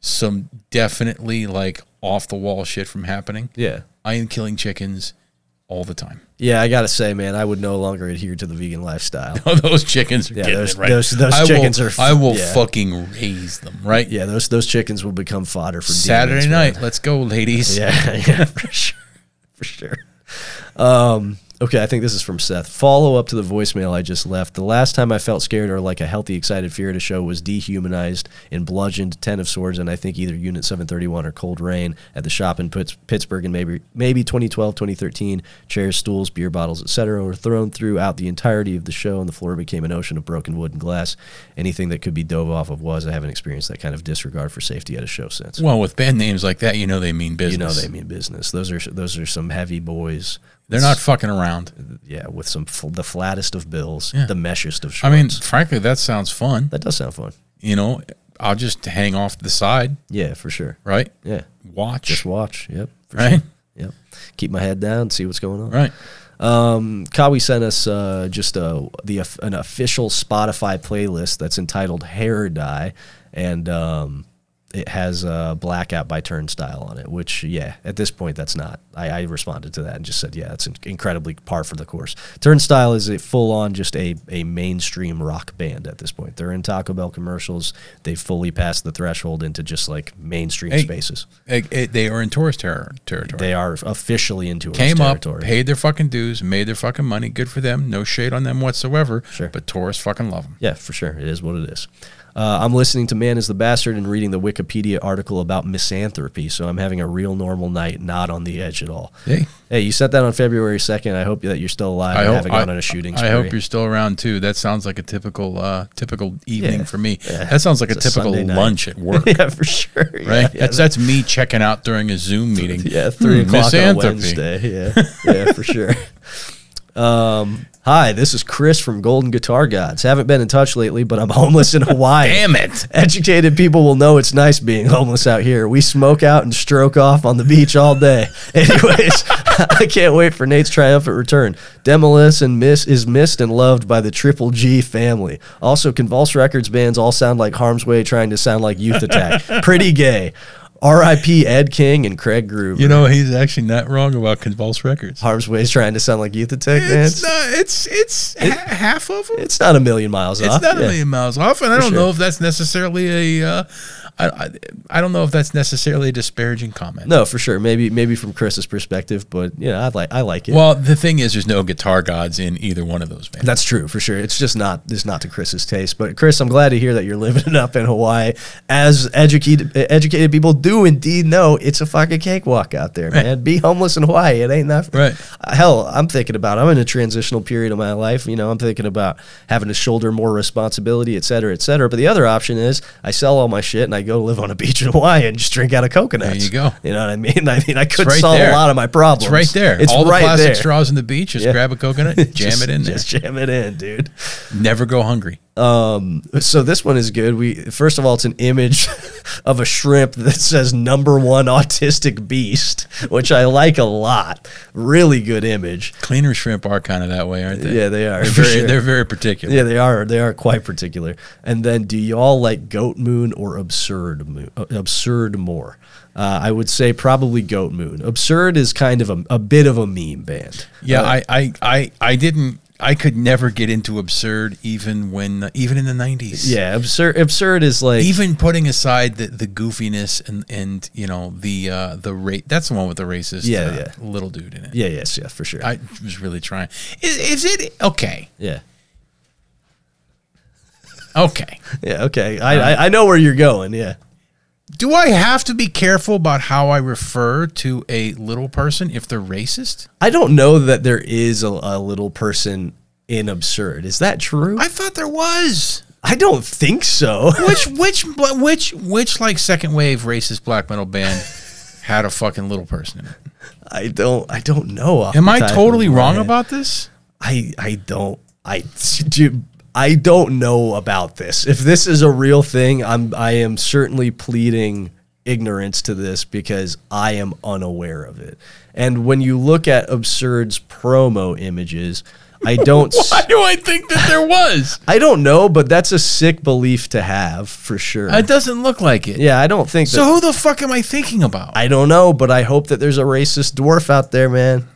some definitely like off the wall shit from happening, Yeah. I am killing chickens all the time. Yeah, I gotta say, man, I would no longer adhere to the vegan lifestyle. Oh, those chickens are Yeah, getting those- it right. those- those I will- chickens are f- I will yeah. fucking raise them, right? Yeah, those those chickens will become fodder for Saturday demons, man. night, let's go, ladies. Yeah, yeah, for sure, for sure. Um, okay, I think this is from Seth. Follow up to the voicemail I just left. The last time I felt scared or like a healthy, excited fear at a show was dehumanized and bludgeoned Ten of Swords, and I think either Unit 731 or Cold Rain at the shop in Pitts- Pittsburgh, and maybe maybe 2012, 2013. Chairs, stools, beer bottles, etc., were thrown throughout the entirety of the show, and the floor became an ocean of broken wood and glass. Anything that could be dove off of was. I haven't experienced that kind of disregard for safety at a show since. Well, with band names like that, you know they mean business. You know they mean business. Those are those are some heavy boys. They're not fucking around. Yeah, with some fl- the flattest of bills, Yeah. the meshiest of shorts. I mean, frankly, that sounds fun. that does sound fun. You know, I'll just hang off to the side, Yeah, for sure. right? Yeah, Watch, just watch. Yep, for right? sure. Yep, keep my head down, see what's going on. Right. Um, Kawi sent us uh, just a, the an official Spotify playlist that's entitled "Hair Dye," and um, it has uh, blackout by turnstile on it, which yeah, at this point that's not. I, I responded to that and just said yeah, that's in- incredibly par for the course. Turnstile is a full on just a a mainstream rock band at this point. They're in Taco Bell commercials. They've fully passed the threshold into just like mainstream Hey, spaces. It- it- they are in tourist ter- territory. They are officially into Came territory. up, paid their fucking dues, made their fucking money. Good for them. No shade on them whatsoever. Sure. But tourists fucking love them. Yeah, for sure. It is what it is. Uh, I'm listening to Man is the Bastard and reading the Wikipedia article about misanthropy, so I'm having a real normal night, not on the edge at all. Hey, Hey, you set that on February 2nd. I hope that you're still alive I and hope haven't I, gone on a shooting I spree. hope you're still around too. That sounds like a typical uh, typical evening Yeah. for me. Yeah. That sounds like It's a a typical Sunday night. lunch at work. yeah, for sure. Yeah, Right, Yeah, that's that's me checking out during a Zoom meeting. yeah, three Hmm, o'clock on misanthropy. Wednesday. Yeah, yeah, for sure. Um, hi, this is Chris from Golden Guitar Gods. Haven't been in touch lately, but I'm homeless in Hawaii. Damn it! Educated people will know it's nice being homeless out here. We smoke out and stroke off on the beach all day. Anyways, I can't wait for Nate's triumphant return. Demolis and Miss is missed and loved by the Triple G family. Also, Convulse Records bands all sound like Harm's Way trying to sound like Youth Attack. Pretty gay. R.I.P. Ed King and Craig Groover. You know he's actually not wrong about Convulse Records. Harm's Way's trying to sound like Youth Attack It's bands. not. It's it's ha- half of them. It's not a million miles It's off. not a yeah. million miles off, and I don't sure. know if that's necessarily a. Uh, I, I I don't know if that's necessarily a disparaging comment. No, for sure. Maybe maybe from Chris's perspective, but you know, I like I like it. Well, the thing is, there's no guitar gods in either one of those bands. That's true for sure. It's just not it's not to Chris's taste. But Chris, I'm glad to hear that you're living it up in Hawaii. As educated educated people do indeed know, it's a fucking cakewalk out there, man. Be homeless in Hawaii. It ain't nothing. Right. Hell, I'm thinking about. I'm in a transitional period of my life. You know, I'm thinking about having to shoulder more responsibility, et cetera, et cetera. But the other option is I sell all my shit and I go live on a beach in Hawaii and just drink out of coconuts. you go. You know what I mean? I mean, I could right solve there. a lot of my problems. it's right there. It's All the right plastic there. straws in the beach. Just Yeah. grab a coconut, jam Just- it in there. Just jam it in, dude. Never go hungry. So this one is good. We first of all, it's an image of a shrimp that says "number one autistic beast," which I like a lot. Really good image. Cleaner shrimp are kind of that way, aren't they? Yeah, they are. They're for very, sure. they're very particular. yeah, they are. They are quite particular. And then, do y'all like Goat Moon or Absurd Moon? uh, Absurd more. Uh, I would say probably Goat Moon. Absurd is kind of a, a bit of a meme band. Yeah, I, I, I, I didn't. I could never get into absurd, even when, even in the nineties. Yeah, absurd. Absurd is like Even putting aside the, the goofiness and, and you know the uh, the rate that's the one with the racist Yeah, uh, yeah. little dude in it. yeah, yes, yeah, for sure. I was really trying. Is, is it okay? yeah. Okay. Yeah, okay. I, I I know where you're going. Yeah. Do I have to be careful about how I refer to a little person if they're racist? I don't know that there is a, a little person in absurd. Is that true? I, I thought there was. don't think so. Which which which which like second wave racist black metal band had a fucking little person in it? I don't I don't know. off Am the I top of totally my wrong head. about this? I I don't I do I don't know about this. If this is a real thing, I'm I am certainly pleading ignorance to this because I am unaware of it. And when you look at absurd's promo images, I don't s- Why do I think that there was? I don't know, but that's a sick belief to have for sure. It doesn't look like it. yeah, I don't think So That, who the fuck am I thinking about? I don't know, but I hope that there's a racist dwarf out there, man.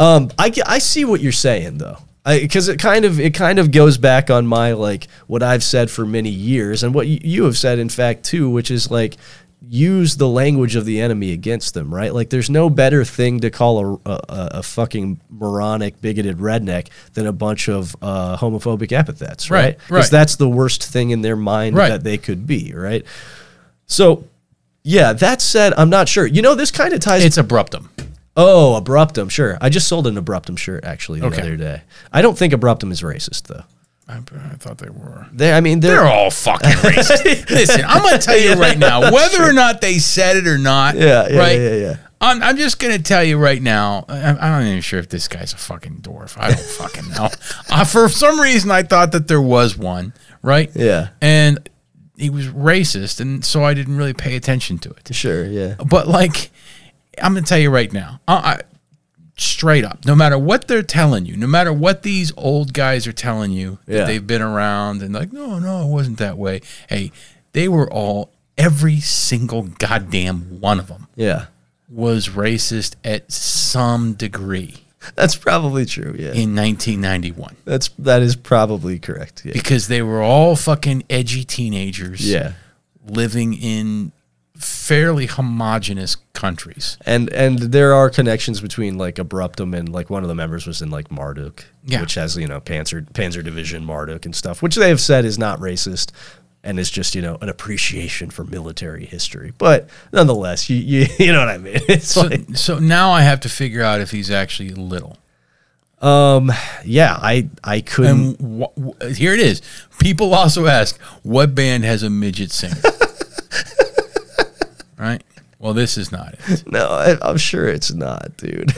Um, I ge- I see what you're saying though, because it kind of it kind of goes back on my like what I've said for many years and what y- you have said in fact too, which is like use the language of the enemy against them, right? Like there's no better thing to call a a, a- a fucking moronic bigoted redneck than a bunch of uh, homophobic epithets, Right, right? right. that's the worst thing in their mind Right. that they could be, right? So. Yeah, that said, I'm not sure. You know, this kind of ties it's abruptum. Oh, Abruptum, sure. I just sold an Abruptum shirt actually the Okay. other day. I don't think Abruptum is racist though. I, I thought they were. They, I mean, they're, They're all fucking racist. Listen, I'm going to tell you right now, whether or not they said it or not, Yeah, yeah, right? yeah, yeah. I'm, I'm just going to tell you right now, I'm, I'm not even sure if this guy's a fucking dwarf. I don't fucking know. Uh, for some reason, I thought that there was one, right? Yeah. And he was racist, and so I didn't really pay attention to it. sure, yeah, But, like, I'm going to tell you right now, I, I, straight up, no matter what they're telling you, no matter what these old guys are telling you that Yeah. they've been around and like, no, no, it wasn't that way. Hey, they were all Every single goddamn one of them Yeah. was racist at some degree That's probably true. Yeah. in 1991 That's that is probably correct. Yeah. because they were all fucking edgy teenagers Yeah. living in fairly homogenous countries. And and there are connections between like Abruptum and like one of the members was in like Marduk, Yeah. which has you know Panzer Panzer Division Marduk and stuff, which they have said is not racist, and is just you know an appreciation for military history. But nonetheless, you you, you know what I mean. It's So, like so now I have to figure out if he's actually little. yeah, I I couldn't. And wh- wh- here it is. People also ask, what band has a midget singer? right? Well, this is not it. No, I, I'm sure it's not, dude.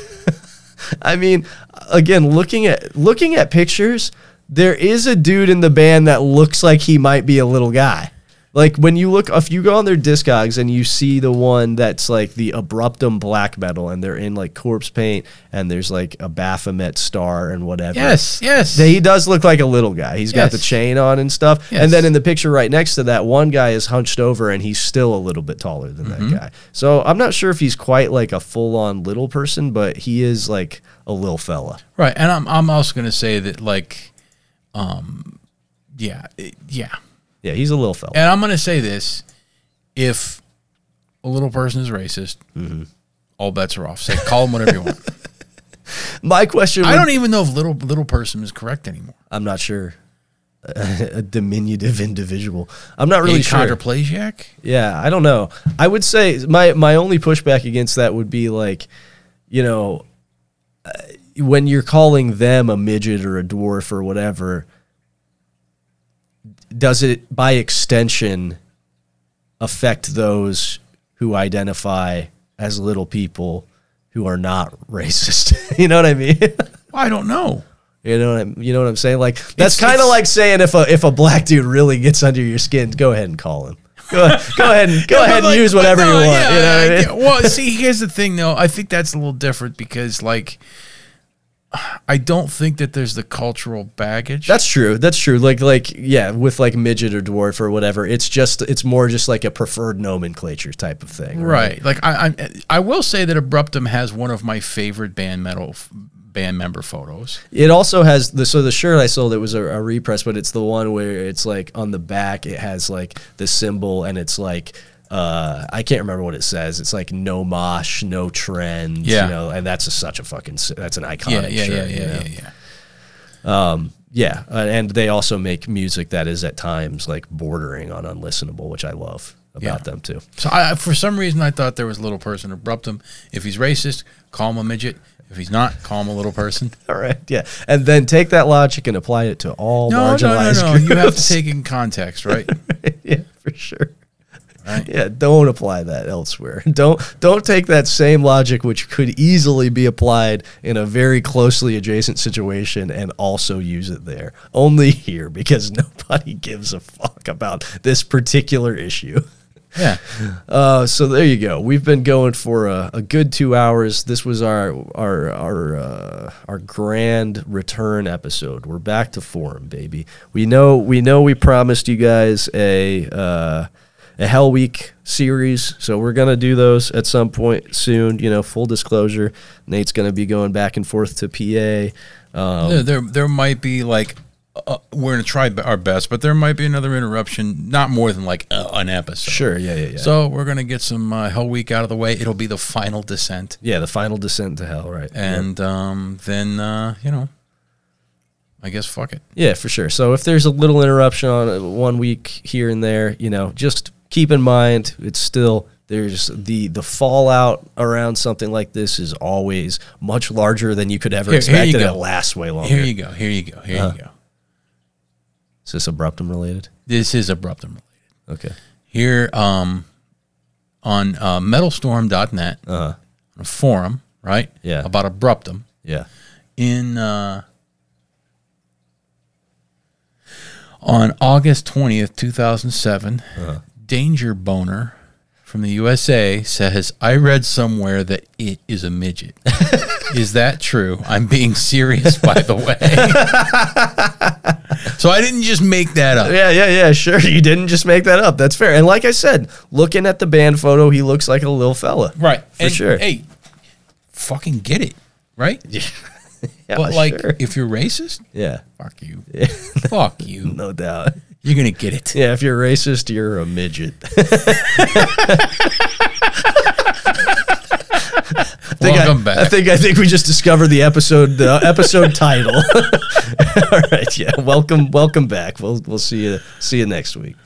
I mean, again, looking at looking at pictures, there is a dude in the band that looks like he might be a little guy. Like when you look, if you go on their discogs and you see the one that's like the abruptum black metal, and they're in like corpse paint, and there's like a Baphomet star and whatever. Yes, yes. They- He does look like a little guy. He's got the Yes. chain on and stuff. Yes. And then in the picture right next to that, one guy is hunched over and he's still a little bit taller than Mm-hmm. that guy. So I'm not sure if he's quite like a full on little person, but he is like a little fella. right. And I'm, I'm also going to say that, like, um, yeah, it- yeah. Yeah, he's a little fella. And I'm going to say this if a little person is racist, Mm-hmm. all bets are off. Say, call him whatever you want. My question I would- don't even know if little little person is correct anymore. I'm not sure. a diminutive individual. I'm not really Really, sure. Kondraplasiak? Yeah, I don't know. I would say my my only pushback against that would be like, you know, uh, when you're calling them a midget or a dwarf or whatever, does it by extension affect those who identify as little people who are not racist? you know what I mean? I don't know. you know what I'm, you know what I'm saying? Like that's It's- kind of it's- like saying if a if a black dude really gets under your skin, go ahead and call him. Go, go ahead and go Yeah, ahead but and like- use whatever but you no, want. yeah, you know what I mean? get- well, see, here's the thing, though. I think that's a little different because, like, I don't think that there's the cultural baggage. That's true. That's true. Like like yeah, with like midget or dwarf or whatever. It's just it's more just like a preferred nomenclature type of thing. right. Like, I, I I will say that Abruptum has one of my favorite band metal f- band member photos. It also has the so the shirt I sold it was a, a repress, but it's the one where it's like on the back it has like the symbol and it's like uh I can't remember what it says. It's like no mosh, no trend. Yeah. You know, and that's a, such a fucking s- that's an iconic Yeah, yeah, shirt. yeah, yeah, you know? yeah, yeah. Yeah, uh, and they also make music that is at times like bordering on unlistenable, which I love about Yeah. them too. So, I, for some reason, I thought there was little person Abruptum. If he's racist, call him a midget. If he's not, call him a little person. All right, yeah, and then take that logic and apply it to all No, no, no, marginalized no. groups. You have to take it in context, right? yeah, for sure. Right. Yeah, don't apply that elsewhere. Don't don't take that same logic, which could easily be applied in a very closely adjacent situation, and also use it there. Only here, because nobody gives a fuck about this particular issue. Yeah. Uh, so there you go. We've been going for a, a good two hours. This was our our our uh, our grand return episode. We're back to form, baby. We know we know we promised you guys a uh, a Hell Week series, so we're gonna do those at some point soon. You know, full disclosure. Nate's gonna be going back and forth to PA. there, there, there might be like uh, we're gonna try b- our best, but there might be another interruption, not more than like uh, an episode. yeah, yeah, yeah. So So we're gonna get some uh, Hell Week out of the way. It'll be the final descent, yeah, the final descent to hell, right? and um, then uh, you know, I guess fuck it. Yeah, for sure. So if there's a little interruption on uh, one week here and there, you know, just keep in mind it's still there's the the fallout around something like this is always much larger than you could ever Here- here expect, you and go. it Uh-huh. lasts way longer. Here you go. Here you go. Here you go. is this abruptum related? This is abrupt and related. Okay. Here um, on uh, metalstorm.net Uh huh. on a forum, right? Yeah. About abruptum. Yeah. in uh, on August 20th, 2007, Uh-huh. Danger Boner from the USA says, I read somewhere that it is a midget. is that true? I'm being serious, by the way. So I didn't just make that up. Yeah, yeah, yeah. Sure, you didn't just make that up. That's fair. And like I said, looking at the band photo, he looks like a little fella. Right. For sure. Hey, fucking get it. Right? Yeah, but like sure. if you're racist, yeah, fuck you. fuck you. no doubt. You're gonna get it. Yeah, if you're racist, you're a midget. I think Welcome I, back. I think I think we just discovered the episode the episode title. All right, yeah. Welcome welcome back. We'll we'll see you see you next week.